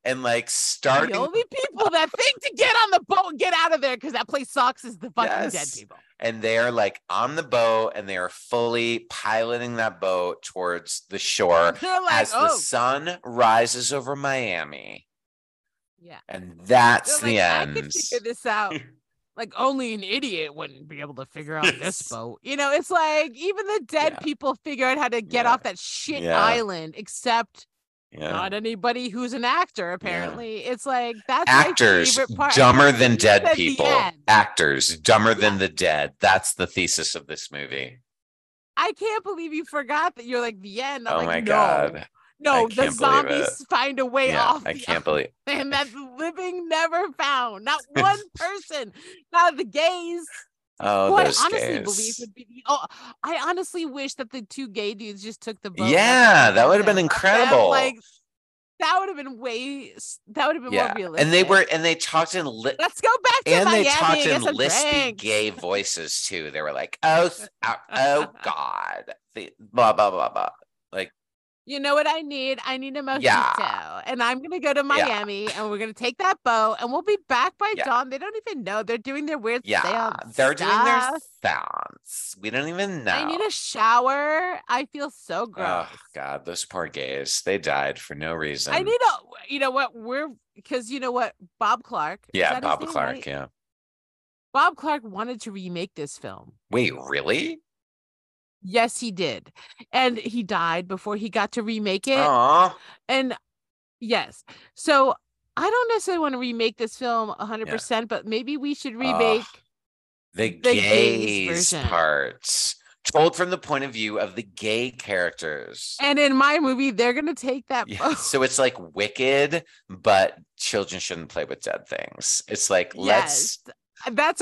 Speaker 1: and like starting
Speaker 2: the only people that think to get on the boat and get out of there because that place sucks is the fucking dead
Speaker 1: Yes.
Speaker 2: people.
Speaker 1: and they're like on the boat and they are fully piloting that boat towards the shore
Speaker 2: They're like,
Speaker 1: as the
Speaker 2: oh,
Speaker 1: sun rises over Miami.
Speaker 2: Yeah.
Speaker 1: And that's
Speaker 2: they're
Speaker 1: the
Speaker 2: like, I could
Speaker 1: end.
Speaker 2: figure this out. Like only an idiot wouldn't be able to figure out this
Speaker 1: Yes.
Speaker 2: boat. You know, it's like even the dead
Speaker 1: Yeah.
Speaker 2: people figure out how to get
Speaker 1: Yeah.
Speaker 2: off that shit
Speaker 1: Yeah.
Speaker 2: island, except
Speaker 1: Yeah.
Speaker 2: not anybody who's an actor. Apparently, it's like that's my
Speaker 1: Actors
Speaker 2: favorite part.
Speaker 1: dumber than dead
Speaker 2: At the
Speaker 1: people.
Speaker 2: end.
Speaker 1: Actors dumber than the dead. That's the thesis of this movie.
Speaker 2: I can't believe you forgot that you're like the end. I'm
Speaker 1: oh
Speaker 2: like,
Speaker 1: my
Speaker 2: no,
Speaker 1: god.
Speaker 2: no,
Speaker 1: can't
Speaker 2: the
Speaker 1: believe it.
Speaker 2: zombies find a way
Speaker 1: Yeah,
Speaker 2: off.
Speaker 1: I
Speaker 2: the
Speaker 1: can't believe
Speaker 2: island, and that's living never found. Not one person. Not the gays.
Speaker 1: Oh,
Speaker 2: who I
Speaker 1: those
Speaker 2: honestly
Speaker 1: gays.
Speaker 2: believe would be the. Oh, I honestly wish that the two gay dudes just took the boat. and
Speaker 1: Yeah,
Speaker 2: that's
Speaker 1: that
Speaker 2: all
Speaker 1: would've been
Speaker 2: happened.
Speaker 1: incredible.
Speaker 2: Like that would have been way. s- That would have been
Speaker 1: yeah.
Speaker 2: more realistic.
Speaker 1: And they were and they talked in lit
Speaker 2: Let's go back to
Speaker 1: and
Speaker 2: Miami.
Speaker 1: they talked
Speaker 2: and
Speaker 1: in
Speaker 2: get some
Speaker 1: lispy
Speaker 2: drinks.
Speaker 1: gay voices too. They were like, "Oh, s- oh, oh God, the, blah blah blah blah."
Speaker 2: you know what I need? I need a mojito.
Speaker 1: Yeah.
Speaker 2: And I'm going to go to Miami and we're going to take that boat and we'll be back by
Speaker 1: Yeah.
Speaker 2: dawn. They don't even know. They're doing their weird
Speaker 1: Yeah,
Speaker 2: seance
Speaker 1: they're doing their
Speaker 2: stuff.
Speaker 1: sounds. We don't even know.
Speaker 2: I need a shower. I feel so gross.
Speaker 1: oh God, those poor gays. They died for no reason.
Speaker 2: I need a, you know what? We're, because you know what? Bob Clark. is
Speaker 1: yeah,
Speaker 2: that his
Speaker 1: Bob
Speaker 2: name,
Speaker 1: Clark.
Speaker 2: right?
Speaker 1: Yeah.
Speaker 2: Bob Clark wanted to remake this film.
Speaker 1: Wait, really?
Speaker 2: Yes, he did. And he died before he got to remake it.
Speaker 1: Aw.
Speaker 2: And yes, so I don't necessarily want to remake this film 100%, but maybe we should remake.
Speaker 1: the,
Speaker 2: The gays
Speaker 1: gays
Speaker 2: version.
Speaker 1: parts told from the point of view of the gay characters.
Speaker 2: And in my movie, they're going to take that.
Speaker 1: Yeah,
Speaker 2: boat.
Speaker 1: so it's like wicked, but children shouldn't play with dead things. It's like let's
Speaker 2: Yes. That's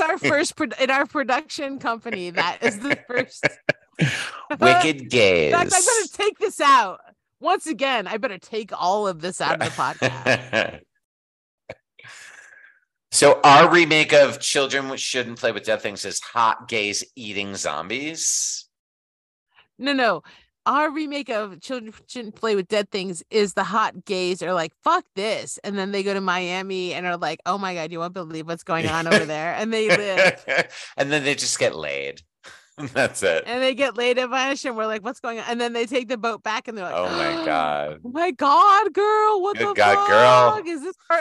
Speaker 2: our first pro- in our production company. That is the first.
Speaker 1: wicked
Speaker 2: In
Speaker 1: gays.
Speaker 2: fact, I better take this out. Once again, I better take all of this out of the podcast.
Speaker 1: so our remake of Children Which Shouldn't Play with Dead Things is hot gays eating zombies.
Speaker 2: No, no. Our remake of Children Shouldn't Play with Dead Things is the hot gays are like, fuck this. And then they go to Miami and are like, oh my God, you won't believe what's going on over there. And they live.
Speaker 1: and then they just get laid. That's it.
Speaker 2: and they get laid at Vanish and we're like, what's going on? And then they take the boat back and they're like,
Speaker 1: oh my god.
Speaker 2: "Oh my God, girl, what
Speaker 1: Good
Speaker 2: the
Speaker 1: God, girl."
Speaker 2: fuck? Is this our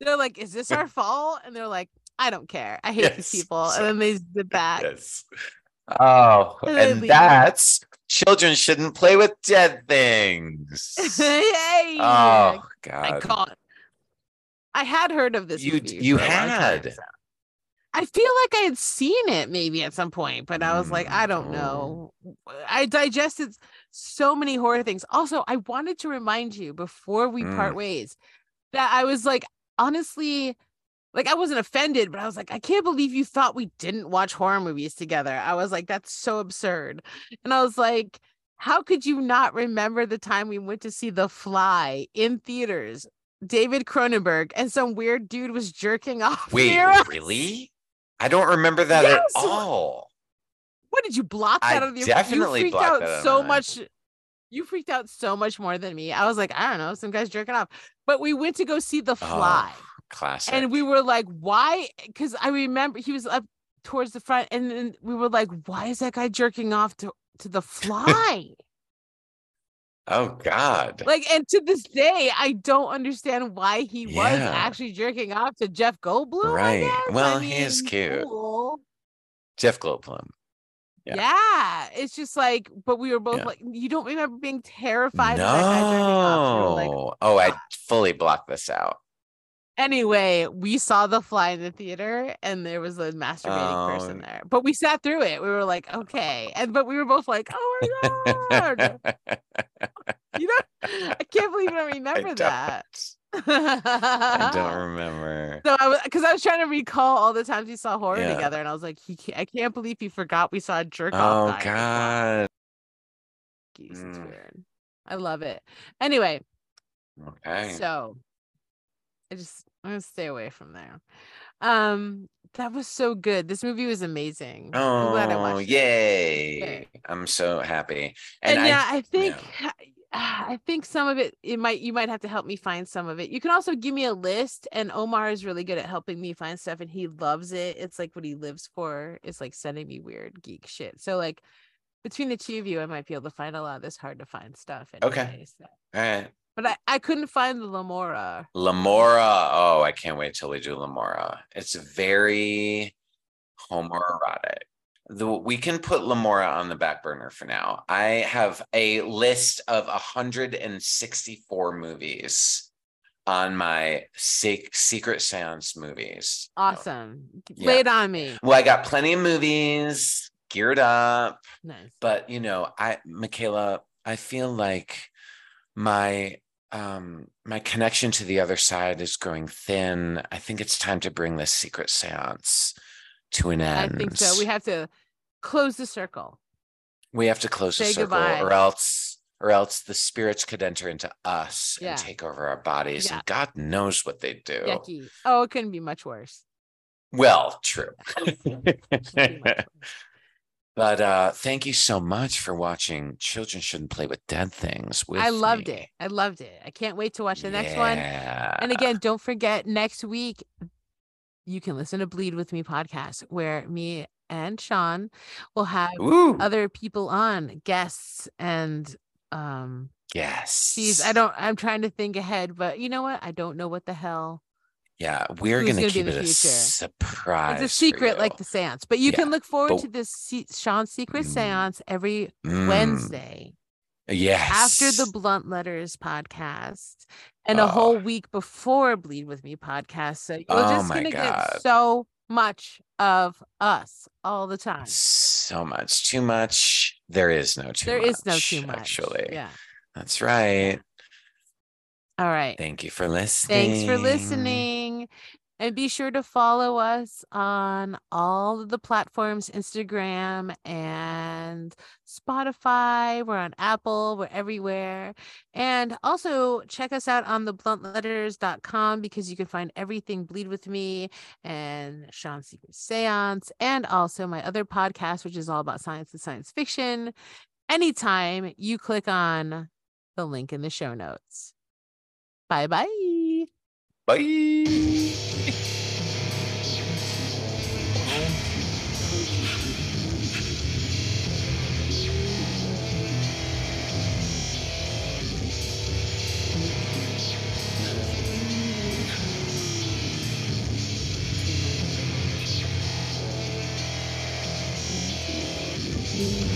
Speaker 2: they're like, is this our fault? And they're like, I don't care. I hate
Speaker 1: Yes.
Speaker 2: these people. And then they zip back.
Speaker 1: Yes. Oh,
Speaker 2: And they
Speaker 1: and
Speaker 2: leave.
Speaker 1: that's children shouldn't play with dead things.
Speaker 2: Yay!
Speaker 1: oh
Speaker 2: my
Speaker 1: god.
Speaker 2: God. I had heard of this.
Speaker 1: You
Speaker 2: movie
Speaker 1: you
Speaker 2: for a long time,
Speaker 1: had.
Speaker 2: so. I feel like I had seen it maybe at some point, but I was like, I don't
Speaker 1: Mm,
Speaker 2: know. I digested so many horror things. Also, I wanted to remind you before we part
Speaker 1: Mm.
Speaker 2: ways that I was like, honestly, like I wasn't offended, but I was like, I can't believe you thought we didn't watch horror movies together. I was like, that's so absurd. And I was like, how could you not remember the time we went to see The Fly in theaters? David Cronenberg and some weird dude was jerking off.
Speaker 1: Wait,
Speaker 2: near us?
Speaker 1: really? I don't remember that
Speaker 2: Yes!
Speaker 1: at all.
Speaker 2: What did you block
Speaker 1: I
Speaker 2: that out of your?
Speaker 1: definitely
Speaker 2: you freaked
Speaker 1: blocked
Speaker 2: out
Speaker 1: that out of
Speaker 2: so
Speaker 1: my mind.
Speaker 2: much. You freaked out so much more than me. I was like, I don't know, some guy's jerking off. But we went to
Speaker 1: Oh,
Speaker 2: go see The Fly,
Speaker 1: Classic.
Speaker 2: and we were like, why? Because I remember he was up towards the front, and then we were like, "Why is that guy jerking off to to the fly?"
Speaker 1: Oh God.
Speaker 2: like, and to this day, I don't understand why he was
Speaker 1: Yeah.
Speaker 2: actually jerking off to Jeff Goldblum. I
Speaker 1: Right.
Speaker 2: guess. I
Speaker 1: Well, he is
Speaker 2: mean,
Speaker 1: cute.
Speaker 2: cool.
Speaker 1: Jeff Goldblum. Yeah.
Speaker 2: Yeah. It's just like, but we were both
Speaker 1: Yeah.
Speaker 2: like, you don't remember being terrified. of that guy jerking off. We were like, ah.
Speaker 1: No. Oh, I fully blocked this out.
Speaker 2: Anyway, we saw The Fly in the theater, and there was a masturbating person
Speaker 1: Oh.
Speaker 2: there. But we sat through it. We were like, okay, and but we were both like, oh my god, you know, I can't believe I remember
Speaker 1: don't.
Speaker 2: that.
Speaker 1: I don't remember.
Speaker 2: So I was because I was trying to recall all the times we saw horror
Speaker 1: Yeah.
Speaker 2: together, and I was like, he can't, I can't believe he forgot we saw a jerk off.
Speaker 1: Oh
Speaker 2: guy in The Fly.
Speaker 1: God.
Speaker 2: Geese, It's
Speaker 1: Mm.
Speaker 2: weird. I love it. Anyway,
Speaker 1: Okay.
Speaker 2: so I just I'm gonna stay away from there. Um, that was so good. This movie was amazing. I'm glad I
Speaker 1: Oh,
Speaker 2: watched it.
Speaker 1: yay. I'm so happy.
Speaker 2: And,
Speaker 1: And, I,
Speaker 2: yeah, I think I think some of it it might you might have to help me find some of it. You can also give me a list and Omar is really good at helping me find stuff and he loves it. It's like what he lives for. It's like sending me weird geek shit. So like between the two of you, I might be able to find a lot of this hard to find stuff.
Speaker 1: Okay.
Speaker 2: anyway, so-
Speaker 1: all right.
Speaker 2: But I, I couldn't find the
Speaker 1: Oh.
Speaker 2: Lamora.
Speaker 1: Lamora. Oh, I can't wait till we do Lamora. It's very homoerotic. The, we can put Lamora on the back burner for now. I have a list of 164 movies on my sec- secret seance movies.
Speaker 2: Awesome. G-
Speaker 1: Yeah.
Speaker 2: Lay it on me.
Speaker 1: Well, I got plenty of movies geared up.
Speaker 2: Nice.
Speaker 1: but you know i michaela i feel like my um my connection to the other side is growing thin i think it's time to bring this secret seance to an
Speaker 2: I
Speaker 1: end
Speaker 2: think so. We have to close the circle.
Speaker 1: We have to close the
Speaker 2: say
Speaker 1: circle
Speaker 2: goodbye.
Speaker 1: or else or else the spirits could enter into us
Speaker 2: Yeah.
Speaker 1: and take over our bodies
Speaker 2: Yeah.
Speaker 1: and god knows what they do
Speaker 2: Yucky. Oh, it couldn't be much worse.
Speaker 1: well true
Speaker 2: Couldn't be much worse.
Speaker 1: but uh thank you so much for watching children shouldn't play with dead things with
Speaker 2: I loved
Speaker 1: me.
Speaker 2: it. I loved it. I can't wait to watch the next one. And
Speaker 1: Yeah.
Speaker 2: again, don't forget next week you can listen to Bleed with Me podcast where me and Sean will have
Speaker 1: Ooh.
Speaker 2: other people on, guests and um
Speaker 1: yes.
Speaker 2: geez, I don't I'm trying to think ahead, but you know what? I don't know what the hell
Speaker 1: Yeah, we're
Speaker 2: who's
Speaker 1: gonna,
Speaker 2: gonna be
Speaker 1: keep
Speaker 2: in
Speaker 1: it
Speaker 2: the
Speaker 1: a
Speaker 2: future. It's
Speaker 1: surprise.
Speaker 2: it's a secret like the seance but you can
Speaker 1: Yeah,
Speaker 2: look forward
Speaker 1: but-
Speaker 2: to this se- sean's secret
Speaker 1: Mm.
Speaker 2: seance every
Speaker 1: Mm,
Speaker 2: wednesday
Speaker 1: Yes.
Speaker 2: after the blunt letters podcast and a whole week before bleed with me podcast so you're
Speaker 1: Oh
Speaker 2: just
Speaker 1: my
Speaker 2: gonna
Speaker 1: God.
Speaker 2: get so much of us all the time
Speaker 1: so much, too much. There is no too
Speaker 2: There
Speaker 1: much.
Speaker 2: is no too much
Speaker 1: Actually,
Speaker 2: yeah
Speaker 1: that's right.
Speaker 2: all right
Speaker 1: Thank you for listening.
Speaker 2: Thanks for listening. And be sure to follow us on all of the platforms Instagram and Spotify. We're on Apple, we're everywhere. And also check us out on thebluntletters.com because you can find everything Bleed With Me and Sean's Secret Seance, and also my other podcast, which is all about science and science fiction. Anytime you click on the link in the show notes. Bye bye.
Speaker 1: Bye.
Speaker 10: Thank you.